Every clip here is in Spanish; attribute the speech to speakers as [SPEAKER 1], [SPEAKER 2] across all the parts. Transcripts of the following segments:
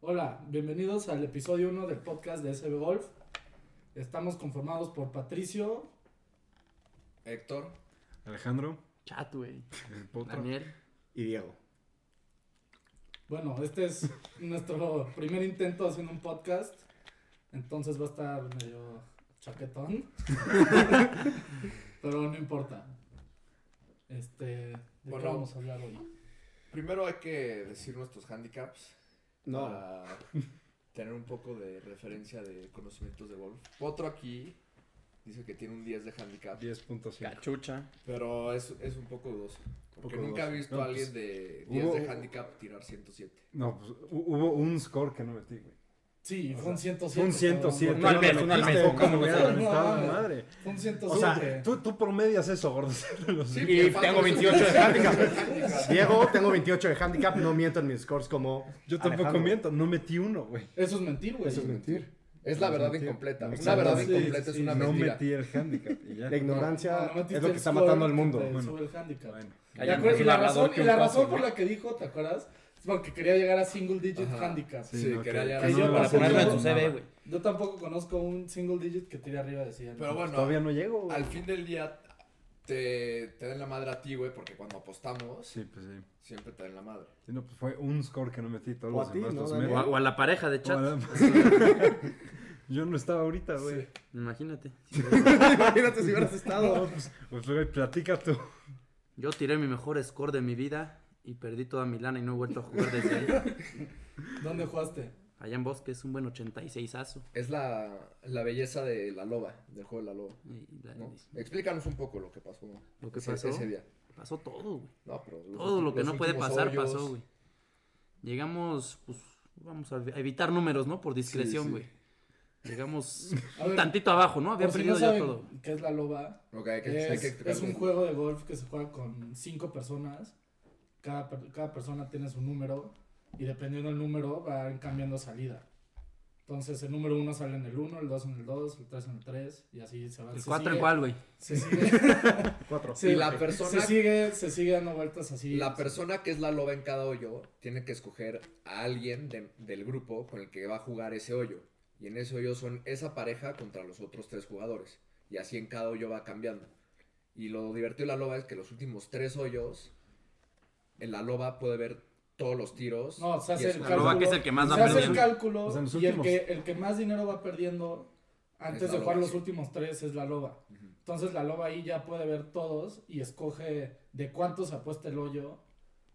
[SPEAKER 1] Hola, bienvenidos al episodio 1 del podcast de SB Golf. Estamos conformados por Patricio,
[SPEAKER 2] Héctor.
[SPEAKER 3] Alejandro,
[SPEAKER 4] Chat, güey.
[SPEAKER 3] el potro
[SPEAKER 4] Daniel.
[SPEAKER 3] y Diego.
[SPEAKER 1] Bueno, este es nuestro primer intento haciendo un podcast. Entonces va a estar medio chaquetón. Pero no importa. Este, ¿de qué
[SPEAKER 2] Bueno.
[SPEAKER 1] vamos a hablar hoy?
[SPEAKER 2] Primero hay que decir nuestros handicaps.
[SPEAKER 3] No.
[SPEAKER 2] Para tener un poco de referencia de conocimientos de golf. Potro aquí dice que tiene un 10 de handicap.
[SPEAKER 3] 10.5.
[SPEAKER 4] Cachucha.
[SPEAKER 2] Pero es, es un poco dudoso. Porque
[SPEAKER 3] Poco
[SPEAKER 2] nunca he
[SPEAKER 3] dudoso.
[SPEAKER 2] visto
[SPEAKER 3] No,
[SPEAKER 2] a alguien
[SPEAKER 3] pues,
[SPEAKER 2] de 10 de
[SPEAKER 3] hubo-
[SPEAKER 2] handicap tirar 107.
[SPEAKER 3] No, pues hu- hubo un score que no metí, güey.
[SPEAKER 1] Sí,
[SPEAKER 3] O
[SPEAKER 1] fue un
[SPEAKER 3] sea,
[SPEAKER 1] 107.
[SPEAKER 3] Fue un
[SPEAKER 1] cabrón.
[SPEAKER 3] 107.
[SPEAKER 4] Un al mes,
[SPEAKER 3] no
[SPEAKER 4] un al
[SPEAKER 3] metiste,
[SPEAKER 4] mes,
[SPEAKER 3] ¿Cómo
[SPEAKER 4] no,
[SPEAKER 3] me
[SPEAKER 4] no,
[SPEAKER 3] hubiera
[SPEAKER 1] no,
[SPEAKER 3] aventado
[SPEAKER 1] no.
[SPEAKER 3] madre?
[SPEAKER 1] Fue un
[SPEAKER 3] O
[SPEAKER 1] 107.
[SPEAKER 3] sea, tú, tú promedias eso, gordo.
[SPEAKER 2] Sí,
[SPEAKER 4] Y tengo 28 de
[SPEAKER 2] handicap.
[SPEAKER 5] Diego, tengo 28 de handicap, no miento en mis scores como.
[SPEAKER 3] Yo tampoco
[SPEAKER 5] Alejandro.
[SPEAKER 3] miento, no metí uno, güey.
[SPEAKER 1] Eso es mentir, güey.
[SPEAKER 5] mentir.
[SPEAKER 2] Es la verdad
[SPEAKER 3] Mentira.
[SPEAKER 2] incompleta. Una
[SPEAKER 3] Exacto.
[SPEAKER 2] verdad
[SPEAKER 3] Sí,
[SPEAKER 2] incompleta es
[SPEAKER 1] sí,
[SPEAKER 2] una
[SPEAKER 3] no
[SPEAKER 2] mentira.
[SPEAKER 3] metí el handicap y ya.
[SPEAKER 5] La
[SPEAKER 1] No,
[SPEAKER 5] ignorancia
[SPEAKER 1] no metiste
[SPEAKER 5] es lo
[SPEAKER 1] el
[SPEAKER 5] que está
[SPEAKER 1] score
[SPEAKER 5] matando al
[SPEAKER 1] que
[SPEAKER 5] mundo.
[SPEAKER 1] te
[SPEAKER 3] Bueno.
[SPEAKER 1] sube el handicap.
[SPEAKER 3] Bueno,
[SPEAKER 1] ¿Te acuerdas?
[SPEAKER 4] Más
[SPEAKER 1] Y la razón,
[SPEAKER 4] labrador
[SPEAKER 1] y
[SPEAKER 4] que un
[SPEAKER 1] la
[SPEAKER 4] cojo,
[SPEAKER 1] razón por
[SPEAKER 4] güey.
[SPEAKER 1] la que dijo, ¿te acuerdas? Es porque quería llegar a single digit
[SPEAKER 2] Ajá.
[SPEAKER 1] handicap.
[SPEAKER 2] Sí,
[SPEAKER 3] no,
[SPEAKER 2] quería
[SPEAKER 3] que-
[SPEAKER 2] ya-
[SPEAKER 3] que
[SPEAKER 1] Yo
[SPEAKER 3] no
[SPEAKER 1] para
[SPEAKER 3] lo
[SPEAKER 1] ponerlo en tu
[SPEAKER 3] mencionaba.
[SPEAKER 4] CV, güey.
[SPEAKER 1] Yo tampoco conozco un single digit que tire arriba de 100.
[SPEAKER 2] Pero bueno,
[SPEAKER 3] Todavía no llego, güey.
[SPEAKER 2] al fin del día te, te den la madre a ti, güey, porque cuando apostamos
[SPEAKER 3] Sí, pues sí.
[SPEAKER 2] siempre te den la madre.
[SPEAKER 3] Sí, no, pues fue un score que no metí. Todos
[SPEAKER 5] O a
[SPEAKER 3] los
[SPEAKER 5] ti,
[SPEAKER 3] demás
[SPEAKER 5] ¿no,
[SPEAKER 3] los
[SPEAKER 5] Daniel?
[SPEAKER 4] O a,
[SPEAKER 3] meto.
[SPEAKER 4] o a la pareja de chat.
[SPEAKER 3] Ahora- Yo no estaba ahorita, güey.
[SPEAKER 4] Imagínate.
[SPEAKER 5] Imagínate si hubieras estado.
[SPEAKER 3] Pues, güey, platica tú.
[SPEAKER 4] Yo tiré mi mejor score de mi vida y perdí toda mi lana y no he vuelto a jugar desde ahí.
[SPEAKER 1] ¿Dónde jugaste?
[SPEAKER 4] Allá en Bosque es un buen 86azo.
[SPEAKER 2] Es la, la belleza de la loba, del juego de la loba.
[SPEAKER 4] Y la-
[SPEAKER 2] ¿no? Explícanos un poco lo que pasó
[SPEAKER 4] Lo que
[SPEAKER 2] ese,
[SPEAKER 4] pasó.
[SPEAKER 2] ese día.
[SPEAKER 4] Pasó todo, güey.
[SPEAKER 2] No, pero los
[SPEAKER 4] Todo
[SPEAKER 2] ulti-
[SPEAKER 4] lo que
[SPEAKER 2] los
[SPEAKER 4] no puede
[SPEAKER 2] últimos
[SPEAKER 4] pasar
[SPEAKER 2] hoyos,
[SPEAKER 4] pasó, güey. Llegamos, pues, vamos a ev- a evitar números, ¿no? Por discreción,
[SPEAKER 2] sí.
[SPEAKER 4] güey. Llegamos
[SPEAKER 1] A ver,
[SPEAKER 4] tantito abajo, ¿no? Había
[SPEAKER 1] por si no
[SPEAKER 4] perdido ya
[SPEAKER 1] saben
[SPEAKER 4] todo.
[SPEAKER 1] qué es la loba,
[SPEAKER 2] Ok, hay que, hay que
[SPEAKER 1] es, es
[SPEAKER 2] explicarlo.
[SPEAKER 1] un juego de golf que se juega con 5 personas. Cada, per- cada persona tiene su número y dependiendo del número van cambiando salida. Entonces el número 1 sale en el 1, el 2 en el 2, el 3 en el 3 y así se va.
[SPEAKER 4] El
[SPEAKER 1] Se
[SPEAKER 4] 4 en
[SPEAKER 1] sigue-
[SPEAKER 4] cuál, güey.
[SPEAKER 1] Se sigue,
[SPEAKER 5] Cuatro.
[SPEAKER 1] se-
[SPEAKER 2] Y la persona-
[SPEAKER 1] se sigue, se sigue dando vueltas así.
[SPEAKER 2] La persona que es la loba en cada hoyo tiene que escoger a alguien de- del grupo con el que va a jugar ese hoyo. Y en ese hoyo son esa pareja contra los otros tres jugadores. Y así en cada hoyo va cambiando. Y lo divertido de la loba es que los últimos tres hoyos, en la loba puede ver todos los tiros.
[SPEAKER 1] No, se hace
[SPEAKER 2] y
[SPEAKER 1] el
[SPEAKER 2] escoger.
[SPEAKER 4] La loba
[SPEAKER 1] cálculo.
[SPEAKER 4] que es el que más va
[SPEAKER 1] se hace el
[SPEAKER 4] perdiendo.
[SPEAKER 1] cálculo
[SPEAKER 3] O sea, en los
[SPEAKER 1] y el
[SPEAKER 3] últimos.
[SPEAKER 1] que, el que más dinero va perdiendo antes
[SPEAKER 2] Es la
[SPEAKER 1] de jugar
[SPEAKER 2] loba,
[SPEAKER 1] los
[SPEAKER 2] sí.
[SPEAKER 1] últimos tres es la loba.
[SPEAKER 2] Ujú.
[SPEAKER 1] Entonces la loba ahí ya puede ver todos y escoge de cuántos apuesta el hoyo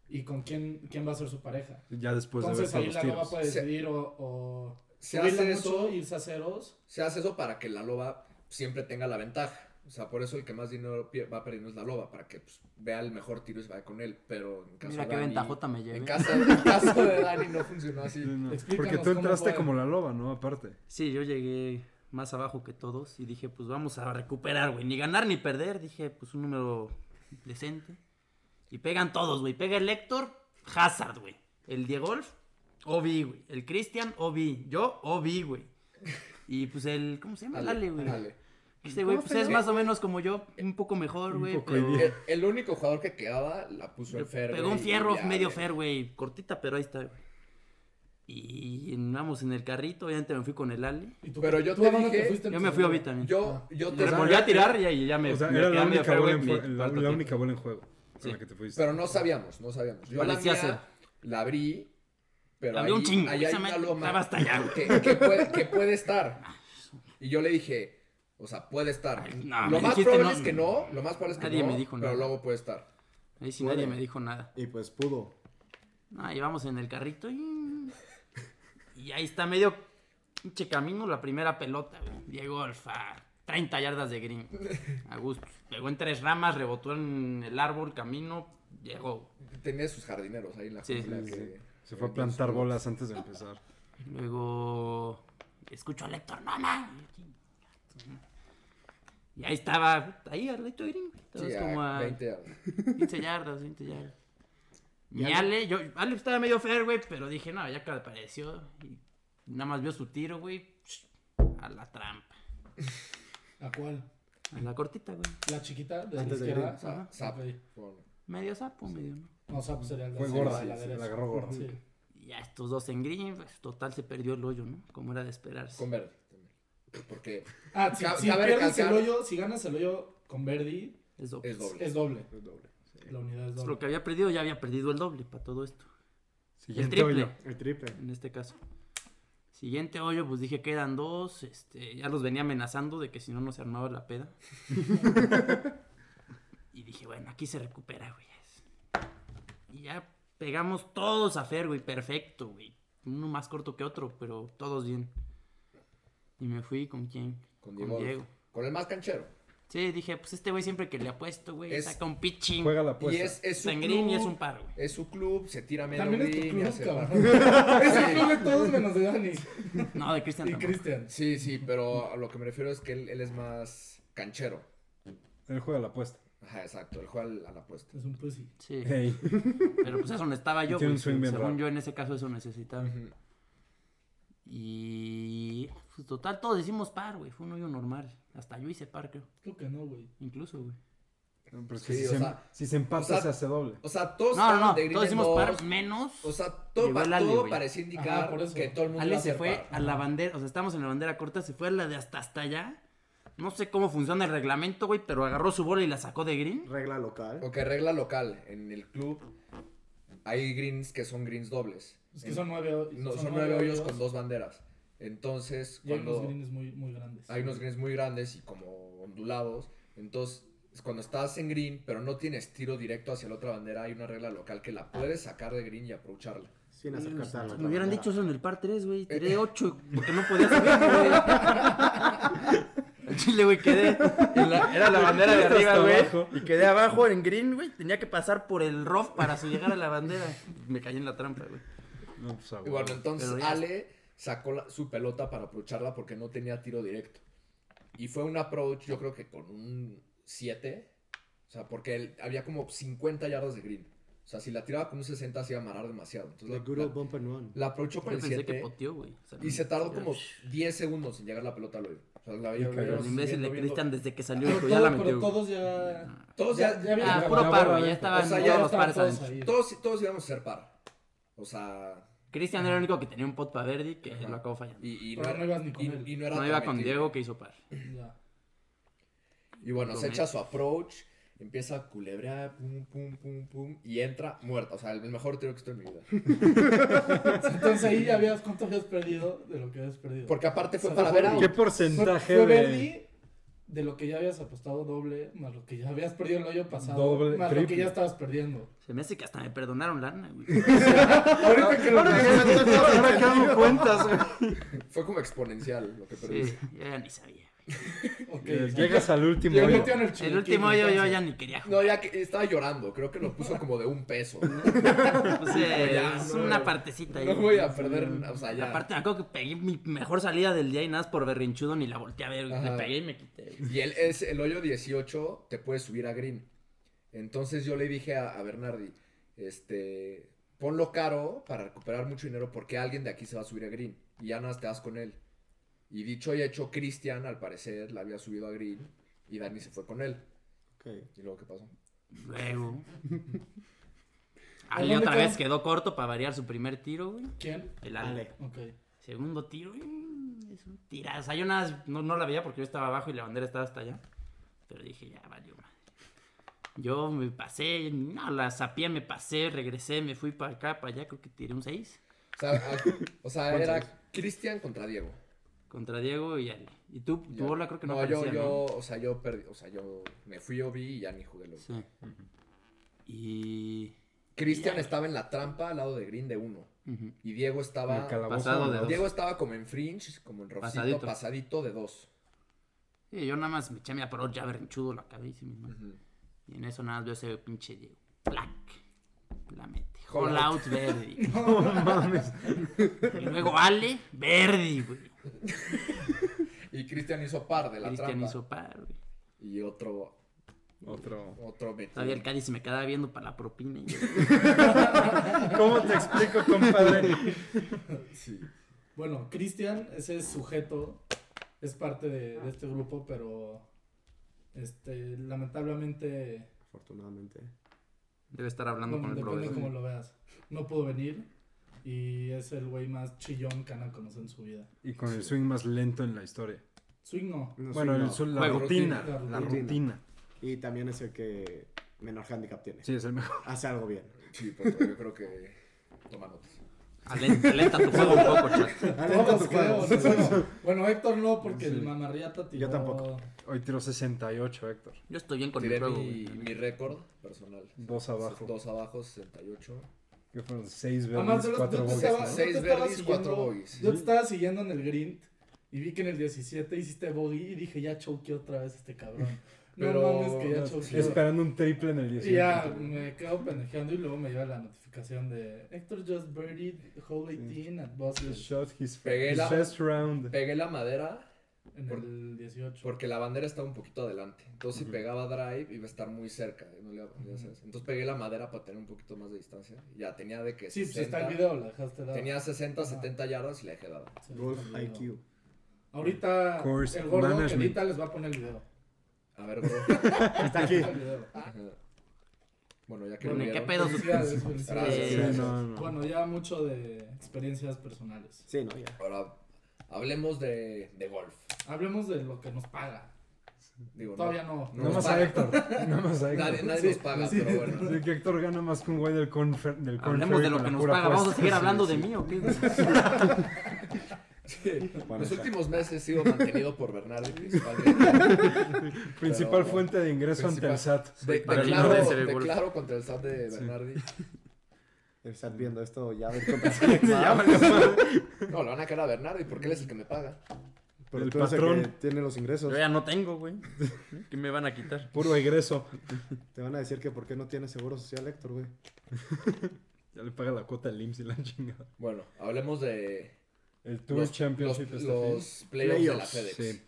[SPEAKER 1] y con quién, quién va a ser su pareja.
[SPEAKER 3] Ya después
[SPEAKER 1] Entonces
[SPEAKER 3] de
[SPEAKER 1] ahí
[SPEAKER 3] ver
[SPEAKER 1] la
[SPEAKER 3] todos
[SPEAKER 1] loba
[SPEAKER 3] Pues los
[SPEAKER 1] puede
[SPEAKER 2] Se-
[SPEAKER 3] tiros.
[SPEAKER 1] decidir o, o
[SPEAKER 2] Se
[SPEAKER 1] subirle
[SPEAKER 2] hace
[SPEAKER 1] mucho,
[SPEAKER 2] eso.
[SPEAKER 1] irse a ceros.
[SPEAKER 2] Se hace eso para que la loba siempre tenga la ventaja. O sea, por eso el que más dinero pie- va perdiendo es la loba, para que pues, vea el mejor tiro y se vaya con él. Pero en caso
[SPEAKER 4] Mira
[SPEAKER 2] de
[SPEAKER 4] qué
[SPEAKER 2] Dani-
[SPEAKER 4] ventajota me
[SPEAKER 2] En
[SPEAKER 4] llevé.
[SPEAKER 2] caso, en caso de Dani no funcionó
[SPEAKER 3] Sí,
[SPEAKER 2] así.
[SPEAKER 3] no.
[SPEAKER 1] Explícanos
[SPEAKER 3] Porque tú
[SPEAKER 1] cómo
[SPEAKER 3] entraste
[SPEAKER 1] fue.
[SPEAKER 3] como la loba, ¿no? Aparte.
[SPEAKER 4] Sí, yo llegué más abajo que todos y dije, pues vamos a recuperar, güey. Ni ganar ni perder. Dije, pues un número decente. Y pegan todos, güey. Pega el Héctor, Hazard, güey. El Diegolf, Obi, güey. El Cristian, Obi. Yo, Obi, güey. Y pues el, ¿cómo se llama? El Ale, güey.
[SPEAKER 2] Ale.
[SPEAKER 4] Este güey,
[SPEAKER 5] ¿Cómo
[SPEAKER 4] pues
[SPEAKER 5] se
[SPEAKER 4] es
[SPEAKER 5] llama?
[SPEAKER 4] más o menos como yo, un poco mejor,
[SPEAKER 3] Un
[SPEAKER 4] güey.
[SPEAKER 3] poco
[SPEAKER 4] Pero...
[SPEAKER 3] idiota.
[SPEAKER 2] El, el único jugador que quedaba la puso en fairway
[SPEAKER 4] Pegó un
[SPEAKER 2] y
[SPEAKER 4] fierro
[SPEAKER 2] ya,
[SPEAKER 4] medio
[SPEAKER 2] güey.
[SPEAKER 4] fair, güey. Cortita, pero ahí está, güey. Y vamos en el carrito, obviamente me fui con el Ale.
[SPEAKER 1] ¿Y tú-
[SPEAKER 2] Pero yo
[SPEAKER 1] tú
[SPEAKER 2] te
[SPEAKER 1] a dónde
[SPEAKER 2] dije-
[SPEAKER 1] fuiste en
[SPEAKER 4] Yo
[SPEAKER 1] tu
[SPEAKER 4] me fui a Obi
[SPEAKER 1] segundo?
[SPEAKER 4] también.
[SPEAKER 2] Yo, yo te
[SPEAKER 4] Pues volví a tirar y ahí ya me.
[SPEAKER 3] O sea,
[SPEAKER 4] me
[SPEAKER 3] era
[SPEAKER 4] quedé
[SPEAKER 3] la
[SPEAKER 4] medio
[SPEAKER 3] única,
[SPEAKER 4] fairway
[SPEAKER 3] bola en,
[SPEAKER 4] mi
[SPEAKER 3] jue- la,
[SPEAKER 4] cuarto
[SPEAKER 3] la
[SPEAKER 4] tiro.
[SPEAKER 3] única bola en juego con
[SPEAKER 4] Sí.
[SPEAKER 3] la que te fuiste.
[SPEAKER 2] Pero no sabíamos, no sabíamos. Yo
[SPEAKER 4] Parecía
[SPEAKER 2] la mía
[SPEAKER 4] ser.
[SPEAKER 2] la abrí, pero
[SPEAKER 4] La abrí un
[SPEAKER 2] ahí-
[SPEAKER 4] chingo,
[SPEAKER 2] ahí hay
[SPEAKER 4] esa
[SPEAKER 2] una
[SPEAKER 4] madre
[SPEAKER 2] loma
[SPEAKER 4] estaba hasta allá, güey.
[SPEAKER 2] que,
[SPEAKER 4] Ah,
[SPEAKER 2] que puede, que puede estar. Y yo le dije, o sea, puede estar.
[SPEAKER 4] Ay, no,
[SPEAKER 2] lo
[SPEAKER 4] me
[SPEAKER 2] más
[SPEAKER 4] dijiste
[SPEAKER 2] probable
[SPEAKER 4] no.
[SPEAKER 2] es que no, lo más probable es que
[SPEAKER 4] Nadie
[SPEAKER 2] no,
[SPEAKER 4] me dijo
[SPEAKER 2] pero
[SPEAKER 4] nada.
[SPEAKER 2] luego puede estar.
[SPEAKER 4] Ahí sí
[SPEAKER 5] Bueno.
[SPEAKER 4] nadie me dijo nada.
[SPEAKER 5] Y pues pudo.
[SPEAKER 4] Ah, íbamos en el carrito y. Y ahí está medio pinche camino la primera pelota, güey. Diego Alfa. 30 yardas de green. A gusto. Pegó en tres ramas, rebotó en el árbol, camino, llegó.
[SPEAKER 2] Tenía sus jardineros ahí en la
[SPEAKER 4] Sí,
[SPEAKER 2] jungla
[SPEAKER 3] sí,
[SPEAKER 2] que-
[SPEAKER 3] Se fue a plantar bolas antes de empezar.
[SPEAKER 4] Luego escucho al Héctor, no, no. Y ahí estaba, ahí al Héctor Green, güey.
[SPEAKER 2] Sí,
[SPEAKER 4] Estabas
[SPEAKER 2] a
[SPEAKER 4] como a
[SPEAKER 2] 20 yardas.
[SPEAKER 4] 15 yardas, 20 yardas. Y Ale, yo, Ale estaba medio fair, güey, pero dije, no, ya que apareció. Y nada más vio su tiro, güey, a la trampa.
[SPEAKER 1] ¿A cuál?
[SPEAKER 4] A la cortita, güey.
[SPEAKER 1] ¿La chiquita de
[SPEAKER 5] Antes
[SPEAKER 1] la
[SPEAKER 5] de
[SPEAKER 1] izquierda?
[SPEAKER 2] O sea,
[SPEAKER 4] Ajá.
[SPEAKER 2] sapo.
[SPEAKER 1] Ok.
[SPEAKER 2] Bueno,
[SPEAKER 4] Medio sapo, medio, ¿no?
[SPEAKER 1] No, o sea, pues sería el de
[SPEAKER 3] Fue
[SPEAKER 1] la izquierda,
[SPEAKER 3] gorda,
[SPEAKER 1] la
[SPEAKER 3] sí,
[SPEAKER 1] derecha.
[SPEAKER 3] la agarró gorda.
[SPEAKER 1] Sí.
[SPEAKER 4] Y ya estos dos en green, pues total se perdió el hoyo, ¿no? Como era de esperarse.
[SPEAKER 2] Con verde también. Porque
[SPEAKER 1] Ah, si,
[SPEAKER 2] Ca-
[SPEAKER 1] si
[SPEAKER 2] cabe
[SPEAKER 1] pierdes el
[SPEAKER 2] recalcar-
[SPEAKER 1] hoyo, si ganas el hoyo con Verdi,
[SPEAKER 4] Es doble.
[SPEAKER 2] es doble.
[SPEAKER 1] es doble.
[SPEAKER 5] Es doble.
[SPEAKER 1] La unidad es
[SPEAKER 4] Entonces, lo que
[SPEAKER 1] doble.
[SPEAKER 4] había perdido ya había perdido el doble para todo esto,
[SPEAKER 3] Siguiente
[SPEAKER 4] triple.
[SPEAKER 3] hoyo.
[SPEAKER 5] El triple.
[SPEAKER 4] en este caso. Siguiente hoyo, pues dije quedan dos, este, ya los venía amenazando de que si no no se armaba la peda. y dije, bueno, aquí se recupera, güey. Y ya pegamos todos a Fer, güey, perfecto, güey. Uno más corto que otro, pero todos bien. Y me fui con quién?
[SPEAKER 2] Con Diego. Con el más canchero.
[SPEAKER 4] Sí, dije, pues este güey siempre que le apuesto, güey,
[SPEAKER 2] Es-
[SPEAKER 4] saca un pitching.
[SPEAKER 3] Juega la
[SPEAKER 2] Y
[SPEAKER 3] apuesta.
[SPEAKER 2] es, es su
[SPEAKER 4] Está en green y es
[SPEAKER 2] club,
[SPEAKER 4] un par, güey.
[SPEAKER 2] es su club, se tira medio
[SPEAKER 1] También es tu
[SPEAKER 2] green y
[SPEAKER 1] club,
[SPEAKER 2] hace
[SPEAKER 1] cabrón.
[SPEAKER 2] par.
[SPEAKER 1] es el club de todos menos de Dani
[SPEAKER 4] No, de Cristian
[SPEAKER 1] y
[SPEAKER 4] tampoco.
[SPEAKER 1] Cristian.
[SPEAKER 2] Sí, sí, pero a lo que me refiero es que él, él es más canchero.
[SPEAKER 3] Él juega la apuesta.
[SPEAKER 2] Ajá, exacto. Él juega al- a la apuesta.
[SPEAKER 1] Es un pussy.
[SPEAKER 4] Sí.
[SPEAKER 3] Ey,
[SPEAKER 4] Pero pues eso no estaba yo,
[SPEAKER 3] Tiene
[SPEAKER 4] güey.
[SPEAKER 3] un swing bien
[SPEAKER 4] Según
[SPEAKER 3] raro.
[SPEAKER 4] yo en ese caso eso necesitaba.
[SPEAKER 2] Ujú.
[SPEAKER 4] Y pues, total, todos hicimos par, güey. Fue un hoyo normal. Hasta yo hice par, creo.
[SPEAKER 1] Creo que no, güey.
[SPEAKER 4] Incluso, güey.
[SPEAKER 3] no, pero es
[SPEAKER 2] Sí,
[SPEAKER 3] que si,
[SPEAKER 2] o
[SPEAKER 3] se,
[SPEAKER 2] sea,
[SPEAKER 3] si se empata
[SPEAKER 2] o sea,
[SPEAKER 3] se hace doble.
[SPEAKER 2] O sea, todos
[SPEAKER 4] No, no,
[SPEAKER 2] estaban
[SPEAKER 4] no.
[SPEAKER 2] de green
[SPEAKER 4] Todos
[SPEAKER 2] en
[SPEAKER 4] hicimos
[SPEAKER 2] dos.
[SPEAKER 4] par menos.
[SPEAKER 2] O sea, todo,
[SPEAKER 4] Llegó el Ale,
[SPEAKER 2] todo
[SPEAKER 4] güey.
[SPEAKER 2] parecía indicar
[SPEAKER 1] Ajá, por eso.
[SPEAKER 2] que todo el mundo
[SPEAKER 4] Ale
[SPEAKER 2] iba a
[SPEAKER 4] se
[SPEAKER 2] hacer
[SPEAKER 4] fue
[SPEAKER 2] par.
[SPEAKER 4] a la bandera. O sea, estábamos en la bandera corta. Se fue a la de hasta hasta allá. No sé cómo funciona el reglamento, güey. Pero agarró su bola y la sacó de green.
[SPEAKER 5] Regla local.
[SPEAKER 2] Ok, regla local. En el club hay greens que son greens dobles.
[SPEAKER 1] Es que
[SPEAKER 2] En-
[SPEAKER 1] son nueve, ho-
[SPEAKER 2] no, son nueve hoyos con dos banderas. Entonces,
[SPEAKER 1] Y hay unos
[SPEAKER 2] cuando
[SPEAKER 1] greens muy, muy grandes.
[SPEAKER 2] hay unos greens muy grandes y como ondulados, entonces es cuando estás en green pero no tienes tiro directo hacia la otra bandera, hay una regla local que la puedes sacar de green y aprovecharla.
[SPEAKER 4] Ah,
[SPEAKER 5] Sin acercarse a la otra
[SPEAKER 4] Me hubieran
[SPEAKER 5] bandera.
[SPEAKER 4] dicho eso en el par 3, güey. Tiré 8 porque no podía subir, güey. Al Chile, güey, quedé. en la- era la bandera de
[SPEAKER 3] Hasta
[SPEAKER 4] arriba, güey.
[SPEAKER 3] abajo.
[SPEAKER 4] Y quedé abajo en green, güey. Tenía que pasar por el rough para su- llegar a la bandera. Me caí en la trampa, güey.
[SPEAKER 3] No, pues, ah,
[SPEAKER 2] Y
[SPEAKER 3] güey.
[SPEAKER 2] bueno, entonces
[SPEAKER 4] Pero ya-
[SPEAKER 2] Ale sacó la- su pelota para aprovecharla porque no tenía tiro directo. Y fue un approach, yo creo que con un 7, o sea, porque él- había como 50 yardas de green. O sea, si la tiraba con un 60 se iba a amarrar demasiado. Entonces
[SPEAKER 5] The
[SPEAKER 2] la,
[SPEAKER 5] good
[SPEAKER 2] la-
[SPEAKER 5] old bump and run.
[SPEAKER 2] la aprovechó
[SPEAKER 4] Yo
[SPEAKER 2] con el
[SPEAKER 4] pensé que
[SPEAKER 2] 7.
[SPEAKER 4] poteó, güey. O sea,
[SPEAKER 2] Y se tardó como
[SPEAKER 4] ya,
[SPEAKER 2] 10 segundos en llegar la pelota al hoyo. O sea, la veía-
[SPEAKER 3] Ok,
[SPEAKER 2] veíamos
[SPEAKER 4] El imbécil
[SPEAKER 2] viendo,
[SPEAKER 4] de
[SPEAKER 2] viendo-
[SPEAKER 4] Cristian desde que salió
[SPEAKER 1] Pero,
[SPEAKER 4] dijo, ya la
[SPEAKER 1] todo-
[SPEAKER 4] metió.
[SPEAKER 1] pero
[SPEAKER 4] güey".
[SPEAKER 1] todos ya.
[SPEAKER 2] Todos,
[SPEAKER 1] Ya,
[SPEAKER 2] ya,
[SPEAKER 1] ya había
[SPEAKER 4] Ah,
[SPEAKER 1] acabado.
[SPEAKER 4] puro
[SPEAKER 3] ya
[SPEAKER 4] par,
[SPEAKER 3] voy a
[SPEAKER 4] güey. Ya
[SPEAKER 3] ver.
[SPEAKER 4] estaban
[SPEAKER 2] O sea, ya
[SPEAKER 4] todos los
[SPEAKER 1] estaban
[SPEAKER 4] pares
[SPEAKER 1] todos
[SPEAKER 4] adentro.
[SPEAKER 1] ahí.
[SPEAKER 2] todos, todos íbamos a ser par. O sea,
[SPEAKER 4] Cristian era el único que tenía un pot para Verdi que
[SPEAKER 2] Ajá.
[SPEAKER 4] lo acabó fallando.
[SPEAKER 2] y, y
[SPEAKER 1] Pero no ibas ni con
[SPEAKER 2] y-
[SPEAKER 1] él.
[SPEAKER 2] y no era
[SPEAKER 4] No iba con
[SPEAKER 2] permitido.
[SPEAKER 4] Diego que hizo par.
[SPEAKER 1] ya.
[SPEAKER 2] Y bueno,
[SPEAKER 4] Lo
[SPEAKER 2] se echa
[SPEAKER 4] meto.
[SPEAKER 2] su approach, empieza a culebrear, pum, pum, pum, pum, y entra muerta. O sea, el mejor tiro que estoy en mi vida.
[SPEAKER 1] Entonces ahí ya habías cuánto habías perdido de lo que habías perdido.
[SPEAKER 2] Porque aparte fue
[SPEAKER 1] O sea,
[SPEAKER 2] para
[SPEAKER 1] fue
[SPEAKER 2] ver
[SPEAKER 1] un-
[SPEAKER 2] out.
[SPEAKER 3] ¿Qué
[SPEAKER 1] fue,
[SPEAKER 3] porcentaje
[SPEAKER 1] fue
[SPEAKER 3] de-
[SPEAKER 1] Verdi de lo que ya habías apostado doble, más lo que ya habías perdido el hoyo pasado,
[SPEAKER 3] Doble,
[SPEAKER 1] más lo
[SPEAKER 3] triple.
[SPEAKER 1] que ya estabas perdiendo.
[SPEAKER 4] Se me hace que hasta me perdonaron lana, güey.
[SPEAKER 1] Ahorita que lo
[SPEAKER 3] Ahora que hago cuentas, güey.
[SPEAKER 2] Fue como exponencial lo que perdí.
[SPEAKER 4] Sí, yo ya ni sabía.
[SPEAKER 1] Ok,
[SPEAKER 3] Eh,
[SPEAKER 1] ya.
[SPEAKER 3] Llegas al último
[SPEAKER 1] Ya
[SPEAKER 3] hoyo.
[SPEAKER 1] metió en el
[SPEAKER 4] El
[SPEAKER 1] chilequín,
[SPEAKER 4] último hoyo yo
[SPEAKER 1] entonces.
[SPEAKER 4] ya ni quería jugar.
[SPEAKER 2] No, ya que estaba llorando. Creo que lo puso como de un peso.
[SPEAKER 4] Pues, eh,
[SPEAKER 2] ya,
[SPEAKER 4] es
[SPEAKER 2] no,
[SPEAKER 4] una
[SPEAKER 2] no.
[SPEAKER 4] partecita ahí.
[SPEAKER 2] No voy a perder. O sea, ya.
[SPEAKER 4] Aparte, me acuerdo que pegué mi mejor salida del día y nada más por berrinchudo ni la volteé a ver. güey.
[SPEAKER 2] Ajá.
[SPEAKER 4] Le pegué y me quité. güey.
[SPEAKER 2] Y el, es, el hoyo 18 te puedes subir a green. Entonces yo le dije a, a Bernardi, este, ponlo caro para recuperar mucho dinero porque alguien de aquí se va a subir a green. Y ya nada más te das con él. Y dicho y hecho, Cristian, al parecer, la había subido a green y Dani se fue con él.
[SPEAKER 5] Ok.
[SPEAKER 2] ¿Y luego qué pasó?
[SPEAKER 4] Luego.
[SPEAKER 1] ¿A
[SPEAKER 4] Ale
[SPEAKER 1] dónde
[SPEAKER 4] otra
[SPEAKER 1] quedó?
[SPEAKER 4] vez quedó corto para variar su primer tiro, güey.
[SPEAKER 1] ¿Quién?
[SPEAKER 4] El Ale.
[SPEAKER 5] Ale.
[SPEAKER 1] Ok.
[SPEAKER 4] Segundo tiro, mm, es un tirazo. O sea, yo nada, más- no, no la veía porque yo estaba abajo y la bandera estaba hasta allá. Pero dije, ya valió madre. Yo me pasé, no, la sapía, me pasé, regresé, me fui para acá, para allá, creo que tiré un 6
[SPEAKER 2] O sea, a- o sea, era Cristian contra Diego.
[SPEAKER 4] contra Diego y Ale. Y tú, tu
[SPEAKER 2] Ya.
[SPEAKER 4] bola creo que no,
[SPEAKER 2] yo,
[SPEAKER 4] aparecía,
[SPEAKER 2] yo, o sea, yo perdí, o sea, yo me fui, yo vi y ya ni jugué
[SPEAKER 4] ¿no?
[SPEAKER 2] luego.
[SPEAKER 4] Sí. Y...
[SPEAKER 2] Cristian estaba en la trampa al lado de green de uno.
[SPEAKER 4] ujú,
[SPEAKER 2] Y Diego
[SPEAKER 3] En
[SPEAKER 2] estaba...
[SPEAKER 3] el calabozo,
[SPEAKER 4] Pasado de
[SPEAKER 3] ¿no?
[SPEAKER 4] dos.
[SPEAKER 2] Diego estaba como en fringe, como en rofcito, pasadito.
[SPEAKER 4] Pasadito.
[SPEAKER 2] de dos.
[SPEAKER 4] sí, yo nada más me eché mi apro, ya berrinchudo, la cabeza y hice mis manos. Y en eso nada más veo ese pinche Diego. Plac. La mete.
[SPEAKER 2] Hall
[SPEAKER 4] Hall
[SPEAKER 2] out.
[SPEAKER 4] out Verdi. No mames. Y luego Ale, Verdi, güey.
[SPEAKER 2] Y Cristian hizo par de la
[SPEAKER 4] Cristian
[SPEAKER 2] trampa.
[SPEAKER 4] hizo par, güey.
[SPEAKER 2] Y otro,
[SPEAKER 3] Otro.
[SPEAKER 2] otro metido.
[SPEAKER 4] Todavía el Cádiz se me quedaba viendo para la propina. y yo,
[SPEAKER 3] ¿Cómo te explico, compadre?
[SPEAKER 2] Sí.
[SPEAKER 1] Bueno, Cristian, ese sujeto, es parte de, de este grupo, pero este, lamentablemente,
[SPEAKER 5] Afortunadamente.
[SPEAKER 4] Debe estar hablando
[SPEAKER 1] bueno,
[SPEAKER 4] con el
[SPEAKER 1] depende
[SPEAKER 4] proveedor.
[SPEAKER 1] cómo lo veas, no pudo venir. Y es el güey más chillón que han conocido en su vida.
[SPEAKER 3] Y con el swing más lento en la historia.
[SPEAKER 1] Swing no.
[SPEAKER 5] No,
[SPEAKER 3] bueno,
[SPEAKER 5] sí,
[SPEAKER 3] el
[SPEAKER 5] no.
[SPEAKER 3] swing- la
[SPEAKER 2] Juego.
[SPEAKER 3] rutina.
[SPEAKER 1] Rutina.
[SPEAKER 3] La
[SPEAKER 5] Rutina.
[SPEAKER 3] rutina.
[SPEAKER 5] Y también es el que menor handicap tiene.
[SPEAKER 3] Sí, es el mejor.
[SPEAKER 5] Hace algo bien.
[SPEAKER 2] Sí, pero yo creo que. Toma notas.
[SPEAKER 4] Alenta, alenta tu juego un poco, chat.
[SPEAKER 5] Ah,
[SPEAKER 1] Todos, creo, ¿no? Bueno, Héctor no, porque el mamarriata tiró...
[SPEAKER 5] Yo tampoco.
[SPEAKER 3] Hoy tiró 68, Héctor.
[SPEAKER 4] Yo estoy bien con el
[SPEAKER 2] Tiré
[SPEAKER 4] juego,
[SPEAKER 2] mi,
[SPEAKER 4] güey.
[SPEAKER 2] mi récord personal.
[SPEAKER 3] Dos abajo.
[SPEAKER 2] Dos abajo, 68.
[SPEAKER 3] Que fueron seis
[SPEAKER 1] Además,
[SPEAKER 3] verdes,
[SPEAKER 1] yo,
[SPEAKER 3] cuatro
[SPEAKER 1] yo te
[SPEAKER 3] bogies.
[SPEAKER 1] estaba,
[SPEAKER 3] ¿no?
[SPEAKER 1] yo te
[SPEAKER 2] Seis
[SPEAKER 1] estaba
[SPEAKER 2] birdies,
[SPEAKER 1] siguiendo-
[SPEAKER 2] cuatro bogies.
[SPEAKER 1] Yo te estaba siguiendo en el grind y vi que en el 17 hiciste bogey y dije, ya choqué otra vez este cabrón. No
[SPEAKER 2] Pero-
[SPEAKER 1] mames que ya
[SPEAKER 3] No,
[SPEAKER 1] choqué.
[SPEAKER 3] Esperando un triple en el
[SPEAKER 1] Y
[SPEAKER 3] 18.
[SPEAKER 1] ya me quedo pendejeando y luego me llega la notificación de Héctor just birdied hole 18 at Boston
[SPEAKER 3] Shot his,
[SPEAKER 2] mm, Pegué
[SPEAKER 3] his
[SPEAKER 2] la-
[SPEAKER 3] first round.
[SPEAKER 2] Pegué la madera
[SPEAKER 1] en
[SPEAKER 2] Por-
[SPEAKER 1] el 18.
[SPEAKER 2] porque la bandera estaba un poquito adelante. Entonces, si pegaba drive, iba a estar muy cerca. no le iba- ya sabes. Entonces, pegué la madera para tener un poquito más de distancia. Ya tenía de que.
[SPEAKER 1] Sí, pues
[SPEAKER 2] 60,
[SPEAKER 1] está el video, la dejaste dada.
[SPEAKER 2] Tenía 60,
[SPEAKER 1] Ajá.
[SPEAKER 2] 70 yardas y la dejé dada.
[SPEAKER 1] Sí,
[SPEAKER 5] Golf
[SPEAKER 1] está el video.
[SPEAKER 5] IQ.
[SPEAKER 1] Ahorita
[SPEAKER 3] Course
[SPEAKER 1] el gordo que
[SPEAKER 3] management.
[SPEAKER 1] edita les va a poner el video.
[SPEAKER 2] A ver, bro.
[SPEAKER 5] Está aquí.
[SPEAKER 1] El video.
[SPEAKER 2] Ajá. bueno, ya que lo
[SPEAKER 4] Bueno, ¿y ¿qué
[SPEAKER 2] vieron.
[SPEAKER 4] pedo?
[SPEAKER 1] Felicidades, felicidades.
[SPEAKER 2] Gracias,
[SPEAKER 3] Sí,
[SPEAKER 2] gracias.
[SPEAKER 3] no, no.
[SPEAKER 1] Ah, Bueno, ya mucho de experiencias personales.
[SPEAKER 5] Sí, no, ya.
[SPEAKER 2] Ahora, hablemos de, de golf.
[SPEAKER 1] Hablemos de lo que nos paga.
[SPEAKER 2] Digo, no-
[SPEAKER 1] Todavía no.
[SPEAKER 2] no
[SPEAKER 3] no
[SPEAKER 2] nos
[SPEAKER 3] más a
[SPEAKER 2] paga.
[SPEAKER 3] Héctor. No más a
[SPEAKER 2] Nadie,
[SPEAKER 3] Héctor.
[SPEAKER 2] nadie nos paga,
[SPEAKER 1] sí.
[SPEAKER 2] pero bueno.
[SPEAKER 3] Sí, que Héctor gana más que un güey del confer, del
[SPEAKER 4] Hablemos
[SPEAKER 3] Conferry
[SPEAKER 4] de lo
[SPEAKER 3] con la
[SPEAKER 4] que nos
[SPEAKER 3] pura
[SPEAKER 4] paga. Vamos a
[SPEAKER 3] apuesta.
[SPEAKER 4] seguir
[SPEAKER 3] Sí,
[SPEAKER 4] hablando
[SPEAKER 3] sí.
[SPEAKER 4] de mí, ¿o qué?
[SPEAKER 5] Bueno,
[SPEAKER 2] Los
[SPEAKER 5] está.
[SPEAKER 2] últimos meses he sido mantenido por Bernardo principalmente.
[SPEAKER 3] Principal
[SPEAKER 2] Pero,
[SPEAKER 3] fuente de ingreso ante el
[SPEAKER 2] principal-
[SPEAKER 3] SAT.
[SPEAKER 2] De,
[SPEAKER 4] Para
[SPEAKER 2] declaro,
[SPEAKER 4] el norte se ve golf.
[SPEAKER 2] declaro contra el SAT de Bernardi.
[SPEAKER 5] Estás viendo esto ya. a ver cómo-
[SPEAKER 3] Ya valió madre.
[SPEAKER 2] No, lo van a caer a Bernardi porque él es el que me paga.
[SPEAKER 5] Pero
[SPEAKER 3] El
[SPEAKER 5] tú eres el
[SPEAKER 3] patrón.
[SPEAKER 5] que tiene los ingresos.
[SPEAKER 4] Yo ya no tengo, güey. ¿Qué me van a quitar?
[SPEAKER 3] Puro egreso.
[SPEAKER 5] Te van a decir que por qué no tienes seguro social, Héctor, güey.
[SPEAKER 3] Ya le paga la cuota al IMSS y la chingada.
[SPEAKER 2] Bueno, hablemos de
[SPEAKER 3] El Tour Championship
[SPEAKER 2] los,
[SPEAKER 3] este fin.
[SPEAKER 2] los playoffs de la
[SPEAKER 5] Playoffs,
[SPEAKER 2] FedEx.
[SPEAKER 3] Sí.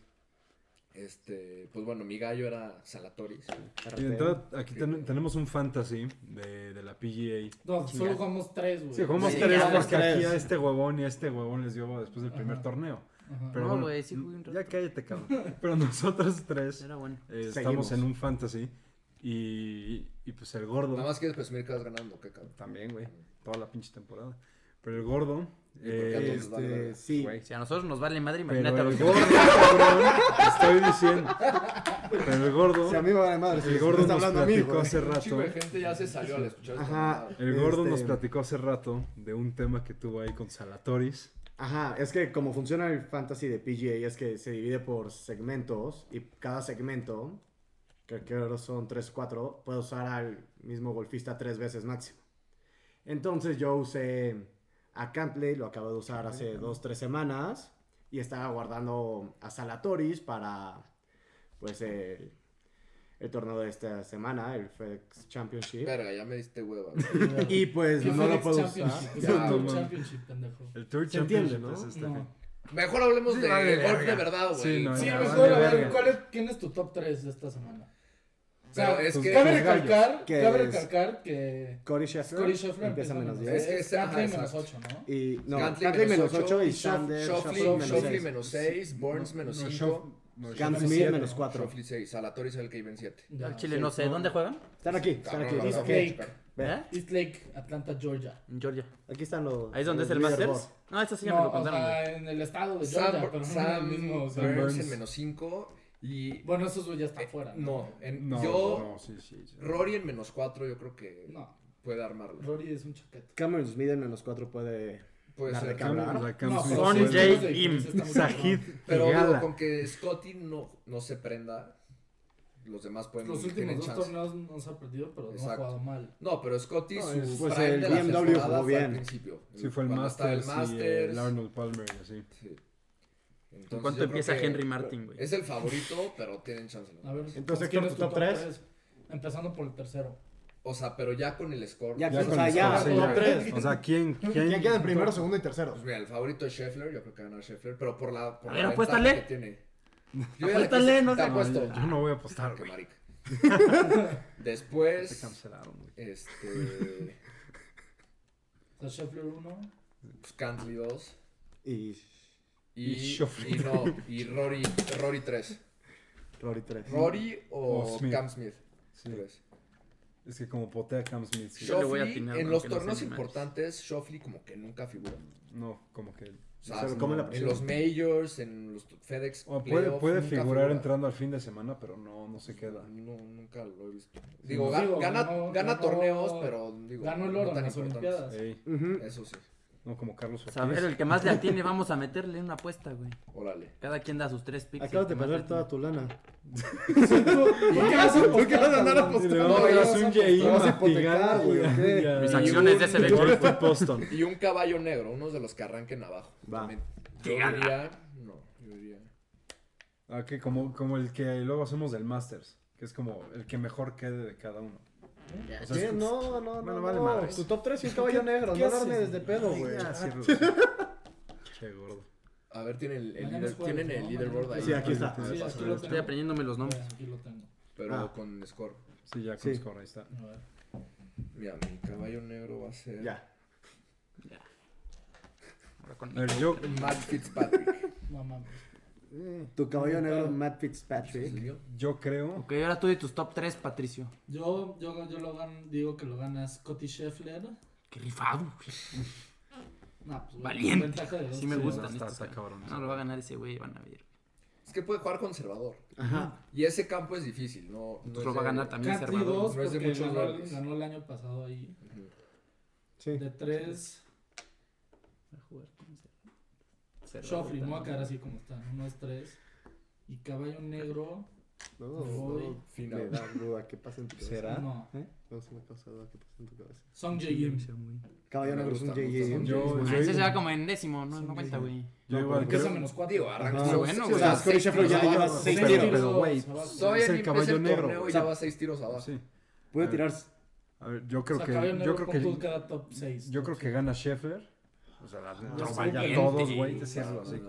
[SPEAKER 2] Este, pues bueno, mi gallo era Salatoris.
[SPEAKER 3] Y de entrada, aquí ten- tenemos un fantasy de, de la PGA.
[SPEAKER 1] No, solo jugamos tres, güey.
[SPEAKER 3] Sí, jugamos
[SPEAKER 4] Sí,
[SPEAKER 3] tres
[SPEAKER 4] ya los
[SPEAKER 3] porque aquí
[SPEAKER 5] tres.
[SPEAKER 3] a este huevón y a este huevón les dio después del primer
[SPEAKER 1] Ajá.
[SPEAKER 3] torneo.
[SPEAKER 1] Ajá.
[SPEAKER 3] Pero
[SPEAKER 4] No,
[SPEAKER 3] bueno,
[SPEAKER 4] güey, sí jugué un
[SPEAKER 3] ya
[SPEAKER 4] rato.
[SPEAKER 3] cállate, cabrón. Pero nosotros tres
[SPEAKER 4] Era bueno.
[SPEAKER 3] eh,
[SPEAKER 5] Seguimos.
[SPEAKER 3] estamos en un fantasy y, y pues el gordo.
[SPEAKER 2] Nada más quieres presumir que vas ganando, qué cabrón.
[SPEAKER 3] También, güey. Toda la pinche temporada. Pero el gordo.
[SPEAKER 2] qué a
[SPEAKER 3] eh,
[SPEAKER 2] todos? vale,
[SPEAKER 5] Este,
[SPEAKER 2] vale.
[SPEAKER 5] sí.
[SPEAKER 3] güey.
[SPEAKER 4] Si a nosotros nos vale madre,
[SPEAKER 3] Pero
[SPEAKER 4] imagínate a los
[SPEAKER 3] el
[SPEAKER 4] que
[SPEAKER 3] gordo, cabrón. te Estoy diciendo. Pero el gordo.
[SPEAKER 5] Si a mí me vale madre, si
[SPEAKER 3] El
[SPEAKER 5] me
[SPEAKER 3] gordo
[SPEAKER 5] está
[SPEAKER 3] nos
[SPEAKER 5] hablando a mí,
[SPEAKER 3] platicó
[SPEAKER 5] güey.
[SPEAKER 3] hace
[SPEAKER 2] Un chingo
[SPEAKER 3] rato.
[SPEAKER 2] de gente ya se salió al escuchar esta
[SPEAKER 5] Ajá.
[SPEAKER 2] mamada.
[SPEAKER 3] El gordo
[SPEAKER 5] Este-
[SPEAKER 3] nos platicó hace rato de un tema que tuvo ahí con Salatoris.
[SPEAKER 5] Ajá, es que como funciona el fantasy de PGA es que se divide por segmentos y cada segmento, que que ahora son 3 4, puede usar al mismo golfista tres veces máximo. Entonces yo usé a Cantley, lo acabo de usar hace 2 3 semanas y estaba guardando a Salatoris para pues el, el torneo de esta semana, el FedEx Championship.
[SPEAKER 2] Verga, ya me diste hueva. güey.
[SPEAKER 5] Y pues
[SPEAKER 1] ¿Qué
[SPEAKER 5] no lo
[SPEAKER 1] FedEx
[SPEAKER 5] puedo usar.
[SPEAKER 1] Championship? Es
[SPEAKER 2] Ya,
[SPEAKER 1] el Tour
[SPEAKER 3] no.
[SPEAKER 1] Championship, pendejo.
[SPEAKER 3] El Tour
[SPEAKER 5] Se entiende,
[SPEAKER 3] Championship
[SPEAKER 5] ¿no?
[SPEAKER 3] es este fin.
[SPEAKER 1] No.
[SPEAKER 2] Mejor hablemos
[SPEAKER 3] Sí,
[SPEAKER 2] de
[SPEAKER 3] vale,
[SPEAKER 2] golf de
[SPEAKER 3] verga.
[SPEAKER 2] verdad, güey.
[SPEAKER 3] Sí, no,
[SPEAKER 1] Sí,
[SPEAKER 3] ya,
[SPEAKER 1] mejor
[SPEAKER 3] vale,
[SPEAKER 1] a ver,
[SPEAKER 3] verga.
[SPEAKER 1] ¿cuál es, ¿quién es tu top 3 de esta semana? O sea,
[SPEAKER 2] Pero es
[SPEAKER 3] pues,
[SPEAKER 2] que...
[SPEAKER 1] cabe,
[SPEAKER 3] los gallos,
[SPEAKER 1] recalcar,
[SPEAKER 5] que
[SPEAKER 1] cabe
[SPEAKER 5] es-
[SPEAKER 1] recalcar que
[SPEAKER 5] Corey Scheffler,
[SPEAKER 1] Scotty Scheffler
[SPEAKER 5] empieza menos 10.
[SPEAKER 2] diez. Es que
[SPEAKER 1] Es
[SPEAKER 2] ese-
[SPEAKER 1] Cantley
[SPEAKER 2] ajá,
[SPEAKER 1] menos
[SPEAKER 2] exacto.
[SPEAKER 1] 8, ¿no?
[SPEAKER 5] Y no,
[SPEAKER 2] Cantley
[SPEAKER 5] Cantley menos
[SPEAKER 2] menos
[SPEAKER 5] 8 y
[SPEAKER 2] ocho,
[SPEAKER 5] Shander
[SPEAKER 2] Shof-
[SPEAKER 5] Shoffley
[SPEAKER 2] Shoffley-
[SPEAKER 5] menos
[SPEAKER 2] Shoffley
[SPEAKER 5] seis.
[SPEAKER 2] menos 6, Burns menos
[SPEAKER 3] No,
[SPEAKER 2] 5,
[SPEAKER 3] Shof- no,
[SPEAKER 5] Cam
[SPEAKER 3] Shof-
[SPEAKER 5] Smith
[SPEAKER 3] siete.
[SPEAKER 5] menos 4.
[SPEAKER 2] Shoffley 6, Salatori es el que iba en 7.
[SPEAKER 1] Ya,
[SPEAKER 4] al Chile no sé. ¿Dónde juegan?
[SPEAKER 5] Están aquí, están aquí.
[SPEAKER 2] Cabrón,
[SPEAKER 5] Es
[SPEAKER 1] cabrón.
[SPEAKER 5] que-
[SPEAKER 1] Snake.
[SPEAKER 5] ve,
[SPEAKER 4] ¿Eh?
[SPEAKER 1] Eastlake, Atlanta, Georgia.
[SPEAKER 4] En Georgia.
[SPEAKER 5] Aquí están los.
[SPEAKER 4] Ahí es donde es
[SPEAKER 5] los
[SPEAKER 4] el Masters.
[SPEAKER 5] leaderboard.
[SPEAKER 4] No, eso sí ya me
[SPEAKER 1] No,
[SPEAKER 4] lo
[SPEAKER 1] o
[SPEAKER 4] contaron, güey.
[SPEAKER 1] sea, en el estado de Georgia,
[SPEAKER 2] Sam,
[SPEAKER 1] Pues pero no
[SPEAKER 2] Sam
[SPEAKER 1] en el mismo. o sea,
[SPEAKER 2] Burns en
[SPEAKER 3] Burns.
[SPEAKER 2] menos 5 y...
[SPEAKER 1] bueno, esos güey ya
[SPEAKER 2] Eh,
[SPEAKER 1] están fuera.
[SPEAKER 2] No, en-
[SPEAKER 3] No,
[SPEAKER 2] yo...
[SPEAKER 3] no, sí, sí, sí.
[SPEAKER 2] Rory en menos 4 yo creo que
[SPEAKER 1] No,
[SPEAKER 2] puede armarlo.
[SPEAKER 1] Rory es un chaqueta.
[SPEAKER 5] Cameron Smith en menos 4 puede.
[SPEAKER 2] Puede
[SPEAKER 5] La
[SPEAKER 2] ser.
[SPEAKER 5] recambio.
[SPEAKER 3] Cam-
[SPEAKER 5] Cabrón.
[SPEAKER 3] o sea, Cam
[SPEAKER 1] No,
[SPEAKER 3] Smith
[SPEAKER 1] Sonny
[SPEAKER 3] es el-
[SPEAKER 1] Jay.
[SPEAKER 3] Sajid
[SPEAKER 2] Pero
[SPEAKER 3] y
[SPEAKER 2] digo,
[SPEAKER 3] Gala.
[SPEAKER 2] con que Scotty no, no se prenda, los demás pueden
[SPEAKER 1] Los últimos
[SPEAKER 2] tienen
[SPEAKER 1] dos
[SPEAKER 2] chance.
[SPEAKER 1] torneos no se ha perdido, pero no ha
[SPEAKER 2] Exacto.
[SPEAKER 1] jugado mal.
[SPEAKER 2] No, pero Scotty
[SPEAKER 5] No,
[SPEAKER 2] su
[SPEAKER 5] es- pues,
[SPEAKER 2] prime
[SPEAKER 5] el
[SPEAKER 2] de la
[SPEAKER 5] BMW jugó
[SPEAKER 2] temporada fue
[SPEAKER 5] bien.
[SPEAKER 2] al principio.
[SPEAKER 3] Sí, fue el
[SPEAKER 2] Cuando estaba
[SPEAKER 3] Masters, y eh, el
[SPEAKER 2] Masters.
[SPEAKER 3] Arnold Palmer y así.
[SPEAKER 2] Sí. Entonces,
[SPEAKER 4] ¿En
[SPEAKER 2] yo
[SPEAKER 4] cuánto
[SPEAKER 2] creo
[SPEAKER 4] empieza
[SPEAKER 2] que
[SPEAKER 4] Henry Martin, güey?
[SPEAKER 2] Es el favorito, pero tienen chance. ¿no?
[SPEAKER 1] A ver,
[SPEAKER 5] Entonces,
[SPEAKER 1] ¿quién
[SPEAKER 5] Héctor,
[SPEAKER 1] es
[SPEAKER 5] ¿tu
[SPEAKER 1] tu
[SPEAKER 5] top
[SPEAKER 1] top
[SPEAKER 5] tres?
[SPEAKER 1] 3? Empezando por el tercero.
[SPEAKER 2] O sea, pero ya con el score.
[SPEAKER 5] Ya,
[SPEAKER 3] Ya
[SPEAKER 5] pues, o
[SPEAKER 3] con
[SPEAKER 5] sea,
[SPEAKER 3] el
[SPEAKER 5] ya,
[SPEAKER 3] score, sí,
[SPEAKER 5] top
[SPEAKER 3] ya.
[SPEAKER 5] 3.
[SPEAKER 3] O sea, ¿quién, quién,
[SPEAKER 5] ¿Quién queda en primero, segundo y tercero?
[SPEAKER 2] Pues mira, el favorito es Scheffler. Yo creo que va a ganar Scheffler, pero por la. Por
[SPEAKER 4] A
[SPEAKER 2] la
[SPEAKER 4] ver,
[SPEAKER 2] ventaja que
[SPEAKER 4] apuéstale.
[SPEAKER 2] tiene. Yo ya le
[SPEAKER 4] Apuéstale,
[SPEAKER 2] puse-
[SPEAKER 4] no
[SPEAKER 2] te
[SPEAKER 4] sé.
[SPEAKER 2] apuesto.
[SPEAKER 3] Yo no voy a apostar,
[SPEAKER 2] Qué
[SPEAKER 3] güey.
[SPEAKER 2] marica.
[SPEAKER 3] Te
[SPEAKER 2] Después,
[SPEAKER 3] cancelaron, güey.
[SPEAKER 2] este.
[SPEAKER 1] O sea, Scheffler 1.
[SPEAKER 2] Pues Cantley 2.
[SPEAKER 5] Y.
[SPEAKER 2] Y,
[SPEAKER 3] Y Scheffler.
[SPEAKER 2] y no, y Rory, Rory 3.
[SPEAKER 5] Rory 3.
[SPEAKER 2] ¿Rory o
[SPEAKER 3] O Smith.
[SPEAKER 2] Cam Smith?
[SPEAKER 3] Sí.
[SPEAKER 2] Tú ves.
[SPEAKER 3] Es que como potea Cam Smith. sí.
[SPEAKER 4] Yo le voy a
[SPEAKER 2] Shoffley,
[SPEAKER 4] atinar,
[SPEAKER 2] en
[SPEAKER 4] aunque
[SPEAKER 2] los
[SPEAKER 4] no sea
[SPEAKER 2] torneos
[SPEAKER 4] ni madres.
[SPEAKER 2] importantes, Shoffley como que nunca figura. O
[SPEAKER 3] No, como que.
[SPEAKER 2] sea,
[SPEAKER 5] Se lo come la
[SPEAKER 2] en
[SPEAKER 5] presión.
[SPEAKER 2] los majors, en los FedEx.
[SPEAKER 3] O puede,
[SPEAKER 2] playoff,
[SPEAKER 3] puede
[SPEAKER 2] nunca
[SPEAKER 3] figurar
[SPEAKER 2] figura.
[SPEAKER 3] entrando al fin de semana, pero no, no se queda.
[SPEAKER 2] No, nunca lo he visto. Digo,
[SPEAKER 1] no.
[SPEAKER 2] ga-
[SPEAKER 1] Digo,
[SPEAKER 2] gana,
[SPEAKER 1] ganó-
[SPEAKER 2] gana
[SPEAKER 1] ganó-
[SPEAKER 2] torneos, pero digo,
[SPEAKER 1] Ganó el
[SPEAKER 2] no
[SPEAKER 1] oro
[SPEAKER 2] tan
[SPEAKER 1] en las
[SPEAKER 2] importantes.
[SPEAKER 1] Olimpiadas.
[SPEAKER 3] Ey,
[SPEAKER 5] Ujú.
[SPEAKER 2] Eso sí,
[SPEAKER 3] no como Carlos
[SPEAKER 4] O sea, a ver, el
[SPEAKER 3] Ortiz.
[SPEAKER 4] que más le atiene, vamos a meterle una apuesta, güey.
[SPEAKER 2] órale.
[SPEAKER 4] Cada quien da sus tres picks. el
[SPEAKER 5] Acabas
[SPEAKER 4] que
[SPEAKER 5] de
[SPEAKER 4] más le
[SPEAKER 5] perder toda
[SPEAKER 4] atiene.
[SPEAKER 5] tu lana.
[SPEAKER 1] ¿Tú qué vas a andar
[SPEAKER 3] Y
[SPEAKER 1] apostando?
[SPEAKER 3] le
[SPEAKER 2] No,
[SPEAKER 3] vamos a
[SPEAKER 2] ya
[SPEAKER 3] hacer
[SPEAKER 1] vas a
[SPEAKER 3] un
[SPEAKER 1] apostar.
[SPEAKER 3] J.I.
[SPEAKER 5] Vas a hipotecar,
[SPEAKER 3] Matigán,
[SPEAKER 5] güey, ¿o qué?
[SPEAKER 3] güey. a-
[SPEAKER 4] Mis
[SPEAKER 3] y
[SPEAKER 4] acciones de
[SPEAKER 3] un-
[SPEAKER 4] SB Gold.
[SPEAKER 3] Golf de Boston.
[SPEAKER 2] Y un caballo negro, uno de los que arranquen abajo.
[SPEAKER 5] Va.
[SPEAKER 2] También.
[SPEAKER 4] Que
[SPEAKER 2] Yo
[SPEAKER 4] gana.
[SPEAKER 2] diría, no, yo diría.
[SPEAKER 3] Ah, que como, como el que luego hacemos del Masters, que es como el que mejor quede de cada uno. O sea,
[SPEAKER 5] Sí,
[SPEAKER 3] es-
[SPEAKER 5] No, no,
[SPEAKER 3] pues, Bueno,
[SPEAKER 5] no.
[SPEAKER 3] vale
[SPEAKER 5] no.
[SPEAKER 3] madres.
[SPEAKER 5] Tu top 3 y un caballo negro.
[SPEAKER 1] qué
[SPEAKER 5] No darme
[SPEAKER 1] haces?
[SPEAKER 5] desde pedo,
[SPEAKER 3] Ay,
[SPEAKER 5] güey.
[SPEAKER 3] ya, sí, Ruso. Che, gordo.
[SPEAKER 2] A ver, tienen el, el
[SPEAKER 1] Mañana
[SPEAKER 2] líder,
[SPEAKER 1] es jueves,
[SPEAKER 2] tienen
[SPEAKER 1] ¿no?
[SPEAKER 2] el leaderboard ahí.
[SPEAKER 5] Sí, aquí está.
[SPEAKER 2] A ver,
[SPEAKER 1] Sí,
[SPEAKER 2] pasa.
[SPEAKER 1] aquí lo
[SPEAKER 4] Estoy
[SPEAKER 1] tengo.
[SPEAKER 4] aprendiéndome los nombres.
[SPEAKER 1] pues, Aquí lo tengo.
[SPEAKER 2] Pero
[SPEAKER 5] Ah.
[SPEAKER 2] con score.
[SPEAKER 3] Sí, ya con
[SPEAKER 5] Sí.
[SPEAKER 3] score, ahí está.
[SPEAKER 1] A ver.
[SPEAKER 2] Mira, mi caballo negro va a ser
[SPEAKER 5] Ya.
[SPEAKER 4] Ahora con-
[SPEAKER 3] A ver, yo,
[SPEAKER 2] Matt Fitzpatrick.
[SPEAKER 1] No mames.
[SPEAKER 5] Tu caballo negro, Matt Fitzpatrick.
[SPEAKER 2] ¿Siguió?
[SPEAKER 3] yo creo.
[SPEAKER 4] Ok, ahora tú de tus top 3, Patricio.
[SPEAKER 1] Yo, yo, yo lo gan- digo que lo gana Scotty Scheffler.
[SPEAKER 4] Qué rifado, güey.
[SPEAKER 1] No, pues, güey,
[SPEAKER 4] Valiente.
[SPEAKER 1] ventaja de dos
[SPEAKER 4] Sí me
[SPEAKER 1] tiros.
[SPEAKER 4] gustan
[SPEAKER 3] está-
[SPEAKER 4] estos,
[SPEAKER 3] está
[SPEAKER 4] güey.
[SPEAKER 3] cabrón.
[SPEAKER 4] No lo va a ganar ese güey, van a ver.
[SPEAKER 2] Es que puede jugar conservador.
[SPEAKER 5] Ajá.
[SPEAKER 2] Y ese campo es difícil, no. no
[SPEAKER 4] Pues
[SPEAKER 2] es
[SPEAKER 4] lo va a
[SPEAKER 2] de-
[SPEAKER 4] ganar también
[SPEAKER 1] Catri
[SPEAKER 4] Cervador.
[SPEAKER 1] 2
[SPEAKER 2] No es de
[SPEAKER 1] porque
[SPEAKER 2] muchos
[SPEAKER 1] ganó,
[SPEAKER 2] goles.
[SPEAKER 1] ganó el año pasado ahí.
[SPEAKER 2] Ujú.
[SPEAKER 5] Sí.
[SPEAKER 1] De 3,
[SPEAKER 4] Va a jugar con Cervador.
[SPEAKER 1] Shoffrey, me voy a
[SPEAKER 4] también.
[SPEAKER 1] quedar así como están. Uno es 3. Y Caballo Negro.
[SPEAKER 5] No,
[SPEAKER 1] Voy.
[SPEAKER 5] no. Me
[SPEAKER 2] Final.
[SPEAKER 5] da duda. ¿Qué pasa en tu cabeza? ¿Eh?
[SPEAKER 3] ¿Será?
[SPEAKER 1] No.
[SPEAKER 5] No se me causa duda. ¿Qué pasa en tu cabeza?
[SPEAKER 1] Song
[SPEAKER 4] Sí,
[SPEAKER 1] Jae-in.
[SPEAKER 4] sí, güey.
[SPEAKER 5] Caballo
[SPEAKER 2] Me
[SPEAKER 5] negro es un
[SPEAKER 2] gusta, me gusta,
[SPEAKER 5] JJ.
[SPEAKER 2] son
[SPEAKER 3] Yo,
[SPEAKER 4] Ah,
[SPEAKER 3] yo-
[SPEAKER 4] ese se va como en décimo, no,
[SPEAKER 1] Sí,
[SPEAKER 4] no cuenta,
[SPEAKER 1] sí.
[SPEAKER 4] güey.
[SPEAKER 3] yo igual
[SPEAKER 1] Que es a
[SPEAKER 3] creo.
[SPEAKER 1] menos 4.
[SPEAKER 2] Digo, arranca.
[SPEAKER 5] Ajá.
[SPEAKER 4] Muy Ah, bueno,
[SPEAKER 5] Sí, o
[SPEAKER 4] güey.
[SPEAKER 5] sea, Scottie
[SPEAKER 2] seis
[SPEAKER 5] Scheffler ya
[SPEAKER 2] tiros
[SPEAKER 5] le lleva
[SPEAKER 2] abajo.
[SPEAKER 5] seis
[SPEAKER 3] Pero-
[SPEAKER 5] tiros.
[SPEAKER 3] pero, güey,
[SPEAKER 1] O
[SPEAKER 2] Soy
[SPEAKER 3] Es
[SPEAKER 2] el,
[SPEAKER 3] el caballo
[SPEAKER 2] caballo
[SPEAKER 3] negro,
[SPEAKER 2] negro.
[SPEAKER 3] güey.
[SPEAKER 2] Ya va seis tiros abajo.
[SPEAKER 3] Sí.
[SPEAKER 5] Puede tirar.
[SPEAKER 3] A ver, yo creo
[SPEAKER 1] sea, Caballo
[SPEAKER 3] que.
[SPEAKER 1] Negro
[SPEAKER 3] Yo creo
[SPEAKER 1] con
[SPEAKER 3] que.
[SPEAKER 1] cada top 6.
[SPEAKER 3] Yo creo que gana Scheffler. O sea, la trompa
[SPEAKER 4] sí,
[SPEAKER 3] ya
[SPEAKER 4] bien,
[SPEAKER 3] todos,
[SPEAKER 4] sí.
[SPEAKER 3] güey. Decirlo así.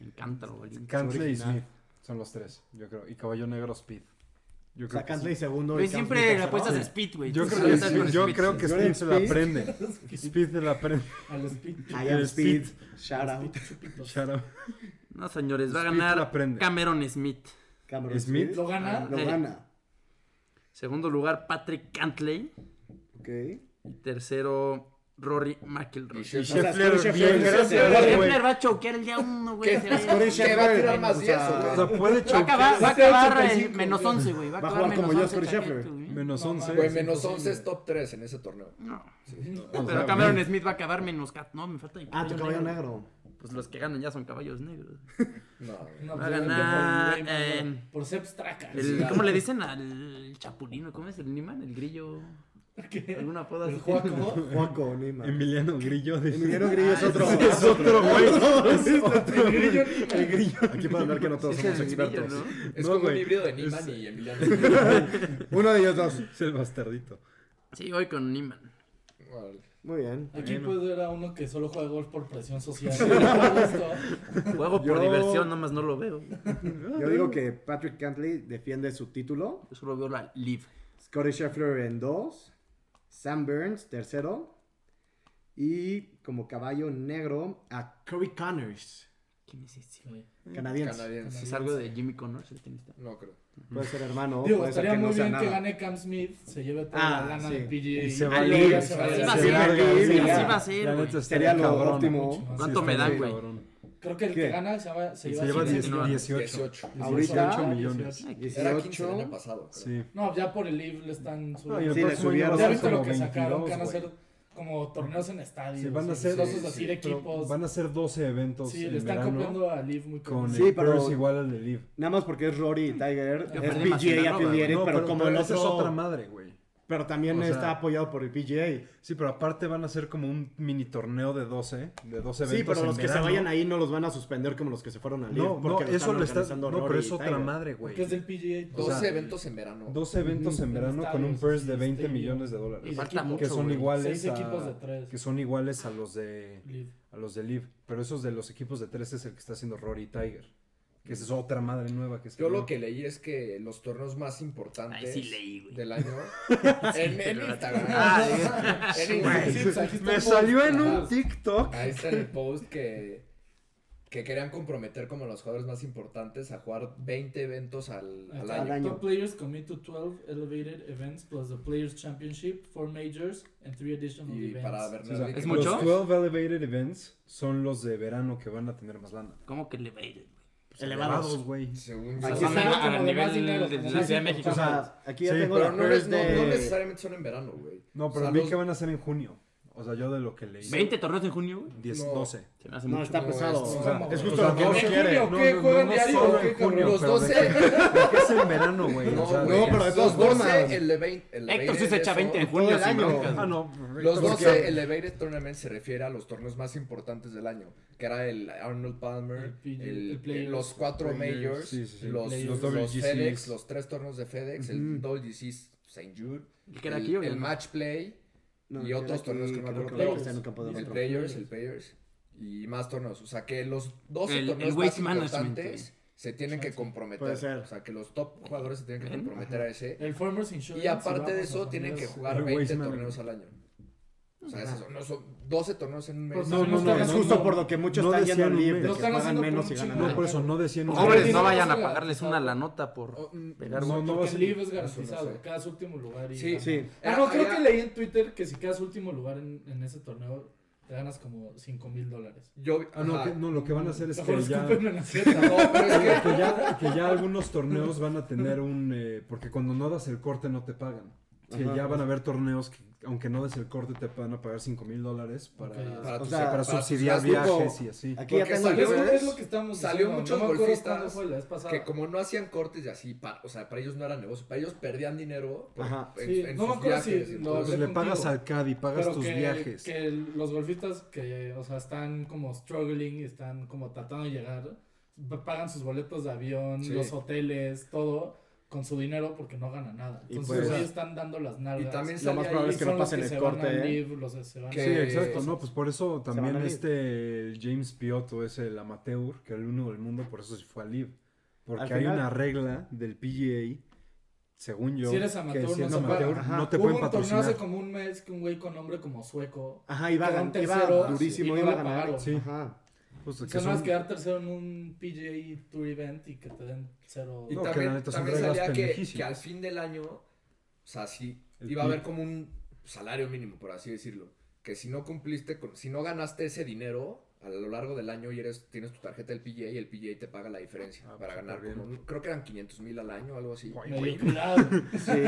[SPEAKER 4] Me encanta, güey.
[SPEAKER 3] Cantley y
[SPEAKER 5] original.
[SPEAKER 3] Smith son los tres, yo creo. Y Caballo Negro Speed. Yo creo que
[SPEAKER 5] Sacan ley
[SPEAKER 3] sí.
[SPEAKER 5] segundo.
[SPEAKER 4] Güey,
[SPEAKER 5] y Cam
[SPEAKER 4] siempre
[SPEAKER 5] Smith
[SPEAKER 4] le apuestas a
[SPEAKER 5] tercero.
[SPEAKER 4] Speed, güey.
[SPEAKER 3] Yo
[SPEAKER 4] Tú
[SPEAKER 3] creo
[SPEAKER 4] siempre
[SPEAKER 3] que,
[SPEAKER 4] estás con
[SPEAKER 3] Speed, yo
[SPEAKER 4] Speed,
[SPEAKER 3] creo
[SPEAKER 4] sí.
[SPEAKER 3] que
[SPEAKER 5] Yo
[SPEAKER 3] Speed
[SPEAKER 5] era
[SPEAKER 3] se la
[SPEAKER 5] Speed.
[SPEAKER 3] aprende. Speed se la aprende.
[SPEAKER 1] Al Speed.
[SPEAKER 5] I am
[SPEAKER 3] El
[SPEAKER 5] Speed. Shout out.
[SPEAKER 3] Shout out.
[SPEAKER 4] No, señores, va a
[SPEAKER 3] Speed la
[SPEAKER 4] ganar
[SPEAKER 3] aprende.
[SPEAKER 4] Cameron Smith.
[SPEAKER 5] Cameron
[SPEAKER 3] Smith.
[SPEAKER 1] Lo gana.
[SPEAKER 5] Lo
[SPEAKER 4] Sí.
[SPEAKER 5] gana.
[SPEAKER 4] Segundo lugar, Patrick Cantley.
[SPEAKER 5] Ok.
[SPEAKER 4] Y tercero, Rory
[SPEAKER 2] Y
[SPEAKER 4] McIlroy.
[SPEAKER 3] Y
[SPEAKER 2] Sheffield-
[SPEAKER 5] Scheffler,
[SPEAKER 3] Scheffler,
[SPEAKER 5] Scheffler,
[SPEAKER 3] bien, gracias,
[SPEAKER 5] Scheffler,
[SPEAKER 3] güey.
[SPEAKER 4] Scheffler va a choquear el día uno, güey.
[SPEAKER 2] ¿Qué?
[SPEAKER 4] Se va a-
[SPEAKER 5] Scotty
[SPEAKER 2] ¿Qué?
[SPEAKER 5] Scheffler,
[SPEAKER 2] va a tirar
[SPEAKER 5] o
[SPEAKER 2] más
[SPEAKER 5] sea,
[SPEAKER 2] 10
[SPEAKER 3] O sea, puede
[SPEAKER 4] Va a acabar, va a acabar eh,
[SPEAKER 5] 85,
[SPEAKER 4] menos 11, güey. Va a
[SPEAKER 5] Va a
[SPEAKER 4] acabar
[SPEAKER 5] jugar como
[SPEAKER 4] menos
[SPEAKER 5] Josh
[SPEAKER 4] 11
[SPEAKER 5] Scheffler.
[SPEAKER 4] chaqueto, güey.
[SPEAKER 3] Menos
[SPEAKER 1] No,
[SPEAKER 3] 11.
[SPEAKER 1] mames.
[SPEAKER 2] Güey, menos
[SPEAKER 1] imposible.
[SPEAKER 2] 11 es top 3 en ese torneo.
[SPEAKER 4] No.
[SPEAKER 3] O sea,
[SPEAKER 4] Pero Cameron Smith va a acabar menos cat. No, me falta.
[SPEAKER 5] Ah, tu caballo negro.
[SPEAKER 4] Pues los que ganan ya son caballos negros.
[SPEAKER 2] No,
[SPEAKER 1] No,
[SPEAKER 4] Va a
[SPEAKER 1] pues, obviamente,
[SPEAKER 4] ganar,
[SPEAKER 1] por el Wayman,
[SPEAKER 4] eh,
[SPEAKER 1] Por Sepp Straka.
[SPEAKER 4] El- ¿Cómo le dicen al chapulino? ¿Cómo es el Niman? El grillo.
[SPEAKER 1] ¿Qué?
[SPEAKER 4] ¿Alguna apodo
[SPEAKER 1] El
[SPEAKER 4] así?
[SPEAKER 1] Juaco.
[SPEAKER 5] Juaco, Ah, Nima.
[SPEAKER 3] Emiliano Grillo. de-
[SPEAKER 5] Emiliano Grillo es otro.
[SPEAKER 3] Es otro, güey. Es otro.
[SPEAKER 1] El grillo Nima.
[SPEAKER 5] El grillo. Aquí pueden ver que no todos
[SPEAKER 4] Sí, es
[SPEAKER 5] somos
[SPEAKER 4] el grillo,
[SPEAKER 5] expertos.
[SPEAKER 4] ¿no?
[SPEAKER 2] Es
[SPEAKER 3] No,
[SPEAKER 2] como un
[SPEAKER 3] güey.
[SPEAKER 2] híbrido de
[SPEAKER 3] Es-
[SPEAKER 2] Niman y Emiliano.
[SPEAKER 5] Uno de ellos dos.
[SPEAKER 3] Es el bastardito.
[SPEAKER 4] Sí, voy con Niman.
[SPEAKER 2] Órale.
[SPEAKER 5] Muy bien.
[SPEAKER 1] Aquí pues era uno que solo juega golf por presión social. Me gustó.
[SPEAKER 4] Juego por
[SPEAKER 5] Yo-
[SPEAKER 4] diversión, nomás no lo veo.
[SPEAKER 5] Yo digo que Patrick Cantley defiende su título.
[SPEAKER 4] Yo solo veo la live.
[SPEAKER 5] Scotty Scheffler en dos. Sam Burns, tercero. Y como caballo negro a Curry Connors,
[SPEAKER 4] ¿Quién es ese? güey?
[SPEAKER 1] Sí.
[SPEAKER 5] canadiense.
[SPEAKER 2] Canadiense.
[SPEAKER 4] ¿Es algo de Jimmy Connors? el tenista?
[SPEAKER 2] No creo.
[SPEAKER 5] Puede ser hermano,
[SPEAKER 1] Digo,
[SPEAKER 5] puede ser
[SPEAKER 1] estaría
[SPEAKER 5] que
[SPEAKER 1] muy
[SPEAKER 5] no sea
[SPEAKER 1] bien que
[SPEAKER 5] nada.
[SPEAKER 1] gane Cam Smith, se lleve toda
[SPEAKER 5] Ah,
[SPEAKER 1] la lana
[SPEAKER 5] sí.
[SPEAKER 1] del PGA.
[SPEAKER 3] Y se va
[SPEAKER 4] Ah,
[SPEAKER 3] a
[SPEAKER 4] lo-
[SPEAKER 3] ir.
[SPEAKER 1] así va a
[SPEAKER 3] se
[SPEAKER 1] ser,
[SPEAKER 3] larga,
[SPEAKER 5] güey,
[SPEAKER 3] sí,
[SPEAKER 5] así
[SPEAKER 3] ya.
[SPEAKER 5] va
[SPEAKER 4] a ser,
[SPEAKER 3] La
[SPEAKER 4] güey.
[SPEAKER 3] neta está
[SPEAKER 5] Sería lo
[SPEAKER 3] cabrón.
[SPEAKER 5] óptimo.
[SPEAKER 3] Sí,
[SPEAKER 4] ¿Cuánto
[SPEAKER 3] está
[SPEAKER 4] me dan,
[SPEAKER 3] bien
[SPEAKER 4] güey?
[SPEAKER 3] cabrón.
[SPEAKER 1] Creo que el
[SPEAKER 5] ¿Qué?
[SPEAKER 1] que gana se, va, se lleva
[SPEAKER 3] Se lleva
[SPEAKER 1] 18.
[SPEAKER 4] 19.
[SPEAKER 3] 18.
[SPEAKER 2] 18.
[SPEAKER 5] Ahorita-
[SPEAKER 3] 18 millones.
[SPEAKER 1] 18.
[SPEAKER 2] Era 15 el año
[SPEAKER 5] 18.
[SPEAKER 2] pasado. creo.
[SPEAKER 3] Sí.
[SPEAKER 1] No, ya por el live le están
[SPEAKER 3] No, y el
[SPEAKER 1] subiendo.
[SPEAKER 5] Sí,
[SPEAKER 3] próximo
[SPEAKER 5] le
[SPEAKER 3] año va
[SPEAKER 5] subieron.
[SPEAKER 3] a
[SPEAKER 1] ya
[SPEAKER 3] ser
[SPEAKER 1] viste lo
[SPEAKER 3] como
[SPEAKER 1] que sacaron,
[SPEAKER 3] 22,
[SPEAKER 1] que van a
[SPEAKER 3] güey.
[SPEAKER 1] hacer como torneos en estadios.
[SPEAKER 3] Sí, van a
[SPEAKER 1] y
[SPEAKER 3] hacer-
[SPEAKER 1] cosas
[SPEAKER 2] sí,
[SPEAKER 1] así
[SPEAKER 2] sí,
[SPEAKER 1] de
[SPEAKER 3] Pero
[SPEAKER 1] equipos.
[SPEAKER 3] Van a ser 12 eventos
[SPEAKER 1] sí,
[SPEAKER 3] en
[SPEAKER 1] le están
[SPEAKER 3] verano
[SPEAKER 1] copiando a Live muy
[SPEAKER 3] con
[SPEAKER 1] cabrón.
[SPEAKER 5] Sí,
[SPEAKER 3] el
[SPEAKER 5] pero-
[SPEAKER 3] Purse igual al de Live.
[SPEAKER 5] Nada más porque es Rory y Tiger.
[SPEAKER 4] Ya
[SPEAKER 5] es
[SPEAKER 4] perdí más en la
[SPEAKER 5] PGA
[SPEAKER 4] roba,
[SPEAKER 5] affiliated,
[SPEAKER 3] No,
[SPEAKER 5] pero, como el
[SPEAKER 3] esa
[SPEAKER 5] otro.
[SPEAKER 3] es otra madre, güey.
[SPEAKER 5] Pero también
[SPEAKER 3] O sea-
[SPEAKER 5] está apoyado por el PGA.
[SPEAKER 3] Sí, pero aparte van a ser como un mini torneo de 12, de 12 eventos
[SPEAKER 5] Sí, pero
[SPEAKER 3] en
[SPEAKER 5] los que
[SPEAKER 3] verano.
[SPEAKER 5] se vayan ahí no los van a suspender como los que se fueron al
[SPEAKER 3] No,
[SPEAKER 5] Live, porque
[SPEAKER 3] no, eso
[SPEAKER 5] están
[SPEAKER 3] lo está...
[SPEAKER 5] organizando
[SPEAKER 3] No,
[SPEAKER 5] Rory
[SPEAKER 3] pero
[SPEAKER 5] y
[SPEAKER 3] es otra
[SPEAKER 5] Tiger.
[SPEAKER 3] madre, güey.
[SPEAKER 1] Porque es del PGA.
[SPEAKER 2] 12
[SPEAKER 3] sea,
[SPEAKER 2] eventos en verano.
[SPEAKER 3] 12 eventos en verano con un purse de 20 millones de dólares.
[SPEAKER 4] Falta mucho,
[SPEAKER 3] Que son
[SPEAKER 4] güey.
[SPEAKER 3] iguales
[SPEAKER 1] Seis equipos de
[SPEAKER 3] a,
[SPEAKER 1] tres.
[SPEAKER 3] que son iguales a los de
[SPEAKER 1] Live.
[SPEAKER 3] a los de Live, pero esos de los equipos de 3 es el que está haciendo Rory y Tiger, que esa es otra madre nueva que
[SPEAKER 2] Yo lo que leí es que los torneos más importantes
[SPEAKER 4] Ahí sí leí, güey.
[SPEAKER 2] del año en, en Instagram.
[SPEAKER 4] Ah,
[SPEAKER 1] güey.
[SPEAKER 2] en Instagram.
[SPEAKER 1] Sí, pues, aquí está
[SPEAKER 3] Me
[SPEAKER 1] el
[SPEAKER 3] salió en
[SPEAKER 1] post.
[SPEAKER 3] un
[SPEAKER 1] Ajá.
[SPEAKER 3] TikTok
[SPEAKER 2] Ahí está el post que que querían comprometer como los jugadores más importantes a jugar 20 eventos al, al
[SPEAKER 1] Top
[SPEAKER 2] año.
[SPEAKER 5] año.
[SPEAKER 1] players commit to 12 elevated events plus the Players Championship, 4 majors, and 3 additional
[SPEAKER 2] Y
[SPEAKER 1] events.
[SPEAKER 2] para "Pues,
[SPEAKER 3] O sea,
[SPEAKER 2] Bernardi,
[SPEAKER 4] ¿Es
[SPEAKER 2] que-
[SPEAKER 4] mucho?
[SPEAKER 3] Los 12 elevated events son los de verano que van a tener más lana.
[SPEAKER 4] ¿Cómo que elevated, güey? Pues
[SPEAKER 3] Elevados, güey.
[SPEAKER 2] Según
[SPEAKER 5] Aquí
[SPEAKER 2] yo-
[SPEAKER 5] está.
[SPEAKER 1] como
[SPEAKER 4] a
[SPEAKER 1] de más
[SPEAKER 4] nivel
[SPEAKER 1] dinero,
[SPEAKER 4] de
[SPEAKER 1] como
[SPEAKER 4] la
[SPEAKER 1] más
[SPEAKER 4] Ciudad
[SPEAKER 1] dinero.
[SPEAKER 4] de México.
[SPEAKER 5] O sea, aquí ya
[SPEAKER 3] Sí,
[SPEAKER 5] tengo
[SPEAKER 2] Pero
[SPEAKER 5] la
[SPEAKER 2] no,
[SPEAKER 5] first
[SPEAKER 2] no- no
[SPEAKER 5] de...
[SPEAKER 2] necesariamente son en verano, güey.
[SPEAKER 3] No, pero
[SPEAKER 2] O sea,
[SPEAKER 3] vi
[SPEAKER 2] los-
[SPEAKER 3] que van a ser en junio. O sea, yo de lo que leí.
[SPEAKER 4] ¿20 torneos en junio, güey?
[SPEAKER 3] 10,
[SPEAKER 2] No.
[SPEAKER 3] 12.
[SPEAKER 4] Se me hace
[SPEAKER 5] No,
[SPEAKER 4] mucho.
[SPEAKER 5] está
[SPEAKER 2] No,
[SPEAKER 5] pesado.
[SPEAKER 2] es-
[SPEAKER 5] O sea,
[SPEAKER 1] ¿cómo?
[SPEAKER 5] es
[SPEAKER 3] O
[SPEAKER 5] justo
[SPEAKER 3] sea,
[SPEAKER 5] lo que no
[SPEAKER 3] doce.
[SPEAKER 5] quiere.
[SPEAKER 2] ¿En junio qué? ¿Juegan diario
[SPEAKER 3] solo
[SPEAKER 2] o qué,
[SPEAKER 3] en junio,
[SPEAKER 2] cabrón? Los
[SPEAKER 3] pero de
[SPEAKER 2] 12.
[SPEAKER 3] que- de que es en verano, güey.
[SPEAKER 2] No,
[SPEAKER 3] o sea,
[SPEAKER 2] güey,
[SPEAKER 5] no, pero de
[SPEAKER 2] los
[SPEAKER 5] todas
[SPEAKER 2] 12
[SPEAKER 5] formas.
[SPEAKER 2] el event- el
[SPEAKER 4] Héctor sí
[SPEAKER 2] event
[SPEAKER 4] se echa
[SPEAKER 2] eso-
[SPEAKER 4] 20 en
[SPEAKER 5] todo
[SPEAKER 4] junio
[SPEAKER 5] el
[SPEAKER 4] sin
[SPEAKER 5] año.
[SPEAKER 4] broncas.
[SPEAKER 3] Ah,
[SPEAKER 4] güey.
[SPEAKER 3] no.
[SPEAKER 2] Los
[SPEAKER 3] porque-
[SPEAKER 2] 12 Elevated Tournament se refiere a los torneos más importantes del año, que era el Arnold Palmer,
[SPEAKER 1] El PG,
[SPEAKER 2] el-
[SPEAKER 1] el Players,
[SPEAKER 2] los cuatro
[SPEAKER 3] Players,
[SPEAKER 2] majors,
[SPEAKER 3] sí, sí, sí.
[SPEAKER 2] los,
[SPEAKER 1] Players.
[SPEAKER 2] los,
[SPEAKER 3] Los WGCs.
[SPEAKER 2] FedEx, los tres torneos de FedEx, el WGC St. Jude,
[SPEAKER 4] ¿El que era
[SPEAKER 2] el-
[SPEAKER 4] aquí o
[SPEAKER 2] el,
[SPEAKER 4] ya no?
[SPEAKER 2] match play,
[SPEAKER 5] No,
[SPEAKER 2] y otros
[SPEAKER 5] aquí
[SPEAKER 2] torneos que no
[SPEAKER 5] creo
[SPEAKER 2] recuerdo.
[SPEAKER 5] que este,
[SPEAKER 1] Players.
[SPEAKER 5] está en un campo de
[SPEAKER 2] el
[SPEAKER 5] otro.
[SPEAKER 2] Players, el Players, y más torneos. O sea que los 12
[SPEAKER 4] El- el
[SPEAKER 2] torneos más
[SPEAKER 4] Waste Management,
[SPEAKER 2] importantes se tienen que comprometer.
[SPEAKER 5] Puede ser.
[SPEAKER 2] O sea que los top jugadores se tienen que
[SPEAKER 4] Ven,
[SPEAKER 2] comprometer a ese.
[SPEAKER 1] El Farmers Insurance.
[SPEAKER 2] Y aparte de
[SPEAKER 1] vamos a
[SPEAKER 2] eso, tienen que
[SPEAKER 1] torneos.
[SPEAKER 2] jugar
[SPEAKER 3] El
[SPEAKER 2] 20
[SPEAKER 3] Waste Man.
[SPEAKER 2] torneos al año. O sea, esos son, no son 12 torneos en un mes.
[SPEAKER 1] Pues
[SPEAKER 3] No, no, no.
[SPEAKER 5] Es
[SPEAKER 3] no,
[SPEAKER 5] justo
[SPEAKER 3] no.
[SPEAKER 5] por lo que muchos
[SPEAKER 3] No
[SPEAKER 5] están yendo
[SPEAKER 3] decían
[SPEAKER 5] al
[SPEAKER 3] un
[SPEAKER 5] libre,
[SPEAKER 3] mes.
[SPEAKER 5] que
[SPEAKER 3] Lo
[SPEAKER 1] están
[SPEAKER 5] pagan
[SPEAKER 1] haciendo por
[SPEAKER 5] menos
[SPEAKER 1] un
[SPEAKER 5] y ganan
[SPEAKER 1] chingo.
[SPEAKER 3] No,
[SPEAKER 5] más.
[SPEAKER 3] por eso no decían. un-
[SPEAKER 4] Pobres,
[SPEAKER 1] Sí,
[SPEAKER 4] no
[SPEAKER 1] sí,
[SPEAKER 4] vayan
[SPEAKER 1] sí,
[SPEAKER 4] a
[SPEAKER 1] sí,
[SPEAKER 4] pagarles
[SPEAKER 1] sí,
[SPEAKER 4] una
[SPEAKER 1] sí.
[SPEAKER 4] la nota por
[SPEAKER 2] Oh, mm,
[SPEAKER 4] pegar,
[SPEAKER 3] No,
[SPEAKER 4] güey.
[SPEAKER 3] no va a
[SPEAKER 1] Porque
[SPEAKER 3] ser-
[SPEAKER 1] el live es
[SPEAKER 2] Eso no
[SPEAKER 1] garantizado,
[SPEAKER 2] sé.
[SPEAKER 1] quedas último lugar. Y...
[SPEAKER 2] Sí.
[SPEAKER 5] Sí.
[SPEAKER 1] Ah, no,
[SPEAKER 2] Ah,
[SPEAKER 1] creo
[SPEAKER 2] ya.
[SPEAKER 1] que leí en Twitter que si quedas último lugar en, en ese torneo, te ganas como 5 mil dólares.
[SPEAKER 2] Yo,
[SPEAKER 3] Ah, no,
[SPEAKER 2] ajá.
[SPEAKER 3] que- no, lo que van a hacer es
[SPEAKER 5] este,
[SPEAKER 1] Mejor
[SPEAKER 3] que ya.
[SPEAKER 1] escúpenme en la jeta.
[SPEAKER 2] No, pero es que
[SPEAKER 3] Que ya, que ya algunos torneos van a tener un... eh, porque cuando no das el corte no te pagan. Que
[SPEAKER 5] Ajá.
[SPEAKER 3] ya van a haber torneos que aunque no des el corte te van a pagar 5 mil dólares para,
[SPEAKER 1] Ok.
[SPEAKER 2] para,
[SPEAKER 5] O
[SPEAKER 2] tus-
[SPEAKER 5] sea,
[SPEAKER 3] para
[SPEAKER 5] para
[SPEAKER 3] subsidiar
[SPEAKER 2] tus gastos,
[SPEAKER 3] viajes y así.
[SPEAKER 5] Aquí ya
[SPEAKER 2] Porque
[SPEAKER 5] tengo el
[SPEAKER 1] Es,
[SPEAKER 2] salió-
[SPEAKER 5] libre.
[SPEAKER 1] es lo que estamos
[SPEAKER 2] Salió muchos
[SPEAKER 1] me acuerdo
[SPEAKER 2] golfistas
[SPEAKER 1] cuándo fue la vez pasada.
[SPEAKER 2] Que como no hacían cortes y así, pa- o sea, para ellos no era negocio, para ellos perdían dinero por-
[SPEAKER 5] Ajá.
[SPEAKER 2] en,
[SPEAKER 1] Sí,
[SPEAKER 2] en
[SPEAKER 1] no me
[SPEAKER 2] sus
[SPEAKER 1] acuerdo si
[SPEAKER 2] viajes. y
[SPEAKER 1] lo
[SPEAKER 2] todo
[SPEAKER 1] hablé
[SPEAKER 2] eso.
[SPEAKER 3] Entonces Pues le
[SPEAKER 1] contigo.
[SPEAKER 3] pagas al CAD y pagas
[SPEAKER 1] Pero
[SPEAKER 3] tus
[SPEAKER 1] que,
[SPEAKER 3] viajes.
[SPEAKER 1] que los golfistas que, o sea, están como struggling, están como tratando de llegar, pa- pagan sus boletos de avión,
[SPEAKER 2] Sí.
[SPEAKER 1] los hoteles, todo, con su dinero porque no ganan nada.
[SPEAKER 5] Y
[SPEAKER 1] Entonces
[SPEAKER 5] pues-
[SPEAKER 1] ellos están dando las nalgas.
[SPEAKER 2] Y también
[SPEAKER 1] Y
[SPEAKER 5] Lo
[SPEAKER 2] sale
[SPEAKER 5] más
[SPEAKER 2] ahí-
[SPEAKER 5] probable es que
[SPEAKER 1] son
[SPEAKER 5] no
[SPEAKER 1] los
[SPEAKER 5] pasen
[SPEAKER 1] se
[SPEAKER 5] el
[SPEAKER 1] van
[SPEAKER 5] corte.
[SPEAKER 1] al
[SPEAKER 5] ¿eh?
[SPEAKER 1] live, los- se van-
[SPEAKER 2] Que-
[SPEAKER 3] Sí, exacto,
[SPEAKER 2] eh,
[SPEAKER 3] no, pues por eso también
[SPEAKER 5] van a ir.
[SPEAKER 3] este el James Piotto es el amateur, que era el uno del mundo, por eso se fue al live. Porque
[SPEAKER 5] Al
[SPEAKER 3] hay
[SPEAKER 5] final-
[SPEAKER 3] una regla del PGA, según yo,
[SPEAKER 1] Si eres amateur,
[SPEAKER 3] que si
[SPEAKER 1] no
[SPEAKER 3] eres
[SPEAKER 1] se puede.
[SPEAKER 3] amateur
[SPEAKER 5] Ajá.
[SPEAKER 3] no te
[SPEAKER 1] Hubo
[SPEAKER 3] pueden
[SPEAKER 1] un torneo hace
[SPEAKER 3] patrocinar.
[SPEAKER 1] como un mes que un güey con nombre como sueco.
[SPEAKER 5] Ajá, iba, a
[SPEAKER 1] Quedó un
[SPEAKER 5] gan- iba
[SPEAKER 1] tercero,
[SPEAKER 5] durísimo,
[SPEAKER 1] y no
[SPEAKER 5] iba a
[SPEAKER 1] la
[SPEAKER 5] ganar.
[SPEAKER 1] pagaron.
[SPEAKER 3] Sí.
[SPEAKER 5] Ajá.
[SPEAKER 3] Justo,
[SPEAKER 1] O
[SPEAKER 3] Pues, que
[SPEAKER 1] sea, no es
[SPEAKER 3] son-
[SPEAKER 1] quedar tercero en un PGA Tour event y que te den cero.
[SPEAKER 2] Y
[SPEAKER 3] No, que la
[SPEAKER 2] también,
[SPEAKER 3] neta son
[SPEAKER 2] también
[SPEAKER 3] reglas
[SPEAKER 2] salía que,
[SPEAKER 3] pendejísimas.
[SPEAKER 2] que al fin del año, o sea, sí,
[SPEAKER 3] El
[SPEAKER 2] iba a haber
[SPEAKER 3] pi-
[SPEAKER 2] como un salario mínimo, por así decirlo. Que si no cumpliste, con, si no ganaste ese dinero a lo largo del año y eres, tienes tu tarjeta del PGA y el PGA te paga la diferencia
[SPEAKER 3] Ah,
[SPEAKER 2] para
[SPEAKER 3] pues,
[SPEAKER 2] ganar.
[SPEAKER 3] súper
[SPEAKER 2] como un- creo que eran 500 mil al año o algo así.
[SPEAKER 3] Guay.
[SPEAKER 1] Mediocridad.
[SPEAKER 5] Sí.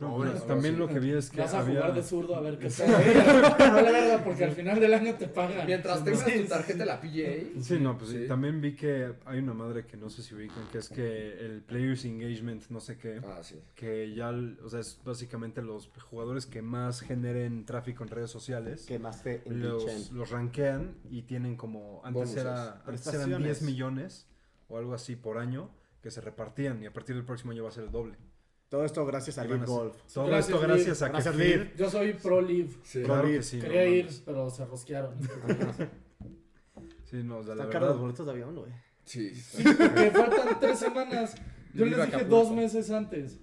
[SPEAKER 3] No,
[SPEAKER 2] Ahora,
[SPEAKER 3] pues,
[SPEAKER 2] ahora
[SPEAKER 3] también
[SPEAKER 2] sí.
[SPEAKER 3] lo que vi es que
[SPEAKER 1] Vas a
[SPEAKER 3] había
[SPEAKER 1] jugar de zurdo a ver qué tal. No, la verdad, porque al final del año te pagan.
[SPEAKER 2] Mientras tengas
[SPEAKER 1] Sí,
[SPEAKER 2] tu tarjeta de la PGA,
[SPEAKER 3] Sí, no, pues
[SPEAKER 2] Sí.
[SPEAKER 3] y también vi que hay una madre que no sé si ubican, que es que el Players Engagement, no sé qué,
[SPEAKER 2] ah, sí.
[SPEAKER 3] que ya, l- o sea, es básicamente los jugadores que más generen tráfico en redes sociales,
[SPEAKER 5] Que más te
[SPEAKER 3] los,
[SPEAKER 5] enrichen.
[SPEAKER 3] los rankean y tienen como, antes,
[SPEAKER 2] Bonuses.
[SPEAKER 3] era, antes eran
[SPEAKER 5] Prestaciones.
[SPEAKER 3] 10 millones o algo así por año que se repartían y a partir del próximo año va a ser el doble.
[SPEAKER 5] Todo esto gracias a
[SPEAKER 3] Y van
[SPEAKER 5] Live
[SPEAKER 3] a-
[SPEAKER 5] Golf.
[SPEAKER 3] Todo
[SPEAKER 1] Gracias,
[SPEAKER 3] esto gracias a que
[SPEAKER 5] Gracias,
[SPEAKER 3] Phil-
[SPEAKER 5] Liv.
[SPEAKER 1] Yo soy pro live.
[SPEAKER 2] Sí.
[SPEAKER 3] Claro
[SPEAKER 5] Liv.
[SPEAKER 3] que sí, no
[SPEAKER 1] Quería ir,
[SPEAKER 3] mames.
[SPEAKER 1] pero se rosquearon.
[SPEAKER 3] Sí, no, o sea, la
[SPEAKER 5] Están caros los
[SPEAKER 3] verdad.
[SPEAKER 5] boletos de avión, güey.
[SPEAKER 2] Sí,
[SPEAKER 1] Sí, porque faltan tres semanas. Yo
[SPEAKER 2] Viva
[SPEAKER 1] les dije
[SPEAKER 2] Acapulco.
[SPEAKER 1] dos meses antes.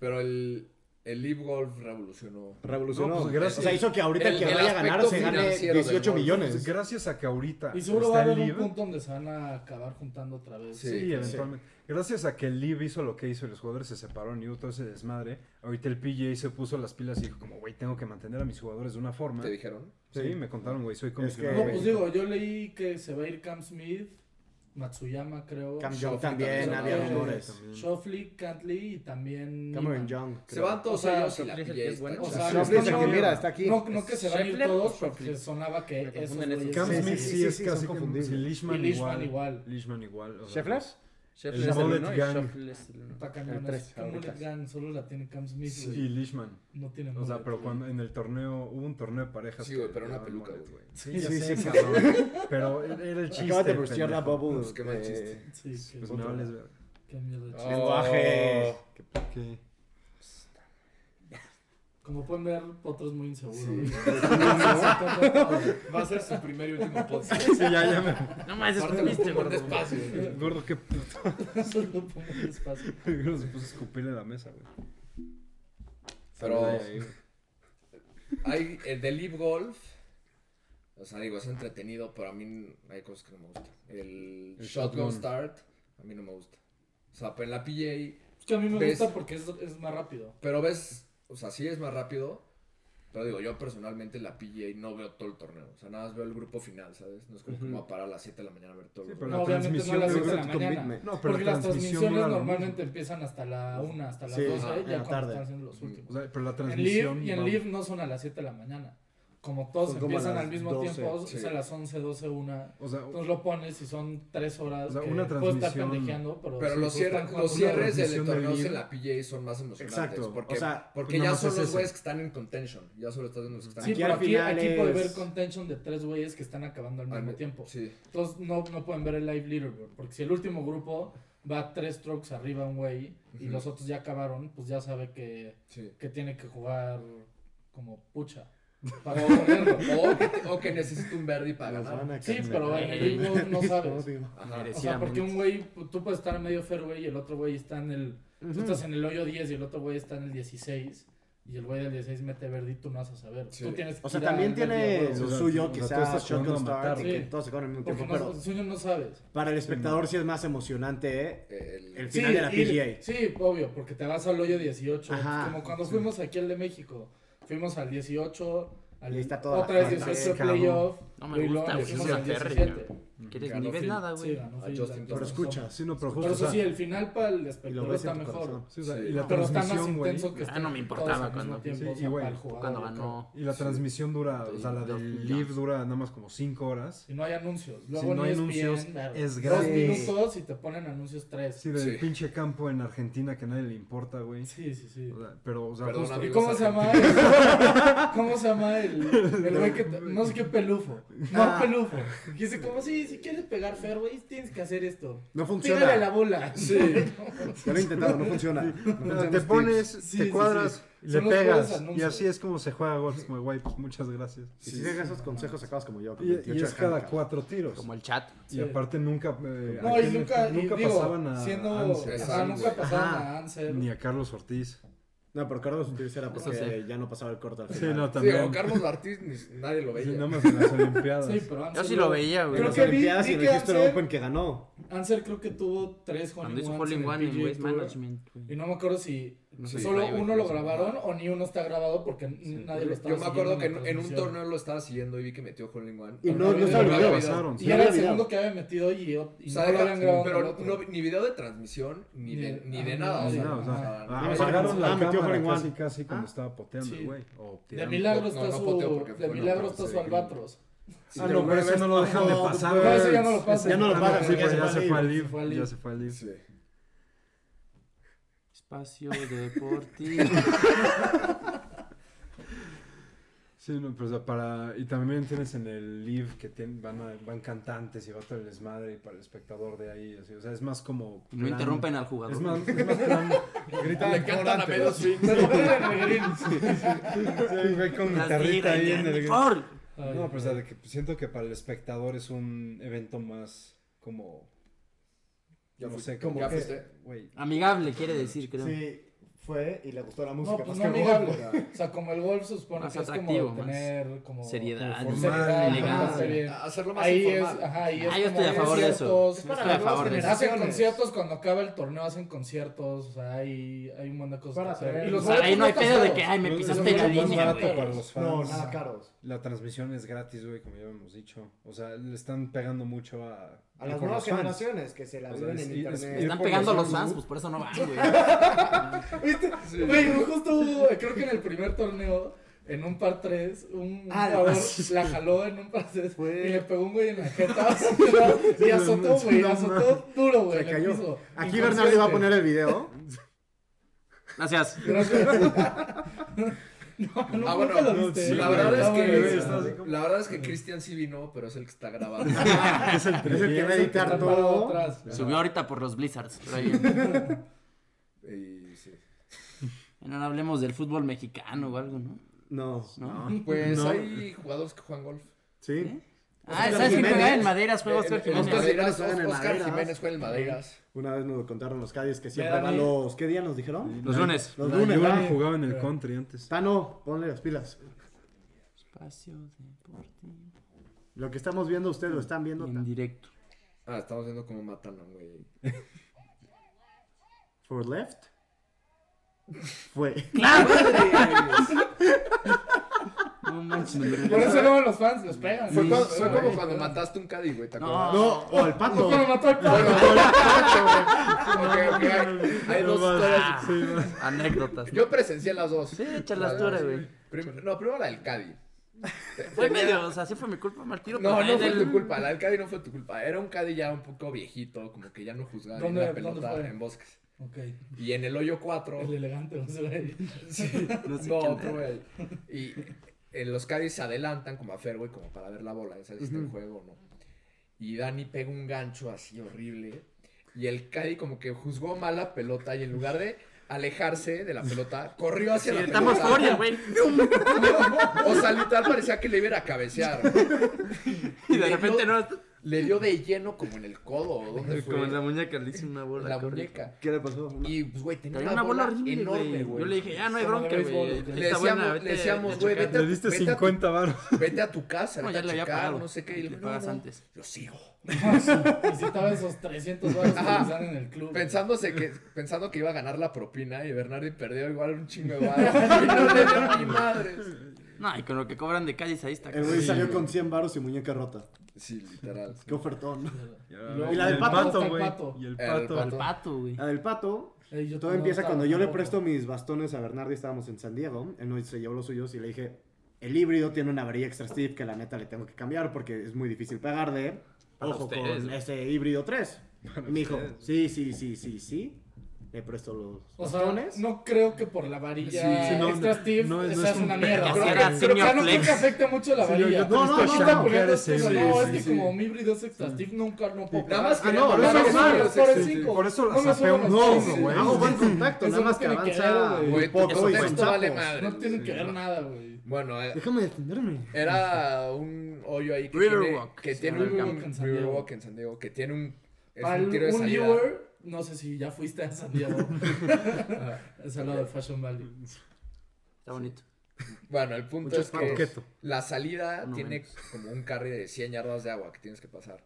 [SPEAKER 2] Pero el, el Live Golf revolucionó.
[SPEAKER 5] Revolucionó.
[SPEAKER 3] No, pues, gracias.
[SPEAKER 5] O sea, hizo que ahorita
[SPEAKER 2] El-
[SPEAKER 5] el, que
[SPEAKER 2] el
[SPEAKER 5] vaya a ganar
[SPEAKER 2] aspecto
[SPEAKER 5] se gane
[SPEAKER 2] financiero del
[SPEAKER 5] 18
[SPEAKER 2] golf.
[SPEAKER 3] pues,
[SPEAKER 5] millones.
[SPEAKER 3] Gracias a que ahorita
[SPEAKER 1] Y seguro va a
[SPEAKER 3] está el
[SPEAKER 1] haber un
[SPEAKER 3] live,
[SPEAKER 1] punto donde se van a acabar juntando otra vez.
[SPEAKER 2] Sí.
[SPEAKER 3] Sí, eventualmente. Gracias a que el Liv hizo lo que hizo y los jugadores se separaron y hubo todo ese desmadre, ahorita el PGA se puso las pilas y dijo como, güey, tengo que mantener a mis jugadores de una forma.
[SPEAKER 2] ¿Te dijeron?
[SPEAKER 3] Sí,
[SPEAKER 5] Sí.
[SPEAKER 3] me contaron, güey, soy
[SPEAKER 1] No,
[SPEAKER 3] comisionado.
[SPEAKER 5] que-
[SPEAKER 1] pues
[SPEAKER 3] de-
[SPEAKER 1] digo, yo leí que se va a ir Cam Smith, Matsuyama, creo.
[SPEAKER 5] Cam
[SPEAKER 2] Shoffley
[SPEAKER 5] Young también,
[SPEAKER 2] también.
[SPEAKER 5] había
[SPEAKER 1] Shoffley
[SPEAKER 5] rumores.
[SPEAKER 3] también.
[SPEAKER 1] Shoffley, Cantley y también.
[SPEAKER 5] Cameron
[SPEAKER 1] Neiman.
[SPEAKER 5] Young.
[SPEAKER 2] Se van todos
[SPEAKER 1] O sea,
[SPEAKER 2] ellos y la
[SPEAKER 4] Shoffley es el
[SPEAKER 2] PGA
[SPEAKER 4] que es
[SPEAKER 2] está
[SPEAKER 4] bueno.
[SPEAKER 1] O
[SPEAKER 2] hecha.
[SPEAKER 1] sea, no
[SPEAKER 5] Shoffley es el que
[SPEAKER 1] creo-
[SPEAKER 5] mira, está aquí.
[SPEAKER 1] No, no que se van a ir
[SPEAKER 4] ¿Scheffler o
[SPEAKER 1] todos,
[SPEAKER 4] Shoffley?
[SPEAKER 1] porque sonaba que
[SPEAKER 4] Me
[SPEAKER 1] esos
[SPEAKER 4] confunden esos.
[SPEAKER 1] güeyes-
[SPEAKER 3] Cam
[SPEAKER 5] Sí, sí,
[SPEAKER 3] Smith
[SPEAKER 5] sí,
[SPEAKER 3] sí,
[SPEAKER 5] sí,
[SPEAKER 3] es
[SPEAKER 5] sí,
[SPEAKER 3] casi
[SPEAKER 5] son
[SPEAKER 3] como
[SPEAKER 5] confundibles.
[SPEAKER 3] sí, Leishman
[SPEAKER 1] Y Leishman
[SPEAKER 3] igual.
[SPEAKER 1] igual.
[SPEAKER 3] Leishman igual. o sea,
[SPEAKER 5] ¿Scheffler?
[SPEAKER 3] pues,
[SPEAKER 4] Sheffield
[SPEAKER 3] El
[SPEAKER 4] es el
[SPEAKER 3] Bullet
[SPEAKER 4] uno y
[SPEAKER 3] Gang.
[SPEAKER 4] Sheffield es el uno.
[SPEAKER 1] Está cañón,
[SPEAKER 5] El tres,
[SPEAKER 1] es como
[SPEAKER 5] ahorita.
[SPEAKER 1] Mullet Gang, solo la tiene Cam Smith.
[SPEAKER 3] Sí,
[SPEAKER 1] güey.
[SPEAKER 3] Leishman.
[SPEAKER 1] No tiene
[SPEAKER 3] O sea,
[SPEAKER 1] mullet,
[SPEAKER 3] pero
[SPEAKER 1] güey.
[SPEAKER 3] cuando en el torneo hubo un torneo de parejas.
[SPEAKER 2] Sí,
[SPEAKER 3] que
[SPEAKER 2] güey, pero una
[SPEAKER 3] llevaban
[SPEAKER 2] peluca,
[SPEAKER 3] mullet,
[SPEAKER 2] güey.
[SPEAKER 3] Sí,
[SPEAKER 5] Sí,
[SPEAKER 3] sí,
[SPEAKER 5] sí,
[SPEAKER 3] sí,
[SPEAKER 5] sí.
[SPEAKER 3] cabrón. Pero era el chiste.
[SPEAKER 5] Acabas de burstear la
[SPEAKER 3] pendejo.
[SPEAKER 5] bubble.
[SPEAKER 2] Pues, qué mal
[SPEAKER 5] de-
[SPEAKER 2] chiste.
[SPEAKER 1] Sí, qué,
[SPEAKER 3] Pues me vales ver.
[SPEAKER 1] qué miedo, chiste.
[SPEAKER 5] Lenguaje.
[SPEAKER 3] ¿Qué?
[SPEAKER 1] Como pueden ver, Potro es muy inseguro.
[SPEAKER 2] Sí.
[SPEAKER 1] güey.
[SPEAKER 2] Va a ser su primer y último podcast.
[SPEAKER 3] Sí, ya, ya me.
[SPEAKER 4] No más,
[SPEAKER 2] Aparte, lo
[SPEAKER 4] escupiste,
[SPEAKER 2] pongo
[SPEAKER 4] gordo.
[SPEAKER 2] despacio. güey.
[SPEAKER 3] Gordo, qué puto.
[SPEAKER 1] Solo pongo el espacio.
[SPEAKER 3] Gordo se puso a escupirle la mesa, güey.
[SPEAKER 2] Pero-
[SPEAKER 3] Ahí, ahí, güey.
[SPEAKER 2] eh, Hay el de Live Golf. O sea, digo, es entretenido, pero a mí hay cosas que no me gustan. El,
[SPEAKER 3] El
[SPEAKER 2] shotgun
[SPEAKER 3] shotgun.
[SPEAKER 2] start, a mí no me gusta. O sea, pero en la PGA,
[SPEAKER 1] Es que a mí me
[SPEAKER 2] ¿Ves?
[SPEAKER 1] gusta porque es, es más rápido.
[SPEAKER 2] pero ves, o sea, sí es más rápido, pero digo, yo personalmente en la PGA no veo todo el torneo. O sea, nada más veo el grupo final, ¿sabes? No es como que me voy a parar a las 7 de la mañana a ver todo.
[SPEAKER 3] Sí,
[SPEAKER 2] el
[SPEAKER 3] pero
[SPEAKER 1] No,
[SPEAKER 2] grupo.
[SPEAKER 3] la
[SPEAKER 1] obviamente no a
[SPEAKER 3] transmisión
[SPEAKER 1] las
[SPEAKER 3] yo
[SPEAKER 1] seis de
[SPEAKER 3] creo
[SPEAKER 1] la
[SPEAKER 3] que
[SPEAKER 5] tu
[SPEAKER 1] mañana.
[SPEAKER 5] commitment.
[SPEAKER 3] No, pero
[SPEAKER 1] Porque
[SPEAKER 3] la
[SPEAKER 1] las
[SPEAKER 3] transmisión
[SPEAKER 1] transmisiones
[SPEAKER 3] dura lo
[SPEAKER 1] normalmente
[SPEAKER 3] mismo.
[SPEAKER 1] empiezan hasta la 1, hasta las
[SPEAKER 5] Sí,
[SPEAKER 1] 12, ya
[SPEAKER 2] ajá,
[SPEAKER 5] en la
[SPEAKER 1] cuando
[SPEAKER 5] tarde.
[SPEAKER 1] están haciendo los
[SPEAKER 2] Mm,
[SPEAKER 1] últimos.
[SPEAKER 3] O sea, pero la
[SPEAKER 1] En Live
[SPEAKER 3] transmisión.
[SPEAKER 1] y en
[SPEAKER 3] vamos.
[SPEAKER 1] Live no son a las 7 de la mañana. Como todos
[SPEAKER 5] Son como
[SPEAKER 1] empiezan
[SPEAKER 5] a las
[SPEAKER 1] al mismo
[SPEAKER 5] 12,
[SPEAKER 1] tiempo,
[SPEAKER 2] sí.
[SPEAKER 1] es a las 11, 12, 1.
[SPEAKER 3] O sea,
[SPEAKER 1] Entonces lo pones y son 3 horas.
[SPEAKER 3] O sea,
[SPEAKER 1] que
[SPEAKER 3] una
[SPEAKER 1] puedes estar
[SPEAKER 3] transmisión-
[SPEAKER 1] pendejeando, pero.
[SPEAKER 2] Pero
[SPEAKER 1] si
[SPEAKER 2] los
[SPEAKER 1] tú estás
[SPEAKER 2] cierres,
[SPEAKER 1] jugando
[SPEAKER 2] los
[SPEAKER 1] una
[SPEAKER 2] cierres de
[SPEAKER 3] transmisión de
[SPEAKER 2] torneos
[SPEAKER 3] liga.
[SPEAKER 2] en la PGA son más emocionantes.
[SPEAKER 5] Exacto,
[SPEAKER 2] Porque,
[SPEAKER 5] o sea,
[SPEAKER 1] pues
[SPEAKER 2] porque
[SPEAKER 3] nada
[SPEAKER 2] ya
[SPEAKER 3] más
[SPEAKER 2] son
[SPEAKER 3] es
[SPEAKER 2] los
[SPEAKER 3] ese.
[SPEAKER 2] güeyes que están en contention. Ya solo estás en los que están
[SPEAKER 1] Sí,
[SPEAKER 5] Aquí
[SPEAKER 2] en
[SPEAKER 1] pero
[SPEAKER 5] al
[SPEAKER 1] aquí,
[SPEAKER 5] final
[SPEAKER 1] aquí puede ver
[SPEAKER 5] es-
[SPEAKER 1] contention de tres güeyes que están acabando al
[SPEAKER 2] Al
[SPEAKER 1] mismo
[SPEAKER 2] mi-
[SPEAKER 1] tiempo.
[SPEAKER 2] Sí.
[SPEAKER 1] Entonces no, no pueden ver el live leaderboard. Porque si el último grupo va tres strokes arriba un güey y
[SPEAKER 2] Ujú.
[SPEAKER 1] los otros ya acabaron, pues ya sabe que,
[SPEAKER 2] Sí.
[SPEAKER 1] que tiene que jugar como pucha. Para ponerlo.
[SPEAKER 2] O que, o que necesito un verdi para
[SPEAKER 5] Nos
[SPEAKER 2] ganar.
[SPEAKER 5] van a
[SPEAKER 1] Sí,
[SPEAKER 5] cambiar.
[SPEAKER 1] pero ahí no, no sabes.
[SPEAKER 2] Ajá.
[SPEAKER 1] O
[SPEAKER 4] Merecida,
[SPEAKER 1] sea, porque
[SPEAKER 4] bonito.
[SPEAKER 1] un güey, tú puedes estar en medio fairway y el otro güey está en el. Tú estás en el hoyo 10 y el otro güey está en el 16. Y el güey del 16 mete verde y tú no vas a saber.
[SPEAKER 2] Sí.
[SPEAKER 1] Tú tienes
[SPEAKER 5] O sea,
[SPEAKER 1] ir al
[SPEAKER 5] también
[SPEAKER 1] verde,
[SPEAKER 5] tiene
[SPEAKER 1] güey,
[SPEAKER 5] lo
[SPEAKER 3] O sea,
[SPEAKER 5] suyo,
[SPEAKER 3] tú
[SPEAKER 5] que
[SPEAKER 3] estás
[SPEAKER 5] sea
[SPEAKER 3] jugando a
[SPEAKER 5] Shotgun Start
[SPEAKER 3] matar.
[SPEAKER 5] y que
[SPEAKER 1] Sí.
[SPEAKER 5] todos se juegan al mismo
[SPEAKER 1] Porque
[SPEAKER 5] tiempo,
[SPEAKER 1] no,
[SPEAKER 5] pero
[SPEAKER 1] el sueño no sabes.
[SPEAKER 5] para el espectador sí es más emocionante, ¿eh?
[SPEAKER 2] El-
[SPEAKER 5] El final de la
[SPEAKER 1] ir-
[SPEAKER 5] PGA.
[SPEAKER 1] sí, obvio, porque te vas al hoyo 18.
[SPEAKER 5] Ajá,
[SPEAKER 1] como cuando
[SPEAKER 5] sí.
[SPEAKER 1] fuimos aquí al de México. Fuimos al 18, al
[SPEAKER 5] Y está toda
[SPEAKER 1] otra
[SPEAKER 5] la
[SPEAKER 1] vez
[SPEAKER 5] gente,
[SPEAKER 1] 18
[SPEAKER 3] cabrón.
[SPEAKER 1] playoff.
[SPEAKER 4] No me
[SPEAKER 1] y luego
[SPEAKER 4] gusta,
[SPEAKER 1] le
[SPEAKER 4] güey,
[SPEAKER 1] fuimos
[SPEAKER 4] es
[SPEAKER 1] al
[SPEAKER 4] aférrimo.
[SPEAKER 1] 17.
[SPEAKER 4] ¿Quieres
[SPEAKER 2] Ganó
[SPEAKER 4] ni ves
[SPEAKER 2] Phil.
[SPEAKER 4] nada,
[SPEAKER 1] Sí,
[SPEAKER 4] güey?
[SPEAKER 1] ganó
[SPEAKER 2] A
[SPEAKER 1] Phil,
[SPEAKER 2] Justin
[SPEAKER 1] entonces,
[SPEAKER 2] Pero
[SPEAKER 5] Pero escucha,
[SPEAKER 3] Sí, no, pero
[SPEAKER 1] Pero
[SPEAKER 3] justo. o
[SPEAKER 1] eso
[SPEAKER 3] sea,
[SPEAKER 1] sí, el final para el
[SPEAKER 5] y lo
[SPEAKER 1] espectador
[SPEAKER 5] ves
[SPEAKER 1] está
[SPEAKER 5] en tu
[SPEAKER 1] mejor.
[SPEAKER 5] corazón.
[SPEAKER 3] sí, o sea,
[SPEAKER 2] Sí.
[SPEAKER 3] y la
[SPEAKER 1] pero está más
[SPEAKER 3] transmisión, güey.
[SPEAKER 1] intenso que
[SPEAKER 4] Ah,
[SPEAKER 1] estar
[SPEAKER 4] no me importaba
[SPEAKER 1] todos al
[SPEAKER 4] cuando-
[SPEAKER 1] mismo tiempo,
[SPEAKER 3] Sí,
[SPEAKER 1] o sea,
[SPEAKER 3] y güey,
[SPEAKER 1] para el jugador
[SPEAKER 4] cuando
[SPEAKER 1] y
[SPEAKER 4] ganó.
[SPEAKER 1] todo.
[SPEAKER 3] Y la
[SPEAKER 2] Sí.
[SPEAKER 3] transmisión dura, o sea, la
[SPEAKER 4] Sí,
[SPEAKER 3] del
[SPEAKER 4] dos-
[SPEAKER 3] Live
[SPEAKER 4] dos.
[SPEAKER 3] dura nada más como 5 horas.
[SPEAKER 1] Si no hay anuncios. Luego
[SPEAKER 3] Si no hay
[SPEAKER 1] en E ESPN,
[SPEAKER 3] anuncios,
[SPEAKER 1] claro,
[SPEAKER 3] es
[SPEAKER 1] Dos
[SPEAKER 3] gratis.
[SPEAKER 1] minutos y te ponen anuncios tres.
[SPEAKER 3] Sí, del
[SPEAKER 2] Sí.
[SPEAKER 3] pinche campo en Argentina que a nadie le importa, güey.
[SPEAKER 1] Sí, sí, sí.
[SPEAKER 3] O sea, pero, o sea,
[SPEAKER 2] Perdón,
[SPEAKER 3] justo-
[SPEAKER 1] ¿Y
[SPEAKER 2] amigos
[SPEAKER 1] cómo se llama? ¿Cómo se llama el, el güey que te- no sé qué pelufo? No
[SPEAKER 5] Ah.
[SPEAKER 1] pelufo. Que dice como sí, si quieres pegar fairways tienes que hacer esto.
[SPEAKER 5] No
[SPEAKER 1] Pégale a la
[SPEAKER 5] funciona.
[SPEAKER 1] bola.
[SPEAKER 2] Sí.
[SPEAKER 5] Ya lo he intentado, no funciona. No funcionan
[SPEAKER 3] te
[SPEAKER 5] los
[SPEAKER 3] pones,
[SPEAKER 5] tips.
[SPEAKER 1] Sí, sí,
[SPEAKER 3] te cuadras,
[SPEAKER 1] sí.
[SPEAKER 3] y le
[SPEAKER 1] Son los
[SPEAKER 3] pegas.
[SPEAKER 1] peores
[SPEAKER 3] Y
[SPEAKER 1] anuncios.
[SPEAKER 3] así es como se juega golf. Es como, güey, pues muchas gracias.
[SPEAKER 5] Si sigues esos consejos, acabas como yo. con
[SPEAKER 3] Y,
[SPEAKER 5] 28
[SPEAKER 3] y es
[SPEAKER 5] de
[SPEAKER 3] cada
[SPEAKER 5] handicap.
[SPEAKER 3] cuatro tiros.
[SPEAKER 4] Como el chat.
[SPEAKER 1] Sí.
[SPEAKER 3] Y aparte nunca. eh,
[SPEAKER 1] No,
[SPEAKER 3] aquí
[SPEAKER 1] y nunca, y
[SPEAKER 3] nunca
[SPEAKER 1] digo,
[SPEAKER 3] pasaban a.
[SPEAKER 1] siendo,
[SPEAKER 3] Anser,
[SPEAKER 1] ajá,
[SPEAKER 2] sí,
[SPEAKER 1] nunca
[SPEAKER 2] güey.
[SPEAKER 1] pasaban
[SPEAKER 5] Ajá.
[SPEAKER 1] a Anser.
[SPEAKER 3] ni a Carlos Ortiz.
[SPEAKER 5] No, pero Carlos Ortiz era
[SPEAKER 4] Eso
[SPEAKER 5] porque
[SPEAKER 4] sí.
[SPEAKER 5] ya no pasaba el corte al
[SPEAKER 3] Sí,
[SPEAKER 5] final.
[SPEAKER 3] no,
[SPEAKER 2] Digo,
[SPEAKER 3] también.
[SPEAKER 2] Carlos Martínez ni- nadie lo veía.
[SPEAKER 3] Sí, nada más en las Olimpiadas.
[SPEAKER 1] Sí, pero Anser
[SPEAKER 4] Yo sí lo veía, güey.
[SPEAKER 1] Creo
[SPEAKER 5] Pero
[SPEAKER 1] que
[SPEAKER 5] que
[SPEAKER 1] vi-
[SPEAKER 5] vi,
[SPEAKER 1] vi
[SPEAKER 5] y en
[SPEAKER 1] que
[SPEAKER 5] el Houston
[SPEAKER 1] Anser-
[SPEAKER 5] Open que ganó.
[SPEAKER 1] Anser creo que tuvo tres
[SPEAKER 4] Cuando hizo
[SPEAKER 1] hole
[SPEAKER 4] Falling
[SPEAKER 1] in ones
[SPEAKER 4] One
[SPEAKER 1] en
[SPEAKER 4] en
[SPEAKER 1] el
[SPEAKER 4] Waste
[SPEAKER 1] PGA Tour.
[SPEAKER 4] Management. güey.
[SPEAKER 1] Y no me acuerdo si
[SPEAKER 4] No sé,
[SPEAKER 1] solo
[SPEAKER 4] ahí, güey,
[SPEAKER 1] uno
[SPEAKER 4] no
[SPEAKER 1] lo
[SPEAKER 4] sé.
[SPEAKER 1] grabaron o ni uno está grabado porque n- nadie lo estaba
[SPEAKER 2] Yo me acuerdo que
[SPEAKER 1] siguiendo
[SPEAKER 2] en,
[SPEAKER 1] la
[SPEAKER 2] en un
[SPEAKER 1] transmisión.
[SPEAKER 2] torneo lo estaba siguiendo y vi que metió hole in one.
[SPEAKER 5] Y
[SPEAKER 1] no- no
[SPEAKER 2] había
[SPEAKER 1] estaba el video,
[SPEAKER 2] habido.
[SPEAKER 3] pasaron.
[SPEAKER 1] Y
[SPEAKER 5] Sí,
[SPEAKER 1] era el
[SPEAKER 5] había
[SPEAKER 1] segundo
[SPEAKER 5] video.
[SPEAKER 1] que había metido y, y
[SPEAKER 2] O
[SPEAKER 1] no
[SPEAKER 2] sea,
[SPEAKER 1] lo habían grabado. en el
[SPEAKER 2] pero
[SPEAKER 1] otro.
[SPEAKER 2] no, ni video de transmisión, ni,
[SPEAKER 1] Ni
[SPEAKER 2] de,
[SPEAKER 1] de-
[SPEAKER 2] ni
[SPEAKER 1] ajá,
[SPEAKER 2] de nada.
[SPEAKER 1] ni
[SPEAKER 2] o
[SPEAKER 1] de
[SPEAKER 2] sea,
[SPEAKER 1] nada, o sea,
[SPEAKER 2] nada,
[SPEAKER 3] Ah,
[SPEAKER 2] nada.
[SPEAKER 3] apagaron la
[SPEAKER 5] Ah, metió
[SPEAKER 3] cámara
[SPEAKER 5] hole in
[SPEAKER 3] casi,
[SPEAKER 5] one.
[SPEAKER 3] casi cuando
[SPEAKER 5] Ah.
[SPEAKER 3] estaba poteando,
[SPEAKER 1] Sí.
[SPEAKER 3] güey. o
[SPEAKER 1] De
[SPEAKER 3] tirando.
[SPEAKER 1] milagro
[SPEAKER 2] No,
[SPEAKER 1] está
[SPEAKER 2] no poteo porque
[SPEAKER 1] su.
[SPEAKER 2] fue
[SPEAKER 1] De
[SPEAKER 2] una
[SPEAKER 1] milagro
[SPEAKER 2] parte
[SPEAKER 1] está su
[SPEAKER 2] de-
[SPEAKER 1] albatros.
[SPEAKER 3] Ah, no, pero eso no lo dejan de
[SPEAKER 5] No,
[SPEAKER 3] pasar.
[SPEAKER 1] pero eso ya no lo pasan.
[SPEAKER 5] Ya no lo
[SPEAKER 3] Ah,
[SPEAKER 5] pagan,
[SPEAKER 3] sí,
[SPEAKER 5] porque
[SPEAKER 3] pero ya
[SPEAKER 5] se
[SPEAKER 3] se
[SPEAKER 5] fue
[SPEAKER 3] fue
[SPEAKER 5] al
[SPEAKER 3] al
[SPEAKER 1] Se fue al
[SPEAKER 3] live.
[SPEAKER 1] live.
[SPEAKER 3] Ya se fue al live.
[SPEAKER 2] Sí.
[SPEAKER 4] Espacio deportivo.
[SPEAKER 3] Sí, no, pero o sea, para. Y también tienes en el live que tien- van, a- van cantantes y va todo el desmadre y para el espectador de ahí. así, o sea, es más como.
[SPEAKER 4] No
[SPEAKER 3] plan-
[SPEAKER 4] interrumpen al jugador.
[SPEAKER 3] Es más, es más plan. Gritan
[SPEAKER 2] Le cantan a medio swing.
[SPEAKER 1] Pero ponen en el green.
[SPEAKER 3] Sí, güey, con
[SPEAKER 4] Las
[SPEAKER 3] guitarrita
[SPEAKER 4] tiran,
[SPEAKER 3] ahí
[SPEAKER 4] ya, Oh.
[SPEAKER 3] en el.
[SPEAKER 4] mejor.
[SPEAKER 1] Ay,
[SPEAKER 3] No, pero o sea, de que siento que para el espectador es un evento más como.
[SPEAKER 2] Ya
[SPEAKER 3] no
[SPEAKER 2] fui-
[SPEAKER 3] sé, como.
[SPEAKER 2] ya
[SPEAKER 3] que-
[SPEAKER 2] fuiste.
[SPEAKER 3] Güey.
[SPEAKER 4] Amigable quiere decir, creo.
[SPEAKER 5] Sí, fue y le gustó la
[SPEAKER 1] No,
[SPEAKER 5] música.
[SPEAKER 1] pues
[SPEAKER 5] más
[SPEAKER 1] no
[SPEAKER 5] que el
[SPEAKER 1] amigable.
[SPEAKER 5] golf.
[SPEAKER 1] O sea, como el golf se supone
[SPEAKER 4] Más
[SPEAKER 1] que es
[SPEAKER 4] atractivo,
[SPEAKER 1] como
[SPEAKER 4] más
[SPEAKER 1] tener como
[SPEAKER 4] seriedad,
[SPEAKER 1] como
[SPEAKER 3] formal,
[SPEAKER 1] seriedad,
[SPEAKER 4] elegante.
[SPEAKER 1] portarse bien.
[SPEAKER 2] Hacerlo más
[SPEAKER 1] eh, Ahí es,
[SPEAKER 2] informal.
[SPEAKER 1] ajá, ahí es
[SPEAKER 4] Ah, yo
[SPEAKER 1] como
[SPEAKER 4] estoy a favor de eso.
[SPEAKER 1] conciertos.
[SPEAKER 4] Yo estoy a favor de eso.
[SPEAKER 1] Hacen conciertos cuando acaba el torneo, hacen conciertos, o sea, hay, hay un montón de cosas.
[SPEAKER 5] Para
[SPEAKER 1] que hacer.
[SPEAKER 5] tener-
[SPEAKER 1] Y
[SPEAKER 4] O
[SPEAKER 1] los
[SPEAKER 4] sea, ahí no hay
[SPEAKER 1] boletos
[SPEAKER 4] pedo de
[SPEAKER 1] caros.
[SPEAKER 4] que, ay, me
[SPEAKER 3] Pero es
[SPEAKER 4] pisaste
[SPEAKER 3] mucho
[SPEAKER 4] la
[SPEAKER 3] más
[SPEAKER 4] línea,
[SPEAKER 3] barato
[SPEAKER 4] güey.
[SPEAKER 3] para los fans.
[SPEAKER 5] No, nada caros.
[SPEAKER 3] La transmisión es gratis, güey, como ya hemos dicho. O sea, le están pegando mucho a.
[SPEAKER 5] A las
[SPEAKER 3] con
[SPEAKER 5] nuevas
[SPEAKER 3] los fans.
[SPEAKER 5] generaciones que se la
[SPEAKER 3] O sea,
[SPEAKER 5] viven
[SPEAKER 3] es-
[SPEAKER 5] en
[SPEAKER 3] y- es-
[SPEAKER 5] internet.
[SPEAKER 4] Están
[SPEAKER 3] por
[SPEAKER 4] pegando a los
[SPEAKER 3] decirlo,
[SPEAKER 4] fans,
[SPEAKER 3] ¿no?
[SPEAKER 4] pues por eso no van, güey.
[SPEAKER 1] ¿Viste? Güey, justo hubo, creo que en el primer torneo, en un par 3, un
[SPEAKER 5] Ah,
[SPEAKER 1] jugador
[SPEAKER 5] sí.
[SPEAKER 1] la jaló en un par 3
[SPEAKER 5] Fue-
[SPEAKER 1] y le pegó un güey en la jeta. o sea, y azotó, güey,
[SPEAKER 3] no
[SPEAKER 1] azotó duro, güey.
[SPEAKER 5] Se
[SPEAKER 1] en el
[SPEAKER 5] cayó.
[SPEAKER 1] piso,
[SPEAKER 5] Aquí
[SPEAKER 1] inconsciente.
[SPEAKER 5] Bernardo va a poner el video.
[SPEAKER 4] Gracias.
[SPEAKER 1] Gracias. No, no,
[SPEAKER 2] Ah,
[SPEAKER 1] nunca
[SPEAKER 2] bueno,
[SPEAKER 1] lo viste.
[SPEAKER 3] sí,
[SPEAKER 2] la
[SPEAKER 3] güey.
[SPEAKER 2] verdad es
[SPEAKER 1] Está
[SPEAKER 2] que
[SPEAKER 1] buenísimo.
[SPEAKER 3] está así como-
[SPEAKER 2] la verdad es que Cristian sí vino, pero es el que está grabando.
[SPEAKER 3] Es el,
[SPEAKER 5] Es el que va a editar
[SPEAKER 1] Está parado
[SPEAKER 5] todo.
[SPEAKER 1] atrás.
[SPEAKER 4] Subió ahorita por los Blizzards. pero ahí-
[SPEAKER 2] Y sí.
[SPEAKER 4] Bueno, ahora hablemos del fútbol mexicano o algo, ¿no?
[SPEAKER 5] No.
[SPEAKER 4] ¿No?
[SPEAKER 2] Pues
[SPEAKER 5] No.
[SPEAKER 2] hay jugadores que juegan golf.
[SPEAKER 5] Sí.
[SPEAKER 4] Ah,
[SPEAKER 5] Oscar
[SPEAKER 4] ¿sabes quién
[SPEAKER 5] Jiménez.
[SPEAKER 4] pegaba en maderas? Juega Oscar
[SPEAKER 2] Eh, eh, Oscar
[SPEAKER 4] Jiménez.
[SPEAKER 2] Jiménez
[SPEAKER 5] juega en el
[SPEAKER 2] Oscar
[SPEAKER 5] Madeiras.
[SPEAKER 2] Jiménez juega en el Madeiras.
[SPEAKER 5] Una vez nos lo contaron los Cádiz que siempre
[SPEAKER 1] Ve, Dani.
[SPEAKER 5] van los. ¿Qué día nos dijeron? Ah,
[SPEAKER 4] Los lunes.
[SPEAKER 5] Los lunes.
[SPEAKER 3] Yo
[SPEAKER 5] ¿verdad?
[SPEAKER 3] jugaba en el country antes.
[SPEAKER 5] Tano, ponle las pilas.
[SPEAKER 4] Espacio deportivo.
[SPEAKER 5] Lo que estamos viendo, ustedes lo están viendo.
[SPEAKER 4] En directo.
[SPEAKER 2] Ah, estamos viendo cómo matan a un güey.
[SPEAKER 5] For left. Fue.
[SPEAKER 4] No manches, me
[SPEAKER 1] Por eso luego los fans los pegan.
[SPEAKER 2] Fue,
[SPEAKER 1] Sí,
[SPEAKER 2] cuando-
[SPEAKER 1] sí,
[SPEAKER 2] fue
[SPEAKER 1] güey.
[SPEAKER 2] como cuando mataste un Caddy, güey. ¿Te acuerdas?
[SPEAKER 5] No, o el pato.
[SPEAKER 1] Fue cuando mató al
[SPEAKER 2] Bueno,
[SPEAKER 1] perro.
[SPEAKER 2] ok, ok, hay- Hay dos historias.
[SPEAKER 4] Anécdotas.
[SPEAKER 2] Yo presencié las dos.
[SPEAKER 4] Sí, échalas tú ahora, güey.
[SPEAKER 2] Prim- no, primero la del Caddy.
[SPEAKER 4] Fue medio, o sea, sí fue mi culpa, Martiro.
[SPEAKER 2] No, no fue tu culpa. La del Caddy no fue tu culpa. Era un Caddy ya un poco viejito, como que ya no juzgaba bien
[SPEAKER 1] ¿Dónde-
[SPEAKER 2] la
[SPEAKER 1] dónde
[SPEAKER 2] pelota
[SPEAKER 1] fue?
[SPEAKER 2] en bosques.
[SPEAKER 1] Ok,
[SPEAKER 2] Y en el hoyo 4.
[SPEAKER 1] el elegante, no sé, güey.
[SPEAKER 4] No sé
[SPEAKER 2] No,
[SPEAKER 4] quién
[SPEAKER 2] pero,
[SPEAKER 4] era.
[SPEAKER 2] güey. Y eh, los Cádiz se adelantan como a Fer, güey, como para ver la bola, ¿sabes si está en juego o no? Y Dani pega un gancho así horrible. Y el Cádiz como que juzgó mal la pelota y en lugar de alejarse de la pelota, corrió hacia
[SPEAKER 4] Sí,
[SPEAKER 2] la
[SPEAKER 4] estamos
[SPEAKER 2] pelota.
[SPEAKER 4] Foria, güey.
[SPEAKER 2] O sea, literal parecía que le iba a ir a cabecear. güey.
[SPEAKER 4] Y de repente no.
[SPEAKER 2] Le dio de lleno como en el codo. ¿o ¿Dónde fue?
[SPEAKER 4] Como en la muñeca le hice una bola.
[SPEAKER 2] En la
[SPEAKER 4] qué horrible.
[SPEAKER 2] muñeca.
[SPEAKER 5] ¿Qué le pasó?
[SPEAKER 2] Y, pues, güey, tenía
[SPEAKER 4] Tenía una bola horrible,
[SPEAKER 2] enorme,
[SPEAKER 4] güey.
[SPEAKER 2] güey.
[SPEAKER 4] Yo le dije, ya no hay
[SPEAKER 1] Como de
[SPEAKER 4] bronca,
[SPEAKER 1] béisbol,
[SPEAKER 4] güey.
[SPEAKER 1] güey.
[SPEAKER 2] Le
[SPEAKER 4] Está
[SPEAKER 2] decíamos-
[SPEAKER 4] buena, vete
[SPEAKER 2] le decíamos,
[SPEAKER 4] a
[SPEAKER 2] güey,
[SPEAKER 4] checar.
[SPEAKER 2] vete
[SPEAKER 3] Le diste
[SPEAKER 2] Vete a tu-
[SPEAKER 3] 50 baros.
[SPEAKER 2] Vete a tu casa,
[SPEAKER 4] No,
[SPEAKER 2] vete
[SPEAKER 4] ya le
[SPEAKER 2] a
[SPEAKER 4] había
[SPEAKER 2] checar,
[SPEAKER 4] pagado.
[SPEAKER 2] no sé qué. Y
[SPEAKER 4] Le
[SPEAKER 2] no,
[SPEAKER 4] pagas
[SPEAKER 2] no,
[SPEAKER 4] antes.
[SPEAKER 2] Yo sigo.
[SPEAKER 1] Necesitaba esos 300 dólares que
[SPEAKER 2] Ajá.
[SPEAKER 1] les dan en el club.
[SPEAKER 2] Pensándose que, pensando que iba a ganar la propina y Bernardi perdió igual un chingo de barro. Y no le dio ni madres.
[SPEAKER 4] No, y con lo que cobran de Cádiz ahí está.
[SPEAKER 2] Eh,
[SPEAKER 5] El güey salió con 100 baros y muñeca rota.
[SPEAKER 2] Sí, literal.
[SPEAKER 5] Qué ofertón.
[SPEAKER 1] luego-
[SPEAKER 5] Y la del
[SPEAKER 3] el
[SPEAKER 5] pato,
[SPEAKER 1] está el
[SPEAKER 3] güey.
[SPEAKER 1] pato.
[SPEAKER 3] Y el
[SPEAKER 2] El
[SPEAKER 3] pato.
[SPEAKER 2] pato.
[SPEAKER 4] Al pato, güey.
[SPEAKER 2] Ah,
[SPEAKER 5] La del pato.
[SPEAKER 1] Ey, yo
[SPEAKER 5] Todo
[SPEAKER 1] no
[SPEAKER 5] empieza
[SPEAKER 1] estaba
[SPEAKER 5] cuando yo le
[SPEAKER 1] loco.
[SPEAKER 5] presto mis bastones a Bernardi, estábamos en San Diego, él no se llevó los suyos y le dije, el híbrido tiene una avería extra stiff que la neta le tengo que cambiar porque es muy difícil pagarle.
[SPEAKER 4] Para
[SPEAKER 5] Ojo
[SPEAKER 4] ustedes,
[SPEAKER 5] con
[SPEAKER 4] güey.
[SPEAKER 5] ese híbrido 3.
[SPEAKER 3] Para
[SPEAKER 5] Me dijo,
[SPEAKER 3] ustedes.
[SPEAKER 5] sí, sí, sí, sí, sí. Le presto los
[SPEAKER 1] O sea,
[SPEAKER 5] bastones.
[SPEAKER 1] no creo que por la varilla
[SPEAKER 3] Sí, sí, no,
[SPEAKER 1] extra
[SPEAKER 3] no,
[SPEAKER 1] Steve
[SPEAKER 3] no, no
[SPEAKER 1] seas
[SPEAKER 3] es un
[SPEAKER 1] una
[SPEAKER 3] pe-
[SPEAKER 1] mierda.
[SPEAKER 4] que
[SPEAKER 1] Creo
[SPEAKER 4] sea
[SPEAKER 1] que,
[SPEAKER 4] senior
[SPEAKER 1] creo que no creo
[SPEAKER 4] flex.
[SPEAKER 1] que afecte mucho la
[SPEAKER 3] Sí, yo-
[SPEAKER 1] varilla.
[SPEAKER 3] yo te he
[SPEAKER 5] No,
[SPEAKER 3] visto
[SPEAKER 5] no, no,
[SPEAKER 1] está
[SPEAKER 3] chambear
[SPEAKER 1] poniendo
[SPEAKER 3] ese,
[SPEAKER 1] extra-
[SPEAKER 3] güey,
[SPEAKER 1] no,
[SPEAKER 3] sí,
[SPEAKER 1] es que
[SPEAKER 3] sí.
[SPEAKER 1] como mi brillo es extra Steve, nunca no puedo.
[SPEAKER 2] Nada más
[SPEAKER 5] Ah,
[SPEAKER 2] quería
[SPEAKER 5] no,
[SPEAKER 1] por
[SPEAKER 5] por eso
[SPEAKER 1] eso
[SPEAKER 2] pagar
[SPEAKER 5] es malo.
[SPEAKER 2] los
[SPEAKER 1] por el
[SPEAKER 2] extras.
[SPEAKER 1] cinco.
[SPEAKER 3] Por eso la
[SPEAKER 1] No me
[SPEAKER 3] sapé
[SPEAKER 1] subo
[SPEAKER 3] un
[SPEAKER 1] los
[SPEAKER 3] chingo,
[SPEAKER 1] chistes.
[SPEAKER 3] güey.
[SPEAKER 5] Hago buen contacto,
[SPEAKER 1] Eso
[SPEAKER 5] nada
[SPEAKER 1] no
[SPEAKER 5] más que
[SPEAKER 1] tiene que
[SPEAKER 5] avanza
[SPEAKER 1] ver,
[SPEAKER 2] güey.
[SPEAKER 5] un poco
[SPEAKER 2] Eso
[SPEAKER 5] y pues
[SPEAKER 2] te-
[SPEAKER 5] con
[SPEAKER 2] esto vale
[SPEAKER 5] sapos.
[SPEAKER 2] madre.
[SPEAKER 1] No tienen
[SPEAKER 2] Sí,
[SPEAKER 1] que ver
[SPEAKER 2] no.
[SPEAKER 1] nada, güey.
[SPEAKER 2] Bueno, eh,
[SPEAKER 5] Déjame defenderme.
[SPEAKER 2] era un hoyo ahí que
[SPEAKER 4] Riverwalk.
[SPEAKER 2] tiene, que
[SPEAKER 4] Sí,
[SPEAKER 2] tiene
[SPEAKER 1] Riverwalk
[SPEAKER 2] un
[SPEAKER 1] en San Diego.
[SPEAKER 2] Riverwalk en San Diego, que tiene un, es
[SPEAKER 1] Para
[SPEAKER 2] un tiro de
[SPEAKER 1] un
[SPEAKER 2] salida.
[SPEAKER 1] viewer, no sé si ya fuiste a San Diego.
[SPEAKER 2] Ajá.
[SPEAKER 1] Es al lado de Fashion Valley.
[SPEAKER 4] Está bonito.
[SPEAKER 2] Bueno, el punto
[SPEAKER 5] Mucho
[SPEAKER 2] es que
[SPEAKER 3] coqueto.
[SPEAKER 2] la salida
[SPEAKER 4] Uno
[SPEAKER 2] tiene
[SPEAKER 4] menos.
[SPEAKER 2] como un carry de 100 yardas de agua que tienes que pasar.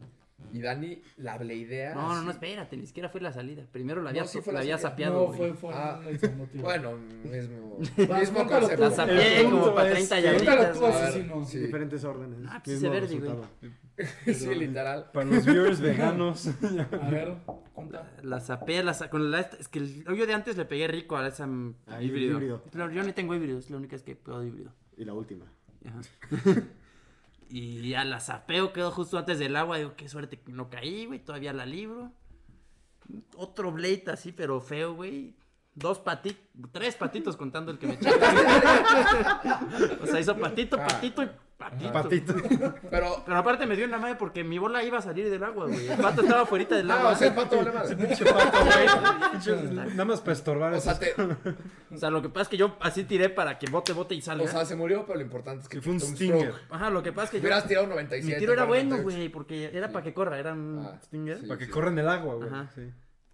[SPEAKER 2] Y Dani la bleidea.
[SPEAKER 4] No, no,
[SPEAKER 2] así.
[SPEAKER 4] no, espérate, ni siquiera fue la salida. Primero la
[SPEAKER 2] Ah, No,
[SPEAKER 4] había,
[SPEAKER 2] sí fue
[SPEAKER 4] la
[SPEAKER 2] la
[SPEAKER 4] había
[SPEAKER 2] salida.
[SPEAKER 4] sapeado,
[SPEAKER 1] No,
[SPEAKER 4] güey.
[SPEAKER 1] fue fue
[SPEAKER 2] Ah.
[SPEAKER 1] el segundo tiro.
[SPEAKER 2] Bueno, mismo,
[SPEAKER 1] Vas,
[SPEAKER 2] mismo
[SPEAKER 1] cuéntalo tú.
[SPEAKER 4] La
[SPEAKER 2] concepto.
[SPEAKER 1] Plaza
[SPEAKER 4] sapeé
[SPEAKER 3] El
[SPEAKER 4] como
[SPEAKER 3] punto
[SPEAKER 4] para
[SPEAKER 3] es
[SPEAKER 4] 30
[SPEAKER 3] que-
[SPEAKER 1] Cuéntalo
[SPEAKER 4] yarditas.
[SPEAKER 1] tú,
[SPEAKER 4] güey.
[SPEAKER 2] A ver,
[SPEAKER 1] asesino.
[SPEAKER 2] sí.
[SPEAKER 5] Diferentes órdenes.
[SPEAKER 4] Ah, pues,
[SPEAKER 5] mismo
[SPEAKER 4] ese verde, güey.
[SPEAKER 5] resultado.
[SPEAKER 2] sí, literal.
[SPEAKER 3] Para los viewers veganos.
[SPEAKER 1] A ver, cuenta.
[SPEAKER 4] La sapé, la sa- con la esta- es que el hoyo de antes le pegué rico a esa mm,
[SPEAKER 2] Ah,
[SPEAKER 5] Ahí,
[SPEAKER 4] híbrido.
[SPEAKER 5] híbrido.
[SPEAKER 4] No, yo ni tengo híbrido, es la única es que puedo híbrido.
[SPEAKER 5] Y la última.
[SPEAKER 4] Ajá. y ya la sapeo, quedó justo antes del agua. Digo, qué suerte que no caí, güey. Todavía la libro. Otro blade así, pero feo, güey. Dos patitos, tres patitos contando el que me eché. o sea, hizo patito,
[SPEAKER 2] Ah.
[SPEAKER 4] patito y patito.
[SPEAKER 3] Patito.
[SPEAKER 2] Pero, ah,
[SPEAKER 4] Pero aparte me dio una madre porque mi bola iba a salir del agua, güey. El pato estaba fuera del
[SPEAKER 2] ah,
[SPEAKER 4] agua.
[SPEAKER 2] o sea, el pato vale madre.
[SPEAKER 3] Pinche pato, güey. Pinche- Nada más para estorbar.
[SPEAKER 2] O sea,
[SPEAKER 3] esos-
[SPEAKER 2] te-
[SPEAKER 4] O sea, lo que pasa es que yo así tiré para que bote, bote y salga.
[SPEAKER 2] o sea, se murió, pero lo importante es que
[SPEAKER 3] Sí, fue un
[SPEAKER 2] tuviste
[SPEAKER 3] stinger.
[SPEAKER 2] stroke.
[SPEAKER 4] Ajá, lo que pasa es que yo,
[SPEAKER 2] Hubieras tirado un
[SPEAKER 4] mi
[SPEAKER 2] 97.
[SPEAKER 4] tiro era bueno,
[SPEAKER 2] 48.
[SPEAKER 4] güey, porque era para que corra, era un
[SPEAKER 2] Ah,
[SPEAKER 4] stinger.
[SPEAKER 2] sí.
[SPEAKER 3] Para que corran el agua, güey.
[SPEAKER 4] Ajá.
[SPEAKER 3] Sí.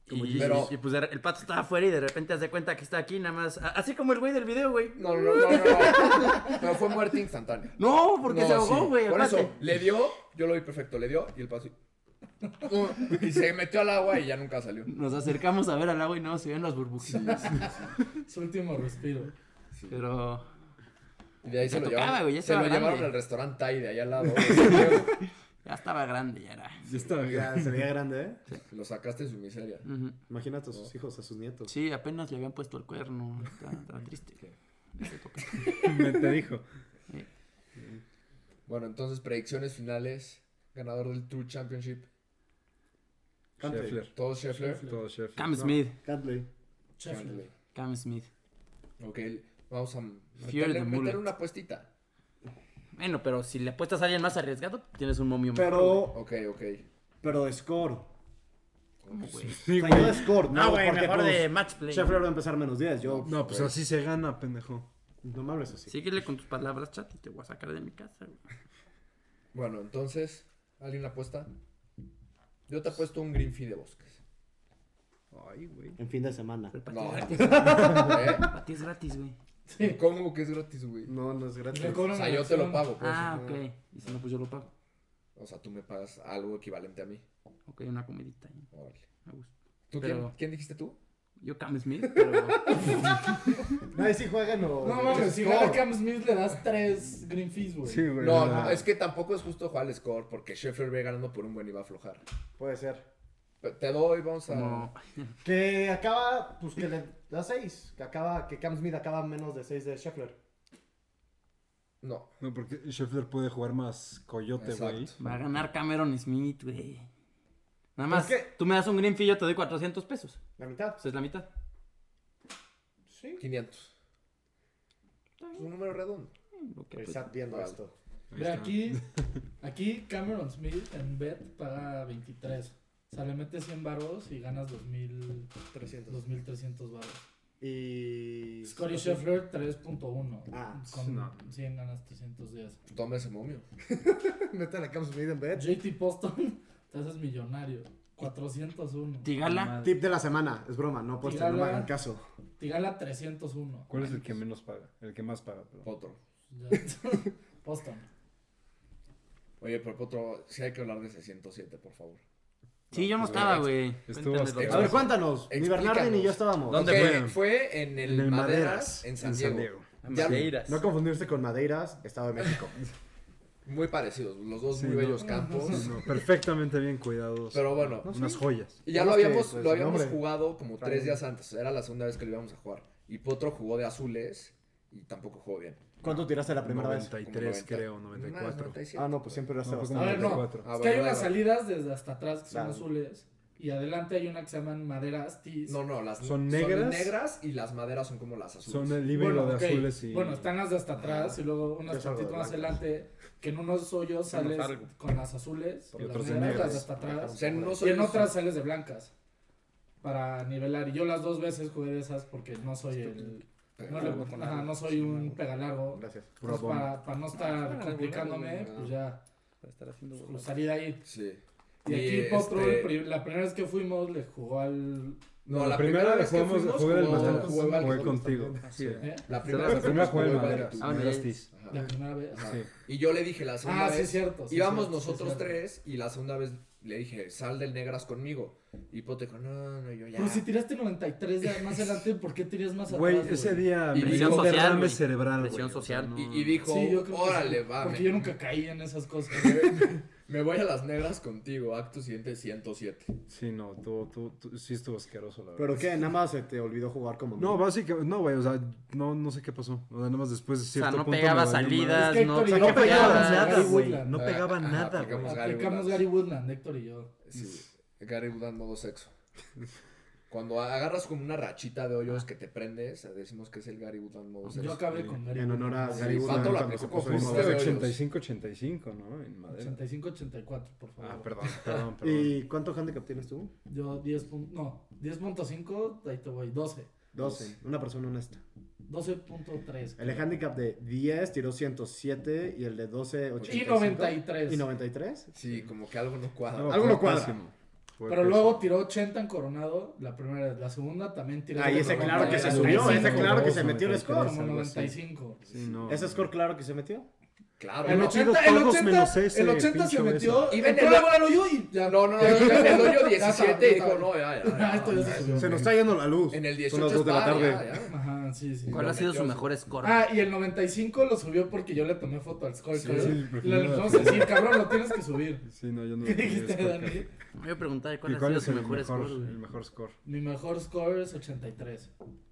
[SPEAKER 4] Y,
[SPEAKER 2] Pero-
[SPEAKER 4] y, pues de re- el pato estaba afuera y de repente haz de cuenta que está aquí nada más. a- Así como el güey del video, güey.
[SPEAKER 2] No, no, no, no, no. Pero fue muerte instantánea.
[SPEAKER 4] No, porque
[SPEAKER 2] No,
[SPEAKER 4] se
[SPEAKER 2] sí.
[SPEAKER 4] ahogó, güey.
[SPEAKER 2] Por
[SPEAKER 4] aparte.
[SPEAKER 2] eso, le dio, yo lo vi perfecto, le dio y el paso. y- Y se metió al agua y ya nunca salió.
[SPEAKER 4] Nos acercamos a ver al agua y no, se ven las burbujitas.
[SPEAKER 1] Su último respiro.
[SPEAKER 4] Pero.
[SPEAKER 2] Y de ahí se
[SPEAKER 4] Ya
[SPEAKER 2] lo
[SPEAKER 4] tocaba,
[SPEAKER 2] llevaron.
[SPEAKER 4] güey, ya
[SPEAKER 2] se lo
[SPEAKER 4] estaba grande.
[SPEAKER 2] llevaron al restaurante Thai de allá al lado.
[SPEAKER 4] Ya estaba grande, ya era.
[SPEAKER 3] Sí, está bien.
[SPEAKER 5] Ya, se veía grande, ¿eh?
[SPEAKER 2] lo sacaste de su miseria.
[SPEAKER 4] Ujú.
[SPEAKER 5] Imagínate a sus hijos, a sus nietos.
[SPEAKER 4] Sí, apenas le habían puesto el cuerno. Estaba, estaba triste. Ese toque.
[SPEAKER 3] Me te dijo.
[SPEAKER 2] Bueno, entonces, predicciones finales. Ganador del Tour Championship.
[SPEAKER 5] Cante.
[SPEAKER 3] Scheffler.
[SPEAKER 2] Todos Scheffler.
[SPEAKER 3] Todo Scheffler.
[SPEAKER 4] Cam Smith.
[SPEAKER 5] Cantley.
[SPEAKER 1] Sheffield.
[SPEAKER 4] Cam Smith.
[SPEAKER 2] Ok, vamos a
[SPEAKER 4] Fear the
[SPEAKER 2] meterle,
[SPEAKER 4] Mullet.
[SPEAKER 2] meterle una apuestita.
[SPEAKER 4] Bueno, pero si le apuestas a alguien más arriesgado, tienes un momio mejor, güey.
[SPEAKER 5] Pero,
[SPEAKER 2] Ok, ok.
[SPEAKER 5] pero de score.
[SPEAKER 4] ¿Cómo, güey?
[SPEAKER 3] Sí,
[SPEAKER 5] o sea, yo
[SPEAKER 3] güey.
[SPEAKER 5] de score, no,
[SPEAKER 4] No, Ah, güey,
[SPEAKER 5] porque
[SPEAKER 4] mejor
[SPEAKER 5] pues,
[SPEAKER 4] de match play.
[SPEAKER 5] Scheffler va a empezar menos 10. Yo,
[SPEAKER 3] No, pues así se gana, pendejo.
[SPEAKER 5] no me hables así.
[SPEAKER 4] Síguele con tus palabras, chat, y te voy a sacar de mi casa, güey.
[SPEAKER 2] Bueno, entonces, ¿alguien apuesta? Yo te apuesto un Green Fee de Bosques.
[SPEAKER 3] Ay, güey.
[SPEAKER 5] En fin de semana.
[SPEAKER 4] Pero para ti
[SPEAKER 2] No,
[SPEAKER 4] es gratis.
[SPEAKER 2] ¿eh?
[SPEAKER 4] Para ti es gratis, güey.
[SPEAKER 1] Sí.
[SPEAKER 2] ¿Cómo que es gratis, güey?
[SPEAKER 5] No, no es gratis.
[SPEAKER 1] Le cobran
[SPEAKER 2] O sea,
[SPEAKER 1] la
[SPEAKER 2] yo te lo
[SPEAKER 1] acción.
[SPEAKER 2] pago. pues.
[SPEAKER 4] Ah, ok. Y si Ah, no, pues yo lo pago.
[SPEAKER 2] O sea, tú me pagas algo equivalente a mí.
[SPEAKER 4] Ok, una comidita. ahí,
[SPEAKER 2] Órale.
[SPEAKER 4] Me gusta.
[SPEAKER 2] ¿Tú
[SPEAKER 4] Pero-
[SPEAKER 2] quién, quién dijiste tú?
[SPEAKER 4] Yo Cam Smith, pero...
[SPEAKER 5] Nadie sí juegan o.
[SPEAKER 1] No mames, si
[SPEAKER 2] Score.
[SPEAKER 1] gana Cam Smith le das tres green fees, güey.
[SPEAKER 3] Sí, güey.
[SPEAKER 2] No,
[SPEAKER 3] o sea,
[SPEAKER 2] no, es que tampoco es justo jugar al score porque Sheffield va ganando por un buen y va a aflojar.
[SPEAKER 5] Puede ser.
[SPEAKER 2] Pero Te doy, vamos a.
[SPEAKER 4] como...
[SPEAKER 5] Que acaba, pues que le da 6. Que acaba, que Cam Smith acaba menos de 6 de Scheffler.
[SPEAKER 2] No,
[SPEAKER 3] No, porque Scheffler puede jugar más coyote, güey.
[SPEAKER 2] exacto.
[SPEAKER 4] Va a ganar Cameron Smith, güey. Nada más,
[SPEAKER 5] Es que-
[SPEAKER 4] tú me das un green fee, yo te doy 400 pesos.
[SPEAKER 5] La mitad.
[SPEAKER 4] Esa es la mitad.
[SPEAKER 5] Sí.
[SPEAKER 2] 500. Es un número redondo.
[SPEAKER 4] Lo que- pues
[SPEAKER 5] El chat viendo
[SPEAKER 2] Vale.
[SPEAKER 5] esto.
[SPEAKER 3] Ahí
[SPEAKER 1] Mira,
[SPEAKER 3] está.
[SPEAKER 1] aquí, aquí Cameron Smith en bet paga 23. O sea, le metes 100 baros y ganas 2000,
[SPEAKER 5] 300.
[SPEAKER 1] 2300 baros.
[SPEAKER 5] Y.
[SPEAKER 1] Scotty
[SPEAKER 5] Scottie
[SPEAKER 1] Scheffler 3.1.
[SPEAKER 5] Ah,
[SPEAKER 1] con
[SPEAKER 3] no.
[SPEAKER 1] 100 ganas 310.
[SPEAKER 2] Toma ese momio.
[SPEAKER 5] Meten a Cam Smith en bet.
[SPEAKER 1] JT Poston, te haces millonario. 401.
[SPEAKER 4] Tigala,
[SPEAKER 5] Tip de la semana. Es broma, no pues no me
[SPEAKER 1] Tirarla.
[SPEAKER 5] hagan caso.
[SPEAKER 1] Tigala 301.
[SPEAKER 3] ¿Cuál es el que menos paga? El que más paga, perdón.
[SPEAKER 2] Potro.
[SPEAKER 1] Ya. Poston.
[SPEAKER 2] Oye, pero Potro, sí hay que hablar de ese 107, por favor.
[SPEAKER 4] Sí, yo no estaba, güey.
[SPEAKER 3] Estuvo
[SPEAKER 4] Cuéntame,
[SPEAKER 3] hasta-
[SPEAKER 5] A
[SPEAKER 4] doctor.
[SPEAKER 5] ver, cuéntanos. Ni
[SPEAKER 2] Explícanos.
[SPEAKER 5] Bernardo ni yo estábamos.
[SPEAKER 4] ¿Dónde
[SPEAKER 2] Ok,
[SPEAKER 4] fueron?
[SPEAKER 2] Fue en el, Maderas, en San Diego. Ya-
[SPEAKER 4] Madeiras.
[SPEAKER 5] No confundirse con Madeiras, Estado de México.
[SPEAKER 2] Muy parecidos, los dos
[SPEAKER 3] Sí,
[SPEAKER 2] muy
[SPEAKER 3] ¿no?
[SPEAKER 2] bellos campos.
[SPEAKER 3] Sí, no, perfectamente bien cuidados.
[SPEAKER 2] Pero bueno,
[SPEAKER 3] unas joyas.
[SPEAKER 2] Y ya
[SPEAKER 5] Nada
[SPEAKER 2] lo
[SPEAKER 5] más que,
[SPEAKER 2] habíamos,
[SPEAKER 5] pues,
[SPEAKER 2] lo
[SPEAKER 5] el
[SPEAKER 2] habíamos
[SPEAKER 5] nombre.
[SPEAKER 2] jugado como
[SPEAKER 5] Está
[SPEAKER 2] tres
[SPEAKER 5] bien.
[SPEAKER 2] días antes. Era la segunda vez que lo íbamos a jugar. Y Potro jugó de azules y tampoco jugó bien.
[SPEAKER 5] ¿Cuánto tiraste la primera vez?
[SPEAKER 3] 93,
[SPEAKER 2] Como 90.
[SPEAKER 3] creo,
[SPEAKER 2] Más,
[SPEAKER 3] 94.
[SPEAKER 2] 97.
[SPEAKER 5] Ah, no, pues siempre
[SPEAKER 3] No,
[SPEAKER 5] tiraste
[SPEAKER 3] fue como
[SPEAKER 5] bastante.
[SPEAKER 1] A ver, no.
[SPEAKER 3] 94.
[SPEAKER 1] es
[SPEAKER 2] Ah,
[SPEAKER 1] que
[SPEAKER 2] bueno,
[SPEAKER 1] hay unas
[SPEAKER 2] bueno.
[SPEAKER 1] salidas desde hasta atrás que son
[SPEAKER 5] Claro.
[SPEAKER 1] azules. Y adelante hay una que se llaman maderas tees.
[SPEAKER 2] No, no, las
[SPEAKER 3] Son negras.
[SPEAKER 2] negras y las maderas son como las azules.
[SPEAKER 3] Son el libro de
[SPEAKER 1] ok.
[SPEAKER 3] azules y.
[SPEAKER 1] Bueno, están las de hasta atrás y luego
[SPEAKER 5] Yo
[SPEAKER 1] unas
[SPEAKER 5] salgo de
[SPEAKER 1] tantito más
[SPEAKER 5] blancas.
[SPEAKER 1] adelante. Que en unos hoyos
[SPEAKER 4] Yo no
[SPEAKER 1] sales
[SPEAKER 4] salgo.
[SPEAKER 1] con las azules.
[SPEAKER 3] Y
[SPEAKER 1] las
[SPEAKER 3] otros de
[SPEAKER 1] negras,
[SPEAKER 3] negras.
[SPEAKER 1] las de hasta
[SPEAKER 2] O
[SPEAKER 1] atrás.
[SPEAKER 2] sea, en unos
[SPEAKER 1] Y en
[SPEAKER 2] hoyos-
[SPEAKER 1] otras sales de blancas. Para nivelar. Y yo las dos veces jugué de esas porque no soy el. No, le- ajá, no soy un pegalargo.
[SPEAKER 5] Gracias.
[SPEAKER 1] Entonces,
[SPEAKER 3] Probón.
[SPEAKER 1] para, para
[SPEAKER 2] Ah,
[SPEAKER 1] no estar complicándome, pues ya pues, salí de ahí.
[SPEAKER 2] Sí.
[SPEAKER 1] Y aquí
[SPEAKER 2] este,
[SPEAKER 1] Potro, el pri- la primera vez que fuimos, le jugó al.
[SPEAKER 2] No,
[SPEAKER 3] No,
[SPEAKER 2] la, primera vez que
[SPEAKER 3] jugamos-
[SPEAKER 2] fuimos,
[SPEAKER 3] jugué del
[SPEAKER 2] jugó-
[SPEAKER 3] Maderas.
[SPEAKER 2] jugó igual que
[SPEAKER 3] Jugué
[SPEAKER 2] tú.
[SPEAKER 3] contigo.
[SPEAKER 4] Así, güey.
[SPEAKER 1] ¿eh?
[SPEAKER 2] La primera
[SPEAKER 4] La
[SPEAKER 2] vez que
[SPEAKER 3] Primero
[SPEAKER 2] fuimos,
[SPEAKER 3] jugué del
[SPEAKER 2] jugó igual que
[SPEAKER 3] Maderas.
[SPEAKER 2] tú.
[SPEAKER 4] Ah, bueno,
[SPEAKER 3] Maderas
[SPEAKER 4] ya
[SPEAKER 3] Tis.
[SPEAKER 2] Ajá.
[SPEAKER 1] La primera vez.
[SPEAKER 2] Ajá.
[SPEAKER 3] Sí.
[SPEAKER 2] Y yo le dije la segunda
[SPEAKER 1] Ah, sí,
[SPEAKER 2] vez.
[SPEAKER 1] es cierto. sí,
[SPEAKER 2] íbamos
[SPEAKER 1] cierto, sí,
[SPEAKER 2] nosotros
[SPEAKER 1] cierto.
[SPEAKER 2] tres y la segunda vez le dije, sal del negras conmigo. Y Pote dijo, no, no, yo ya.
[SPEAKER 1] Pero si tiraste 93 de más adelante, ¿por qué tiras más atrás?
[SPEAKER 3] Güey, ese día
[SPEAKER 2] Y
[SPEAKER 3] me
[SPEAKER 2] presión
[SPEAKER 3] dio
[SPEAKER 4] social,
[SPEAKER 3] derrame
[SPEAKER 4] güey.
[SPEAKER 3] cerebral. güey.
[SPEAKER 4] Presión
[SPEAKER 3] O sea,
[SPEAKER 4] social.
[SPEAKER 3] no-
[SPEAKER 2] y, y dijo,
[SPEAKER 1] Sí, yo creo que
[SPEAKER 2] órale,
[SPEAKER 1] sí,
[SPEAKER 2] va.
[SPEAKER 1] Porque
[SPEAKER 2] me-
[SPEAKER 1] yo nunca caí en esas cosas.
[SPEAKER 2] Me voy a las negras contigo, acto siguiente 107.
[SPEAKER 3] Sí, no, tú, tú, tú- sí estuvo asqueroso, la verdad.
[SPEAKER 5] ¿Pero qué? Nada más se te olvidó jugar como.
[SPEAKER 3] No, básicamente, no, güey, o sea, no, no sé qué pasó. O sea, nada más después de
[SPEAKER 4] O sea,
[SPEAKER 3] cierto
[SPEAKER 4] no
[SPEAKER 3] punto me
[SPEAKER 4] pegaba
[SPEAKER 3] valió madre.
[SPEAKER 4] salidas,
[SPEAKER 1] Es que
[SPEAKER 4] no
[SPEAKER 1] Héctor y
[SPEAKER 3] No
[SPEAKER 1] yo
[SPEAKER 3] pegaba
[SPEAKER 1] Pegabas
[SPEAKER 3] nada,
[SPEAKER 1] Gary
[SPEAKER 3] güey.
[SPEAKER 1] Woodland.
[SPEAKER 3] No
[SPEAKER 2] Ah,
[SPEAKER 3] pegaba
[SPEAKER 2] Ajá,
[SPEAKER 3] nada,
[SPEAKER 2] aplicamos
[SPEAKER 3] güey.
[SPEAKER 2] Gary
[SPEAKER 1] Aplicamos
[SPEAKER 2] Woodland.
[SPEAKER 1] Gary Woodland, Héctor y yo.
[SPEAKER 2] Sí, Gary Woodland modo sexo. Cuando agarras como una rachita de hoyos que te prendes, decimos que es el Gary Woodland modo
[SPEAKER 1] Yo
[SPEAKER 2] sexo.
[SPEAKER 1] acabé con Gary
[SPEAKER 5] En honor a
[SPEAKER 1] Woodland.
[SPEAKER 2] Sí,
[SPEAKER 5] Gary Woodland
[SPEAKER 2] Pato la
[SPEAKER 5] cuando se
[SPEAKER 2] aplicó
[SPEAKER 5] puso
[SPEAKER 2] con
[SPEAKER 5] de
[SPEAKER 2] justo
[SPEAKER 5] moda.
[SPEAKER 2] de hoyos.
[SPEAKER 3] 85-85, ¿no? En madera.
[SPEAKER 1] 85-84, por favor.
[SPEAKER 3] Ah, perdón, perdón, perdón.
[SPEAKER 5] ¿Y cuánto handicap tienes tú?
[SPEAKER 1] Yo 10. pun- No, 10.5, ahí te voy. 12.
[SPEAKER 5] 12. Una persona honesta.
[SPEAKER 1] 12.3.
[SPEAKER 5] El handicap de 10 tiró 107 y el de 12, 85.
[SPEAKER 1] Y 93.
[SPEAKER 5] ¿Y 93?
[SPEAKER 2] Sí, como que algo no cuadra.
[SPEAKER 3] No,
[SPEAKER 5] algo no
[SPEAKER 3] fue
[SPEAKER 5] cuadra.
[SPEAKER 3] pésimo. Fue
[SPEAKER 1] Pero
[SPEAKER 3] pésimo.
[SPEAKER 1] luego tiró 80 en Coronado, la primera vez. La segunda también tiró.
[SPEAKER 5] Ahí ese
[SPEAKER 1] como
[SPEAKER 5] claro que se
[SPEAKER 1] 95,
[SPEAKER 5] subió, ese
[SPEAKER 1] como-
[SPEAKER 5] claro que se
[SPEAKER 3] Como
[SPEAKER 5] metió el score.
[SPEAKER 1] Como
[SPEAKER 3] algo así.
[SPEAKER 1] 95.
[SPEAKER 3] Sí, no.
[SPEAKER 5] Ese score claro que se metió.
[SPEAKER 2] Claro,
[SPEAKER 1] El
[SPEAKER 2] no.
[SPEAKER 3] metido
[SPEAKER 1] 80, el
[SPEAKER 3] todos
[SPEAKER 1] 80,
[SPEAKER 3] menos ese,
[SPEAKER 1] el 80 se
[SPEAKER 3] pinche
[SPEAKER 1] metió.
[SPEAKER 2] beso.
[SPEAKER 1] Y
[SPEAKER 2] Y ven
[SPEAKER 1] ven
[SPEAKER 2] el-
[SPEAKER 1] el hoyo y ya.
[SPEAKER 2] No, no, no, no, en el
[SPEAKER 1] Ya
[SPEAKER 2] hoyo
[SPEAKER 1] estaba,
[SPEAKER 2] 17
[SPEAKER 1] ya
[SPEAKER 2] dijo,
[SPEAKER 1] estaba.
[SPEAKER 2] no, ya, ya,
[SPEAKER 1] Ah, esto ya se
[SPEAKER 2] ya,
[SPEAKER 1] subió.
[SPEAKER 5] Se nos está yendo la luz.
[SPEAKER 2] En el
[SPEAKER 5] Son
[SPEAKER 2] 18
[SPEAKER 5] las 2 de la
[SPEAKER 2] está,
[SPEAKER 5] tarde.
[SPEAKER 2] ya, ya.
[SPEAKER 1] Ajá, sí, sí.
[SPEAKER 4] ¿Cuál
[SPEAKER 2] Lo
[SPEAKER 4] ha sido su
[SPEAKER 2] metió,
[SPEAKER 4] mejor score?
[SPEAKER 1] Ah, y el 95 lo subió porque yo le tomé foto al score.
[SPEAKER 2] Sí,
[SPEAKER 1] cabrón.
[SPEAKER 3] sí,
[SPEAKER 1] le
[SPEAKER 3] prefiero-
[SPEAKER 1] le vamos a decir, cabrón, lo tienes que subir.
[SPEAKER 3] Sí, no, yo no.
[SPEAKER 1] ¿Qué
[SPEAKER 3] lo tenía
[SPEAKER 1] dijiste,
[SPEAKER 3] score,
[SPEAKER 1] Dani?
[SPEAKER 3] cabrón.
[SPEAKER 4] Me voy a preguntar cuál
[SPEAKER 3] ¿Y
[SPEAKER 4] ha
[SPEAKER 3] cuál
[SPEAKER 4] sido
[SPEAKER 3] es
[SPEAKER 4] su
[SPEAKER 3] el
[SPEAKER 4] mejor score,
[SPEAKER 3] el
[SPEAKER 4] güey.
[SPEAKER 3] mejor score?
[SPEAKER 1] Mi mejor score es 83.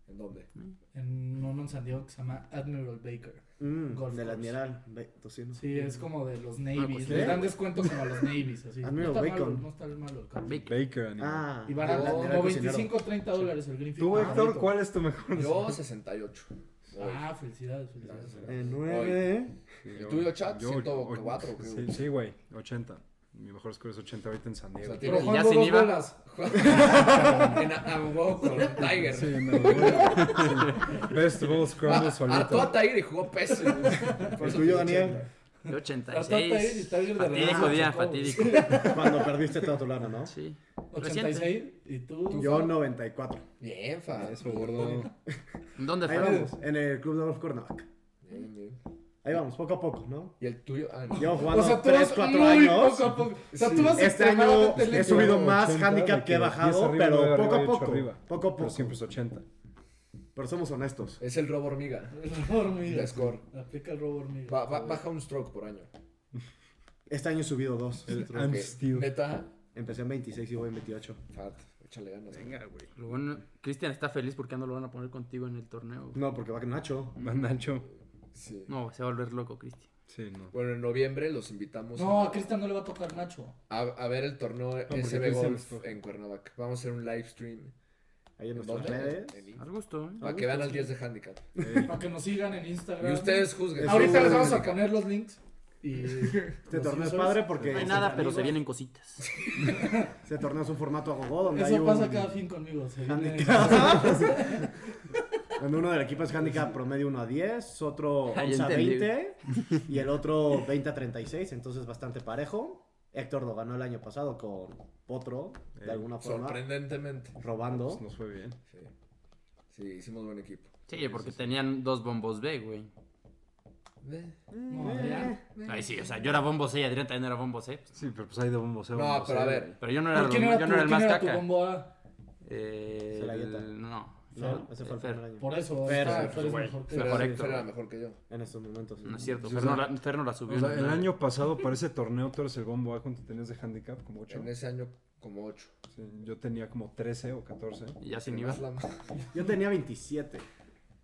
[SPEAKER 2] ¿En dónde?
[SPEAKER 1] En uno en San Diego que se llama Admiral Baker.
[SPEAKER 5] Mm,
[SPEAKER 1] Golf
[SPEAKER 5] del
[SPEAKER 1] course.
[SPEAKER 5] Admiral. Ve, tocino.
[SPEAKER 1] Sí, es como de los
[SPEAKER 4] Ah,
[SPEAKER 1] navies.
[SPEAKER 4] pues,
[SPEAKER 1] Les
[SPEAKER 5] ¿eh?
[SPEAKER 1] dan descuento como a los navies. Así.
[SPEAKER 5] Admiral
[SPEAKER 1] no está Malo,
[SPEAKER 5] Bacon.
[SPEAKER 1] no está malo el cambio.
[SPEAKER 4] Baker.
[SPEAKER 3] Baker, animal.
[SPEAKER 5] Ah,
[SPEAKER 1] Y van a
[SPEAKER 5] del
[SPEAKER 1] como
[SPEAKER 5] Admiral cocinero.
[SPEAKER 1] 25 30 dólares el Greenfield.
[SPEAKER 3] ¿Tú,
[SPEAKER 1] Ah,
[SPEAKER 3] Héctor,
[SPEAKER 1] bonito.
[SPEAKER 3] cuál es tu mejor
[SPEAKER 2] Yo 68. Hoy.
[SPEAKER 1] Ah, felicidades, felicidades.
[SPEAKER 5] En 9.
[SPEAKER 3] ¿El
[SPEAKER 2] tuyo, chat? 104, creo.
[SPEAKER 3] Sí, sí, güey, 80. Mi mejor score es 80 ahorita en San Diego.
[SPEAKER 2] O sea,
[SPEAKER 1] Pero
[SPEAKER 2] Y
[SPEAKER 1] jugando
[SPEAKER 4] sin
[SPEAKER 1] dos
[SPEAKER 4] IVA.
[SPEAKER 1] bolas.
[SPEAKER 2] en Aguó con Tiger.
[SPEAKER 3] Sí, me lo voy. Best Ball Scramble
[SPEAKER 2] Hartó Ah, a
[SPEAKER 3] solito.
[SPEAKER 2] Tiger y jugó pésimo. Por
[SPEAKER 5] El
[SPEAKER 2] eso
[SPEAKER 5] tuyo,
[SPEAKER 2] tiró
[SPEAKER 5] Daniel.
[SPEAKER 4] De
[SPEAKER 1] Hasta Tiger y
[SPEAKER 4] 86.
[SPEAKER 1] Tiger de
[SPEAKER 4] Fatídico
[SPEAKER 1] regreso,
[SPEAKER 4] día,
[SPEAKER 1] chocó.
[SPEAKER 4] fatídico.
[SPEAKER 5] Cuando perdiste toda tu lana, ¿no?
[SPEAKER 4] Sí. 86.
[SPEAKER 1] 86 y tú.
[SPEAKER 5] Yo 94.
[SPEAKER 2] Bien, fa.
[SPEAKER 3] Eso, gordo.
[SPEAKER 4] ¿Dónde
[SPEAKER 5] Ahí
[SPEAKER 4] fue?
[SPEAKER 5] vamos. En el Club de Golf Cuernavaca.
[SPEAKER 2] Bien, bien.
[SPEAKER 5] Ahí vamos, poco a poco, ¿no?
[SPEAKER 2] Y el tuyo. Ah, no.
[SPEAKER 5] Llevo jugando
[SPEAKER 1] O sea, tú
[SPEAKER 5] 3,
[SPEAKER 1] vas
[SPEAKER 5] 4
[SPEAKER 1] muy
[SPEAKER 5] años.
[SPEAKER 1] poco a poco. O sea,
[SPEAKER 2] Sí.
[SPEAKER 1] tú vas
[SPEAKER 5] Este año
[SPEAKER 1] extremadamente
[SPEAKER 5] he
[SPEAKER 1] lento.
[SPEAKER 5] subido
[SPEAKER 3] Yo,
[SPEAKER 5] más
[SPEAKER 3] 80,
[SPEAKER 5] handicap que he
[SPEAKER 3] de
[SPEAKER 5] bajado,
[SPEAKER 3] 10 arriba,
[SPEAKER 5] pero
[SPEAKER 3] nueve arriba,
[SPEAKER 5] poco a
[SPEAKER 3] ocho
[SPEAKER 5] poco.
[SPEAKER 3] arriba.
[SPEAKER 5] Poco a
[SPEAKER 3] Pero
[SPEAKER 5] poco.
[SPEAKER 3] siempre es 80.
[SPEAKER 5] Pero somos honestos.
[SPEAKER 2] Es el robo hormiga.
[SPEAKER 1] El robo hormiga.
[SPEAKER 2] De score.
[SPEAKER 1] Aplica el robo hormiga.
[SPEAKER 2] Ba- ba- baja un stroke por año.
[SPEAKER 5] Este año he subido 2.
[SPEAKER 3] El I'm
[SPEAKER 2] Ok.
[SPEAKER 3] still.
[SPEAKER 2] Neta.
[SPEAKER 5] Empecé en 26 y voy en 28.
[SPEAKER 2] Fat. Échale ganas.
[SPEAKER 4] Venga, güey. Lo bueno, Cristian está feliz porque ya no lo van a poner contigo en el torneo. güey.
[SPEAKER 5] No, porque va con Nacho.
[SPEAKER 3] Manacho.
[SPEAKER 2] Sí.
[SPEAKER 4] No, se va a volver loco, Cristian.
[SPEAKER 3] Sí, no.
[SPEAKER 2] Bueno, en noviembre los invitamos
[SPEAKER 1] No,
[SPEAKER 2] a,
[SPEAKER 1] a Cristian no le va a tocar Nacho.
[SPEAKER 2] a- a ver el torneo
[SPEAKER 3] porque
[SPEAKER 2] SB
[SPEAKER 3] Cristian
[SPEAKER 2] Golf
[SPEAKER 3] escoge.
[SPEAKER 2] en Cuernavaca. Vamos a hacer un live stream.
[SPEAKER 5] Ahí en
[SPEAKER 2] ¿En
[SPEAKER 5] nuestras
[SPEAKER 2] dónde?
[SPEAKER 5] redes.
[SPEAKER 2] En
[SPEAKER 4] Al
[SPEAKER 2] Instagram.
[SPEAKER 4] gusto, ¿eh?
[SPEAKER 2] Para que vean al 10 de handicap.
[SPEAKER 3] Eh,
[SPEAKER 1] Para que nos sigan en Instagram.
[SPEAKER 2] Y ustedes juzguen.
[SPEAKER 1] Ahorita
[SPEAKER 5] Eso-
[SPEAKER 1] les vamos a poner los links. Y
[SPEAKER 5] Este torneo es padre porque
[SPEAKER 4] No hay
[SPEAKER 5] este,
[SPEAKER 4] nada, pero
[SPEAKER 1] amigos.
[SPEAKER 4] se vienen cositas.
[SPEAKER 5] este torneo es un formato a gogo donde hay
[SPEAKER 1] Eso
[SPEAKER 5] un...
[SPEAKER 1] pasa cada fin conmigo. se viene-
[SPEAKER 5] Donde uno del equipo es handicap promedio 1 a 10, otro
[SPEAKER 4] Ah, ya
[SPEAKER 5] 11 a
[SPEAKER 4] entendí.
[SPEAKER 5] 20 y el otro 20 a 36, entonces bastante parejo. Héctor lo ganó el año pasado con Potro, de
[SPEAKER 3] Eh,
[SPEAKER 5] alguna forma,
[SPEAKER 2] Sorprendentemente.
[SPEAKER 5] robando.
[SPEAKER 3] Pues nos fue bien.
[SPEAKER 2] Sí. Sí, hicimos buen equipo.
[SPEAKER 4] Sí, porque tenían dos bombos B, güey.
[SPEAKER 2] Eh.
[SPEAKER 1] No, Adrián.
[SPEAKER 4] Ay, sí, o sea, yo era bombo C y Adrián también era bombo C.
[SPEAKER 3] Sí, pero pues hay de bombo cero,
[SPEAKER 2] No,
[SPEAKER 3] bombo
[SPEAKER 2] pero a
[SPEAKER 3] cero,
[SPEAKER 2] ver.
[SPEAKER 3] güey.
[SPEAKER 4] Pero yo no era,
[SPEAKER 1] ¿Por
[SPEAKER 4] lo-
[SPEAKER 1] quién era
[SPEAKER 4] yo
[SPEAKER 1] tu,
[SPEAKER 4] no era el
[SPEAKER 1] quién
[SPEAKER 4] más
[SPEAKER 1] era tu
[SPEAKER 4] caca.
[SPEAKER 1] bombo Ah, A?
[SPEAKER 4] Eh,
[SPEAKER 5] Zelayeta.
[SPEAKER 4] el- no.
[SPEAKER 5] ¿no?
[SPEAKER 4] Fer,
[SPEAKER 5] Ese fue el
[SPEAKER 4] Fer.
[SPEAKER 5] primer año.
[SPEAKER 1] Por eso.
[SPEAKER 5] Fer,
[SPEAKER 1] está,
[SPEAKER 5] Fer,
[SPEAKER 1] Fer es
[SPEAKER 4] güey.
[SPEAKER 1] mejor que-
[SPEAKER 2] Fer
[SPEAKER 4] Mejor
[SPEAKER 2] era-
[SPEAKER 4] Héctor.
[SPEAKER 2] Fer era mejor que yo.
[SPEAKER 5] En estos momentos.
[SPEAKER 4] No es cierto,
[SPEAKER 3] Sí,
[SPEAKER 4] Fer
[SPEAKER 3] o
[SPEAKER 4] no,
[SPEAKER 3] sea,
[SPEAKER 4] la, Fer no la subió.
[SPEAKER 3] O sea,
[SPEAKER 4] ¿no?
[SPEAKER 3] el año pasado para ese torneo tú eres el bombo A, ¿cuánto tenías de handicap? Como 8.
[SPEAKER 2] En ese año como 8.
[SPEAKER 3] yo tenía como 13 o 14.
[SPEAKER 4] Y ya sin iba.
[SPEAKER 5] Yo tenía 27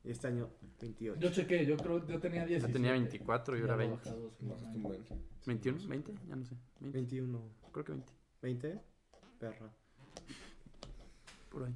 [SPEAKER 5] y este año 28.
[SPEAKER 1] Yo chequé, yo creo yo tenía 10.
[SPEAKER 4] Yo tenía 24 y ahora 20. 21, 20, ya no sé. 20,
[SPEAKER 5] 21,
[SPEAKER 4] creo que 20.
[SPEAKER 5] 20, perra.
[SPEAKER 4] Por ahí.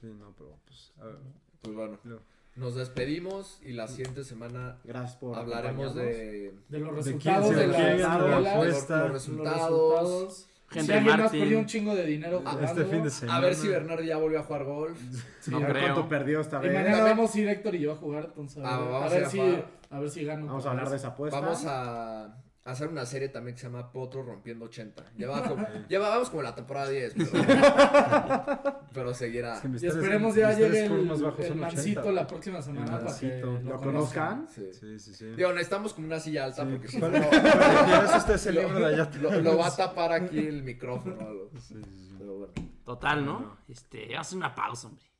[SPEAKER 3] Sí, no, pero pues... a ver,
[SPEAKER 2] Pues bueno.
[SPEAKER 3] No.
[SPEAKER 2] Nos despedimos y la siguiente semana
[SPEAKER 5] Gracias por
[SPEAKER 2] hablaremos
[SPEAKER 5] acompañarnos.
[SPEAKER 2] de
[SPEAKER 1] De los
[SPEAKER 3] ¿De
[SPEAKER 1] resultados
[SPEAKER 3] quién
[SPEAKER 1] de,
[SPEAKER 3] se
[SPEAKER 5] la
[SPEAKER 1] las
[SPEAKER 3] quién
[SPEAKER 5] tabla,
[SPEAKER 3] la
[SPEAKER 1] novelas,
[SPEAKER 5] los
[SPEAKER 2] los
[SPEAKER 3] apuesta?
[SPEAKER 1] los
[SPEAKER 2] resultados.
[SPEAKER 1] resultados. Si
[SPEAKER 4] Henry
[SPEAKER 1] alguien más perdió
[SPEAKER 4] Martin.
[SPEAKER 1] un chingo de dinero jugando.
[SPEAKER 3] Este fin de semana.
[SPEAKER 2] A ver si Bernardo ya volvió a jugar golf.
[SPEAKER 4] No
[SPEAKER 5] A ver
[SPEAKER 4] creo.
[SPEAKER 5] cuánto perdió esta
[SPEAKER 1] Y
[SPEAKER 5] vez.
[SPEAKER 1] mañana vamos a ir Héctor y yo a jugar, entonces a
[SPEAKER 2] Ah,
[SPEAKER 1] ver,
[SPEAKER 2] vamos
[SPEAKER 1] a
[SPEAKER 2] a ir
[SPEAKER 1] ver
[SPEAKER 2] a
[SPEAKER 1] si
[SPEAKER 2] jugar.
[SPEAKER 1] a ver si gano.
[SPEAKER 5] Vamos a hablar de esa apuesta.
[SPEAKER 2] Vamos a hacer una serie también que se llama Potro rompiendo 80. Ya, va como- ya vamos como la temporada 10, pero, pero seguirá.
[SPEAKER 3] Es que mis
[SPEAKER 1] Y
[SPEAKER 3] tres-
[SPEAKER 1] esperemos ya
[SPEAKER 3] mis tres
[SPEAKER 1] llegue
[SPEAKER 3] scores
[SPEAKER 1] el,
[SPEAKER 3] más bajos
[SPEAKER 1] el
[SPEAKER 3] son 80.
[SPEAKER 1] mancito la próxima semana para
[SPEAKER 3] Mancito.
[SPEAKER 1] que
[SPEAKER 5] Lo conozcan.
[SPEAKER 2] Sí.
[SPEAKER 3] Sí, sí, sí.
[SPEAKER 2] Digo, necesitamos como una silla alta
[SPEAKER 3] Sí,
[SPEAKER 2] porque si no,
[SPEAKER 3] para- para que veas usted ese libro de allá.
[SPEAKER 2] lo, lo va a tapar aquí el micrófono o algo.
[SPEAKER 3] Sí, sí, sí.
[SPEAKER 2] Pero bueno.
[SPEAKER 4] Total, ¿no?
[SPEAKER 3] No.
[SPEAKER 4] Este, vamos a hacer una pausa, hombre.